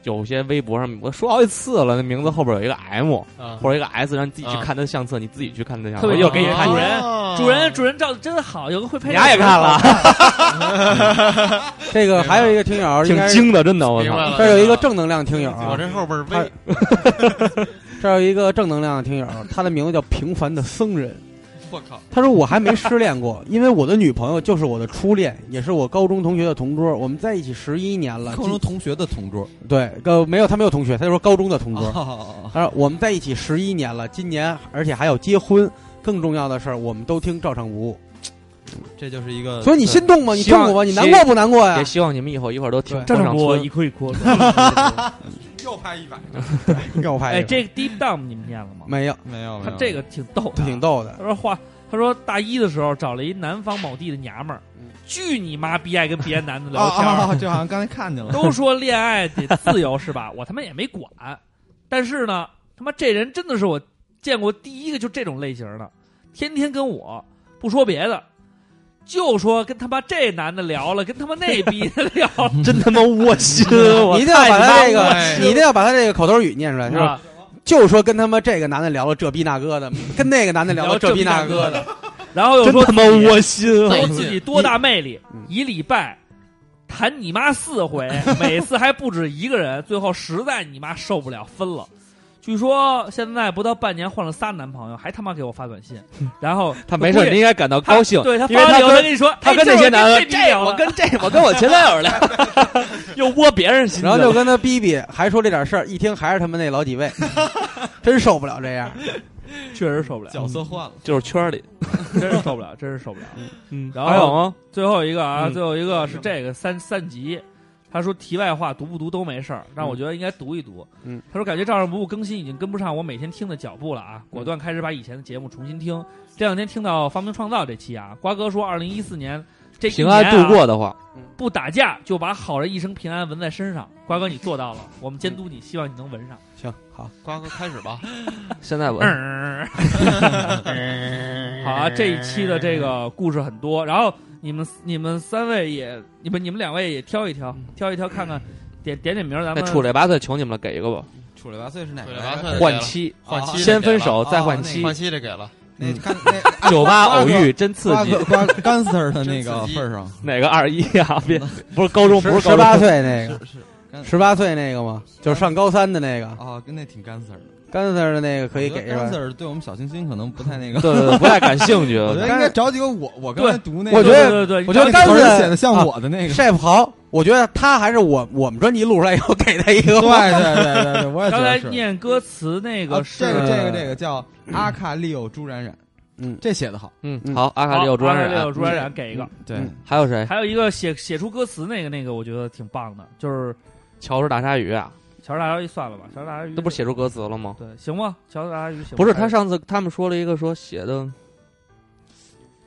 Speaker 5: 有些微博上我说好几次了，那名字后边有一个 M
Speaker 4: 啊，
Speaker 5: 或者一个 S，让你自己去
Speaker 4: 啊
Speaker 5: 看他的相册，你自己去看他的相册。哎
Speaker 3: 特别
Speaker 5: 又给你看
Speaker 3: 主
Speaker 5: 见
Speaker 3: 人
Speaker 4: 啊
Speaker 3: 主人，主人照的真好，有个会
Speaker 5: 你
Speaker 3: 配。
Speaker 5: 俩也看，了，
Speaker 6: 这个还有一个听友，应
Speaker 5: 挺
Speaker 6: 该是
Speaker 5: 精的，真的，我
Speaker 4: 明白
Speaker 5: 操！
Speaker 4: 了。
Speaker 6: 这儿有一个正能量听友啊
Speaker 4: 我，这后边儿
Speaker 6: 他
Speaker 4: 微
Speaker 6: 这儿有一个正能量的听友，他的名字叫平凡的僧人。
Speaker 4: 我靠，
Speaker 6: 他说我还没失恋过，因为我的女朋友就是我的初恋，也是我高中同学的同桌，我们在一起十一年了。
Speaker 7: 高中同学的同桌，
Speaker 6: 今对，呃，没有他没有同学，他就说高中的同桌。
Speaker 7: 哦
Speaker 6: 他说我们在一起十一年了，今年而且还要结婚。更重要的事儿，我们都听照常不误。
Speaker 7: 这就是一
Speaker 4: 呃
Speaker 7: 个。
Speaker 6: 所以你心动吗？你
Speaker 5: 希望
Speaker 6: 痛苦吗？你难
Speaker 5: 希
Speaker 6: 过不难过呀
Speaker 5: 也？希望你们以后一块儿都听
Speaker 6: 对
Speaker 3: 这
Speaker 5: 上
Speaker 3: 么播一
Speaker 5: 村。
Speaker 3: 哭一哭。
Speaker 7: 又拍一百，
Speaker 6: 让我拍
Speaker 3: 哎，
Speaker 6: 一个
Speaker 3: 这个 Deep Down 你们念了吗？
Speaker 6: 没有，
Speaker 7: 没有没
Speaker 3: 他
Speaker 7: 有，
Speaker 3: 这个挺逗，
Speaker 6: 挺。逗的
Speaker 3: 他。说话，他说大一的时候找了一南方某地的娘们儿，巨你妈逼爱跟别的男 的
Speaker 7: 啊
Speaker 3: 聊天
Speaker 7: 啊，
Speaker 3: 儿，
Speaker 7: 啊就好像刚才看 见了，
Speaker 3: 都说恋爱得自由是吧？我 他妈也没管，但是呢，他妈这人真的是我见过第一个就这种类型的，天天跟我不说别的，就说跟他妈这男的聊了，跟他妈那逼的 聊了，
Speaker 5: 真他妈窝心！啊我
Speaker 6: 你一定要把他这
Speaker 4: 太难过
Speaker 6: 个，
Speaker 4: 了
Speaker 6: 你一定要把他这个口头语念出来，
Speaker 3: 是
Speaker 6: 就是
Speaker 3: 吧？
Speaker 6: 就说跟他妈这个男的聊了这逼那哥 的，跟那个男的聊了这逼那哥的，
Speaker 3: 然后又
Speaker 5: 真
Speaker 3: 说
Speaker 5: 他妈
Speaker 3: 自己
Speaker 5: 窝心啊！
Speaker 3: 说自己多大魅力
Speaker 6: 嗯，
Speaker 3: 一礼拜谈你妈四 回，每次还不止一个人，最后实在你妈受不了分了。据说现在不到半年换了仨男朋友，还他妈给我发短 信，然后
Speaker 5: 他没事，
Speaker 3: 我也
Speaker 5: 你应该感到高兴，
Speaker 3: 对他
Speaker 5: 因为
Speaker 3: 发了以后，他
Speaker 5: 跟
Speaker 3: 跟你说，
Speaker 5: 他
Speaker 3: 哎
Speaker 5: 跟那些男的，
Speaker 3: 这我跟这逼
Speaker 5: 我
Speaker 3: 聊了
Speaker 5: 跟这我跟我前男友聊，又窝别人心去
Speaker 6: 然
Speaker 5: 了，
Speaker 6: 后就跟他逼逼，还说这点事儿，一听还是他们那老几 位，真受不了这样。
Speaker 3: 确实受不了，
Speaker 7: 角色换了，
Speaker 5: 就是圈儿里，
Speaker 3: 真是受不了，真是受不了。
Speaker 5: 嗯，
Speaker 3: 然
Speaker 5: 还有
Speaker 3: 后
Speaker 5: 吗？
Speaker 3: 最后一个啊，
Speaker 5: 嗯
Speaker 3: 最后一个是这个三三级，他说题外话读不读都没事儿，
Speaker 5: 嗯
Speaker 3: 但我觉得应该读一读。
Speaker 6: 嗯，
Speaker 3: 他说感觉照上不误更新已经跟不上我每天听的脚步了
Speaker 5: 嗯
Speaker 3: 啊，果断开始把以前的节目重新听。这两天听到《发明创造》这期啊，瓜哥说二零一四年这一
Speaker 5: 平
Speaker 3: 年啊
Speaker 5: 安度过的话，
Speaker 3: 不打架就把好人一生平安纹在身上，瓜哥你做到了，我们监督
Speaker 5: 嗯
Speaker 3: 你，希望你能纹上。
Speaker 6: 行，好，
Speaker 4: 瓜哥开始 吧。
Speaker 5: 现在我
Speaker 3: 嗯，好啊，这一期的这个故事很多，然后你们你们三位也，你们你们两位也挑一挑，挑一挑看看，点点点名儿，咱
Speaker 5: 那
Speaker 3: 们
Speaker 5: 处了八岁，求你们了，给一个吧。
Speaker 7: 处了八岁是哪
Speaker 4: 对
Speaker 7: 个哎
Speaker 4: 了
Speaker 7: 来
Speaker 4: 八
Speaker 7: 着？
Speaker 4: 岁的
Speaker 5: 换
Speaker 4: 给了
Speaker 5: 妻，
Speaker 4: 换妻的
Speaker 5: 先分
Speaker 4: 给了
Speaker 5: 手再换
Speaker 7: 哦
Speaker 5: 妻，
Speaker 4: 换妻的给了，
Speaker 7: 那看那
Speaker 5: 酒吧偶遇真刺
Speaker 7: 瓜
Speaker 5: 激
Speaker 7: 哥。瓜 Ganser 的那
Speaker 4: 真
Speaker 7: 个
Speaker 4: 刺激
Speaker 7: 份儿上，
Speaker 5: 哪个二一啊？ 别，
Speaker 7: 嗯
Speaker 5: 不是高中，不
Speaker 6: 十
Speaker 5: 是
Speaker 6: 十
Speaker 5: 高
Speaker 6: 八
Speaker 5: 中，
Speaker 6: 岁那个，
Speaker 7: 是
Speaker 6: 十八岁那个吗？就是上高三的那个，
Speaker 7: 啊，跟那挺 Ganser 的，
Speaker 6: 干 Sir 的那个可以给是吧？
Speaker 7: Ganser 对我们小清新可能不太那
Speaker 5: 对
Speaker 7: 个，
Speaker 5: 对对，不太感兴趣。
Speaker 7: 我觉得应该找几个我我刚才读那个，
Speaker 6: 我觉
Speaker 3: 对
Speaker 6: 得
Speaker 3: 对对，
Speaker 6: 我觉
Speaker 7: 那
Speaker 6: 得干
Speaker 7: 词
Speaker 6: Sir
Speaker 7: 儿写的像我的那个，
Speaker 6: chef 豪，我觉得他还是我我们专辑录出来以后给他一个
Speaker 7: 对对对对对，我也觉
Speaker 3: 刚
Speaker 7: 得
Speaker 3: 才
Speaker 7: 是。
Speaker 3: 念歌词那
Speaker 7: 啊
Speaker 3: 个是
Speaker 7: 这个这个这个叫阿卡利欧朱冉冉，
Speaker 6: 嗯
Speaker 7: 这写的好，
Speaker 5: 嗯，
Speaker 6: 嗯
Speaker 5: 好，阿卡里有
Speaker 3: 朱
Speaker 5: 朱安冉
Speaker 3: 啊六朱安冉给一个，
Speaker 7: 对
Speaker 6: 嗯
Speaker 5: 还有谁？
Speaker 3: 还有一个写写出歌词那个那个，我觉得挺棒的，就是
Speaker 5: 乔治大鲨鱼啊，
Speaker 3: 乔治大鲨鱼算了吧，乔治大鲨鱼
Speaker 5: 这不是写出歌词了吗？
Speaker 3: 对行吗？乔治大鲨鱼行吗
Speaker 5: 不是，他上次他们说了一个说写的，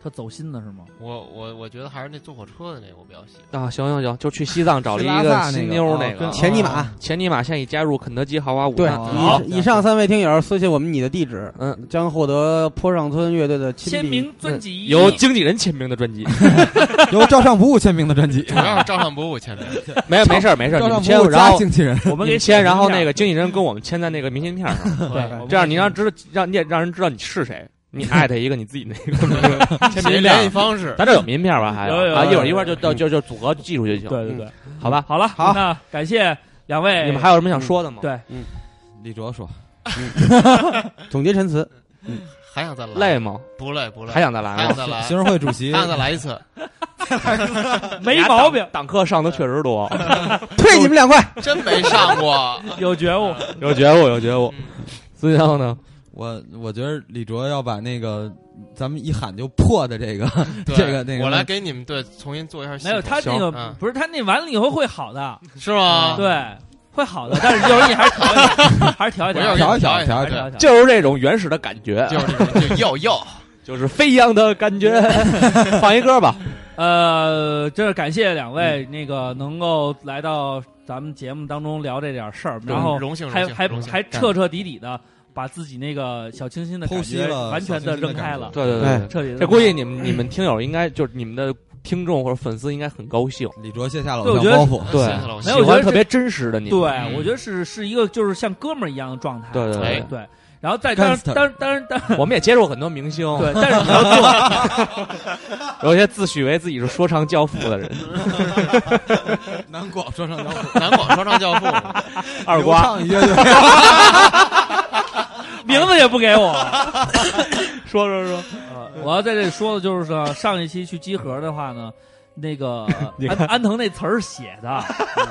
Speaker 3: 他走心的是吗？
Speaker 4: 我我我觉得还是那坐火车的那个我比较喜欢。
Speaker 5: 啊，行行行，就去西藏找了
Speaker 7: 去
Speaker 5: 一
Speaker 7: 拉
Speaker 5: 个
Speaker 7: 萨那
Speaker 5: 新
Speaker 7: 个
Speaker 5: 妞儿
Speaker 7: 啊
Speaker 5: 那个
Speaker 7: 跟啊
Speaker 6: 前尼玛。
Speaker 5: 前尼玛现已加入肯德基豪华午
Speaker 6: 对
Speaker 5: 餐。
Speaker 7: 好，
Speaker 6: 啊以以上三位听友私信我们你的地址，
Speaker 5: 嗯，
Speaker 6: 将获得坡上村乐队的亲
Speaker 3: 签
Speaker 6: 笔
Speaker 3: 名专辑
Speaker 5: 有经纪人签名的专 辑，
Speaker 7: 由照上不误签名的专辑，
Speaker 4: 主要是照上不 误前面，
Speaker 5: 没有没事儿没事儿，
Speaker 7: 照
Speaker 5: 你们签，
Speaker 7: 上不误
Speaker 5: 然
Speaker 7: 加
Speaker 5: 后
Speaker 7: 经纪人，
Speaker 3: 我们
Speaker 5: 你
Speaker 3: 给
Speaker 5: 们签，然后那个经纪人跟我们签在那个明信片上，
Speaker 3: 对，
Speaker 6: 对
Speaker 3: 我们
Speaker 5: 这样你让知道让你也让人知道你是 谁，你艾特一个你自己那个签
Speaker 4: 谁
Speaker 5: 名
Speaker 4: 联系
Speaker 5: 片。
Speaker 4: 方式？
Speaker 5: 咱这有名片吧？还
Speaker 3: 有有
Speaker 5: 啊，一会
Speaker 3: 有
Speaker 5: 儿
Speaker 3: 有嗯
Speaker 5: 一会儿就就就就组合寄出去就行，
Speaker 3: 对对对，
Speaker 5: 好吧？
Speaker 3: 好了，
Speaker 6: 好
Speaker 3: 那感谢两位，
Speaker 5: 你们还有什么想说的吗？
Speaker 3: 对
Speaker 7: 李卓说，
Speaker 6: 总结陈词，
Speaker 4: 还想再来？
Speaker 5: 累吗？
Speaker 4: 不累不累？
Speaker 5: 还想再来
Speaker 4: 还
Speaker 5: 吗
Speaker 4: 想？再来？
Speaker 7: 学生会主席
Speaker 4: 还想再来一次？
Speaker 3: 没毛病
Speaker 5: 俩，党党课上的确实 多，
Speaker 6: 退你们两块。
Speaker 4: 真没上过。
Speaker 3: 有觉悟。
Speaker 5: 有觉悟，有觉悟
Speaker 4: 嗯。
Speaker 5: 孙江呢？
Speaker 7: 我我觉得李卓要把那个咱们一喊就破的这个
Speaker 4: 对
Speaker 7: 这个那个
Speaker 4: 我来给你们对重新做一下系
Speaker 3: 没
Speaker 4: 统。
Speaker 3: 有他那个嗯
Speaker 4: 嗯
Speaker 3: 不是他那完了以后会好的，
Speaker 4: 是
Speaker 7: 嗯
Speaker 4: 吗？，
Speaker 3: 对，会好的。但是有时候你还是调一调，还是调一
Speaker 4: 我
Speaker 3: 调，
Speaker 4: 要给
Speaker 7: 调一调
Speaker 4: 你一
Speaker 7: 调
Speaker 4: 调
Speaker 7: 一
Speaker 4: 对
Speaker 3: 调，调。
Speaker 5: 就是这种原始的感觉，啊
Speaker 4: 就是这种就要要，
Speaker 5: 就是飞扬的感 觉。放一歌吧，
Speaker 3: 呃，真是感谢两位，
Speaker 7: 嗯
Speaker 3: 那个能够来到咱们节目当中聊这点事儿， 然后
Speaker 4: 荣幸
Speaker 3: 还
Speaker 4: 荣幸
Speaker 3: 还
Speaker 4: 荣幸
Speaker 3: 还彻彻底底的把自己那个小清新的感
Speaker 7: 剖析
Speaker 3: 觉
Speaker 7: 了
Speaker 3: 完全的
Speaker 7: 小清新的
Speaker 3: 扔开
Speaker 7: 感觉
Speaker 3: 了，
Speaker 5: 对对对，
Speaker 3: 彻底地
Speaker 5: 这
Speaker 3: 扔
Speaker 5: 估
Speaker 3: 开
Speaker 5: 计
Speaker 3: 了
Speaker 5: 你们你们听友应该就是你们的听众或者粉丝应该很高兴，
Speaker 7: 李卓卸下了
Speaker 3: 对
Speaker 7: 偶
Speaker 3: 我
Speaker 7: 像
Speaker 3: 觉得
Speaker 7: 包袱，
Speaker 5: 对
Speaker 4: 谢谢老师
Speaker 3: 没
Speaker 5: 喜
Speaker 3: 有我觉
Speaker 5: 欢
Speaker 3: 得
Speaker 5: 特别真实的你
Speaker 3: 对
Speaker 5: 们。，
Speaker 3: 我觉得是是一个就是像哥们儿一样的状态，
Speaker 5: 对对
Speaker 4: 哎
Speaker 5: 对
Speaker 3: 对。然后再当然
Speaker 7: Gangster
Speaker 3: 当然当然当然，
Speaker 5: 对，我们也接触过很多明星，
Speaker 3: 对，但是你要做
Speaker 5: 有些自诩为自己是说唱教父的人，
Speaker 7: 南广 说唱摇滚，
Speaker 4: 嗯南广说唱教 父，
Speaker 5: 二
Speaker 7: 流
Speaker 5: 瓜
Speaker 7: 畅一些就
Speaker 3: 名字也不给我。呃
Speaker 5: 说说说，
Speaker 3: 我要在这里说的就是说，上一期去集合的话呢，那个安安藤那词儿写的，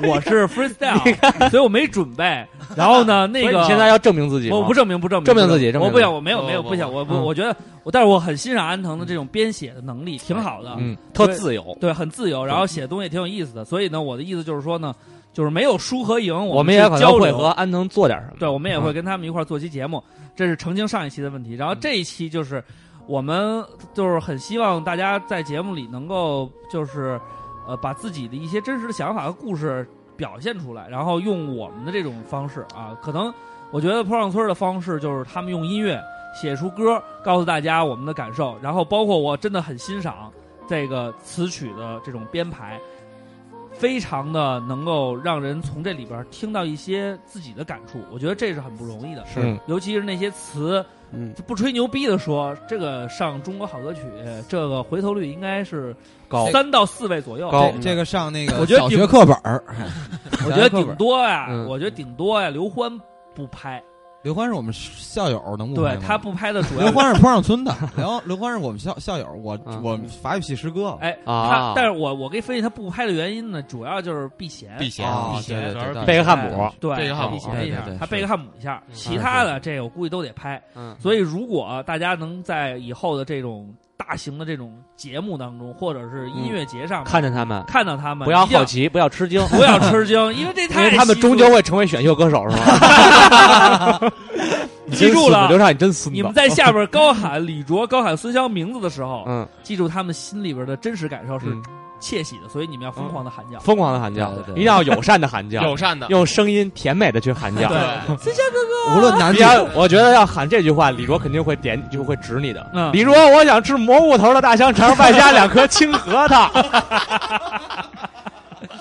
Speaker 3: 我是 freestyle，所以我没准备。然 后呢，那
Speaker 5: 不是
Speaker 3: 个
Speaker 5: 你现在要证明自己吗，
Speaker 3: 我不证明不证明
Speaker 5: 证明自己证
Speaker 3: 不
Speaker 5: 明
Speaker 3: 我
Speaker 5: 自己
Speaker 3: 不想我没有没有
Speaker 4: 不
Speaker 3: 不想我不
Speaker 5: 嗯
Speaker 3: 我觉得我，但是我很欣赏安藤的这种编写的能力，挺好的。
Speaker 5: 嗯，特自由，
Speaker 3: 对，很自由，然后写的东西也挺有意思的。所以呢，我的意思就是说呢，就是没有输和赢，
Speaker 5: 我
Speaker 3: 们
Speaker 5: 们也可
Speaker 3: 可
Speaker 5: 能会和安藤做点什么。
Speaker 3: 对，我们也会跟他们一块儿做期节目，这是澄清上一期的问题。然后这一期就是我们就是很希望大家在节目里能够就是呃把自己的一些真实的想法和故事表现出来，然后用我们的这种方式啊，可能我觉得坡上村儿的方式就是他们用音乐写出歌，告诉大家我们的感受，然后包括我真的很欣赏这个词曲的这种编排。非常的能够让人从这里边儿听到一些自己的感触，我觉得这是很不容易的。
Speaker 5: 嗯
Speaker 3: 尤其是那些词，
Speaker 6: 嗯，
Speaker 3: 就不吹牛逼的说，这个上中国好歌曲，这个回头率应该是
Speaker 5: 高
Speaker 3: 三到四位左右。
Speaker 5: 高
Speaker 7: 这这个上那
Speaker 3: 我
Speaker 7: 个
Speaker 3: 觉得
Speaker 7: 小
Speaker 3: 顶
Speaker 7: 学课本儿，
Speaker 3: 我觉得顶多呀、
Speaker 5: 嗯
Speaker 3: 我觉得顶多呀、刘欢不拍，
Speaker 7: 刘欢是我们校友，能不拍
Speaker 3: 对
Speaker 7: 吗
Speaker 3: 他不拍 的主要
Speaker 7: 刘。欢是坡上 村的，刘刘欢是我们校校友，我
Speaker 5: 嗯
Speaker 7: 我法语系师哥，
Speaker 3: 哎，
Speaker 5: 啊
Speaker 3: 他，但是我我给分析他不拍的原因呢，主要就是避嫌，
Speaker 4: 避嫌
Speaker 7: 哦
Speaker 4: 避嫌，
Speaker 7: 对对
Speaker 4: 主要是
Speaker 7: 对哎
Speaker 4: 避
Speaker 5: 贝克汉
Speaker 4: 嫌
Speaker 5: 姆，
Speaker 3: 对，
Speaker 4: 贝克汉姆
Speaker 3: 避嫌一下
Speaker 5: 对对对，
Speaker 3: 他
Speaker 5: 是
Speaker 3: 贝克汉姆一下，
Speaker 4: 嗯
Speaker 3: 其他的这个我估计都得拍。
Speaker 5: 嗯，
Speaker 3: 所以，如果大家能在以后的这种大型的这种节目当中，或者是音乐节上
Speaker 5: 嗯
Speaker 3: 面、
Speaker 5: 看着他们，
Speaker 3: 看到他们，
Speaker 5: 不要
Speaker 3: 一定
Speaker 5: 好奇，不要吃惊，
Speaker 3: 不要吃惊，因为这
Speaker 5: 因
Speaker 3: 太
Speaker 5: 为他们
Speaker 3: 稀疏
Speaker 5: 终究会成为选秀歌手，是吗？你真
Speaker 3: 记住
Speaker 5: 孙子
Speaker 3: 了
Speaker 5: 刘畅，你真孙子。
Speaker 3: 你们在下边高喊李卓、高喊孙骁名字的时候，
Speaker 5: 嗯，
Speaker 3: 记住他们心里边的真实感受是
Speaker 5: 嗯
Speaker 3: 窃喜的，所以你们要疯狂的喊叫。
Speaker 5: 疯狂的喊叫
Speaker 7: 对，对对
Speaker 5: 一定要友善的喊叫，
Speaker 4: 友善的，
Speaker 5: 用声音甜美的去喊叫。
Speaker 4: 对，
Speaker 7: 无论男
Speaker 5: 你
Speaker 7: 女，
Speaker 5: 要，我觉得要喊这句话，李卓肯定会点，就会指你的。
Speaker 3: 嗯
Speaker 5: 李卓，我想吃蘑菇头的大香肠，外加两颗青核桃，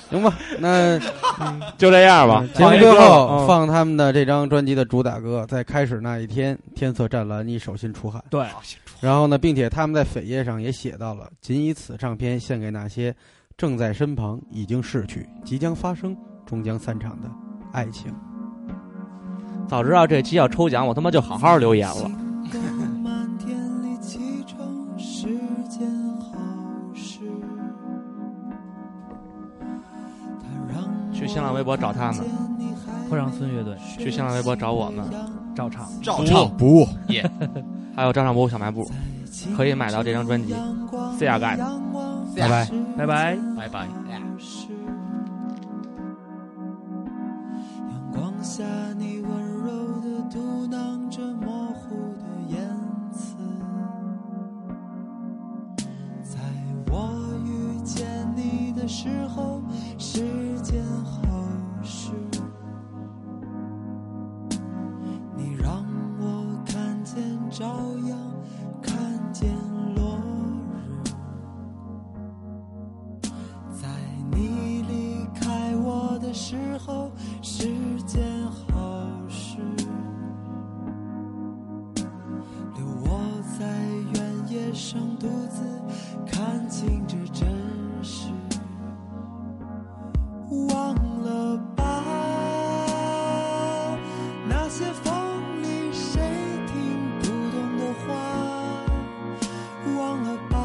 Speaker 6: 行吧，那
Speaker 5: 就这样吧
Speaker 6: 嗯。节
Speaker 5: 放
Speaker 6: 目
Speaker 5: 一
Speaker 6: 最
Speaker 5: 歌吧
Speaker 6: 后
Speaker 5: 嗯
Speaker 6: 放他们的这张专辑的主打歌，在开始那一天，天色湛蓝，你手心出汗。
Speaker 3: 对，
Speaker 6: 然后呢，并且他们在扉页上也写到了，仅以此唱片献给那些正在身旁、已经逝去、即将发生、终将散场的爱情。
Speaker 5: 早知道这期要抽奖，我他妈就好好留言了。
Speaker 8: 漫天里启程是件好事。它让我
Speaker 5: 去新浪微博找他们
Speaker 8: 看见你还
Speaker 3: 坡上村乐队
Speaker 8: 是
Speaker 5: 去新浪微博找我们，
Speaker 3: 照唱。
Speaker 7: 照唱不误。
Speaker 5: 还有张尚波小卖部，可以买到这张专辑。See you guys，
Speaker 7: 拜拜。
Speaker 3: 拜拜。
Speaker 4: 拜拜。
Speaker 8: 阳光下，你温柔地嘟囔着模糊的言辞，在我遇见你的时候是件好事。你让我看见朝阳，看见落日。在你离开我的时候是件好事，留我在原野上独自看清这真实，忘了吧，那些风里谁听不懂的话，忘了吧。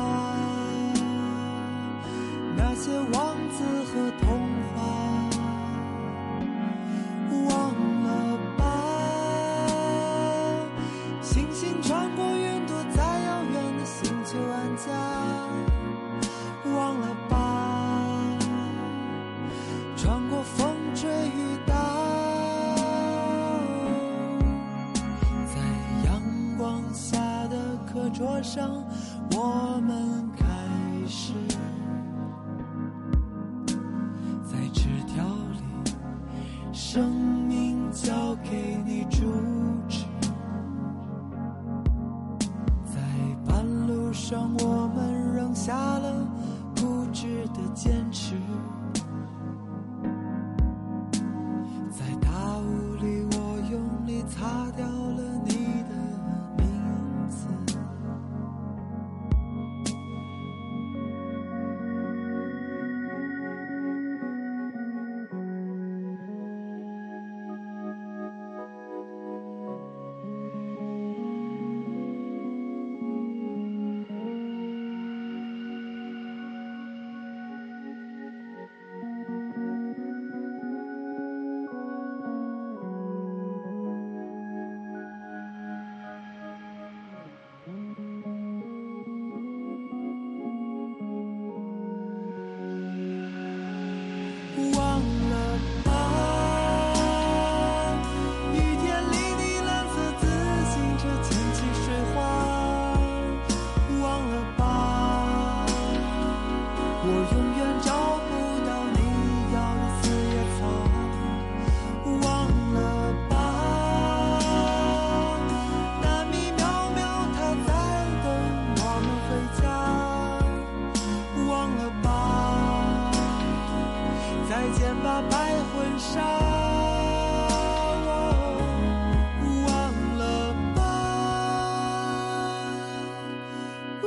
Speaker 8: 那些王子和童话，忘了吧。星星穿过云朵，再遥远的课桌上，我们开始在纸条里，生命交给你主旨。在半路上，我们扔下了固执的坚持。在大雾里，我用力擦掉了你的名字。忘了吧，雨天里你蓝色自行车溅起水花。忘了吧，我永远找不到你要的四叶草。忘了吧，那米喵喵它在等我们回家。忘了吧。再见吧，白婚纱。哦忘了吧，呜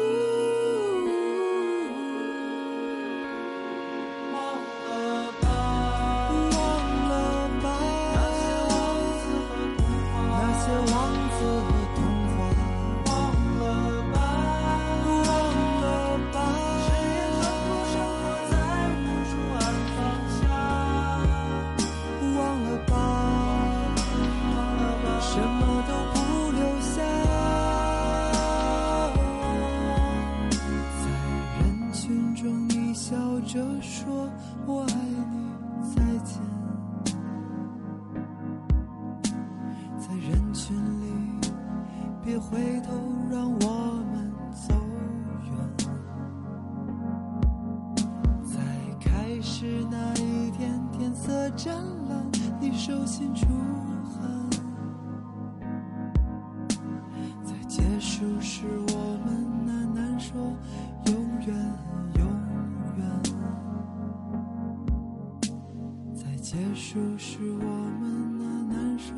Speaker 8: 忘了吧，忘了吧，那些王子和童话。忘了吧，忘了吧，谁也能不生活在无处安放下。忘了吧，什么都不留下。在人群中，你笑着说“我爱你，再见”。在人群里，别回头，让我们走远。在开始那一天，天色湛蓝，你手心出汗。在结束时，我们喃喃说永远，永远。在结束时，我们喃喃说。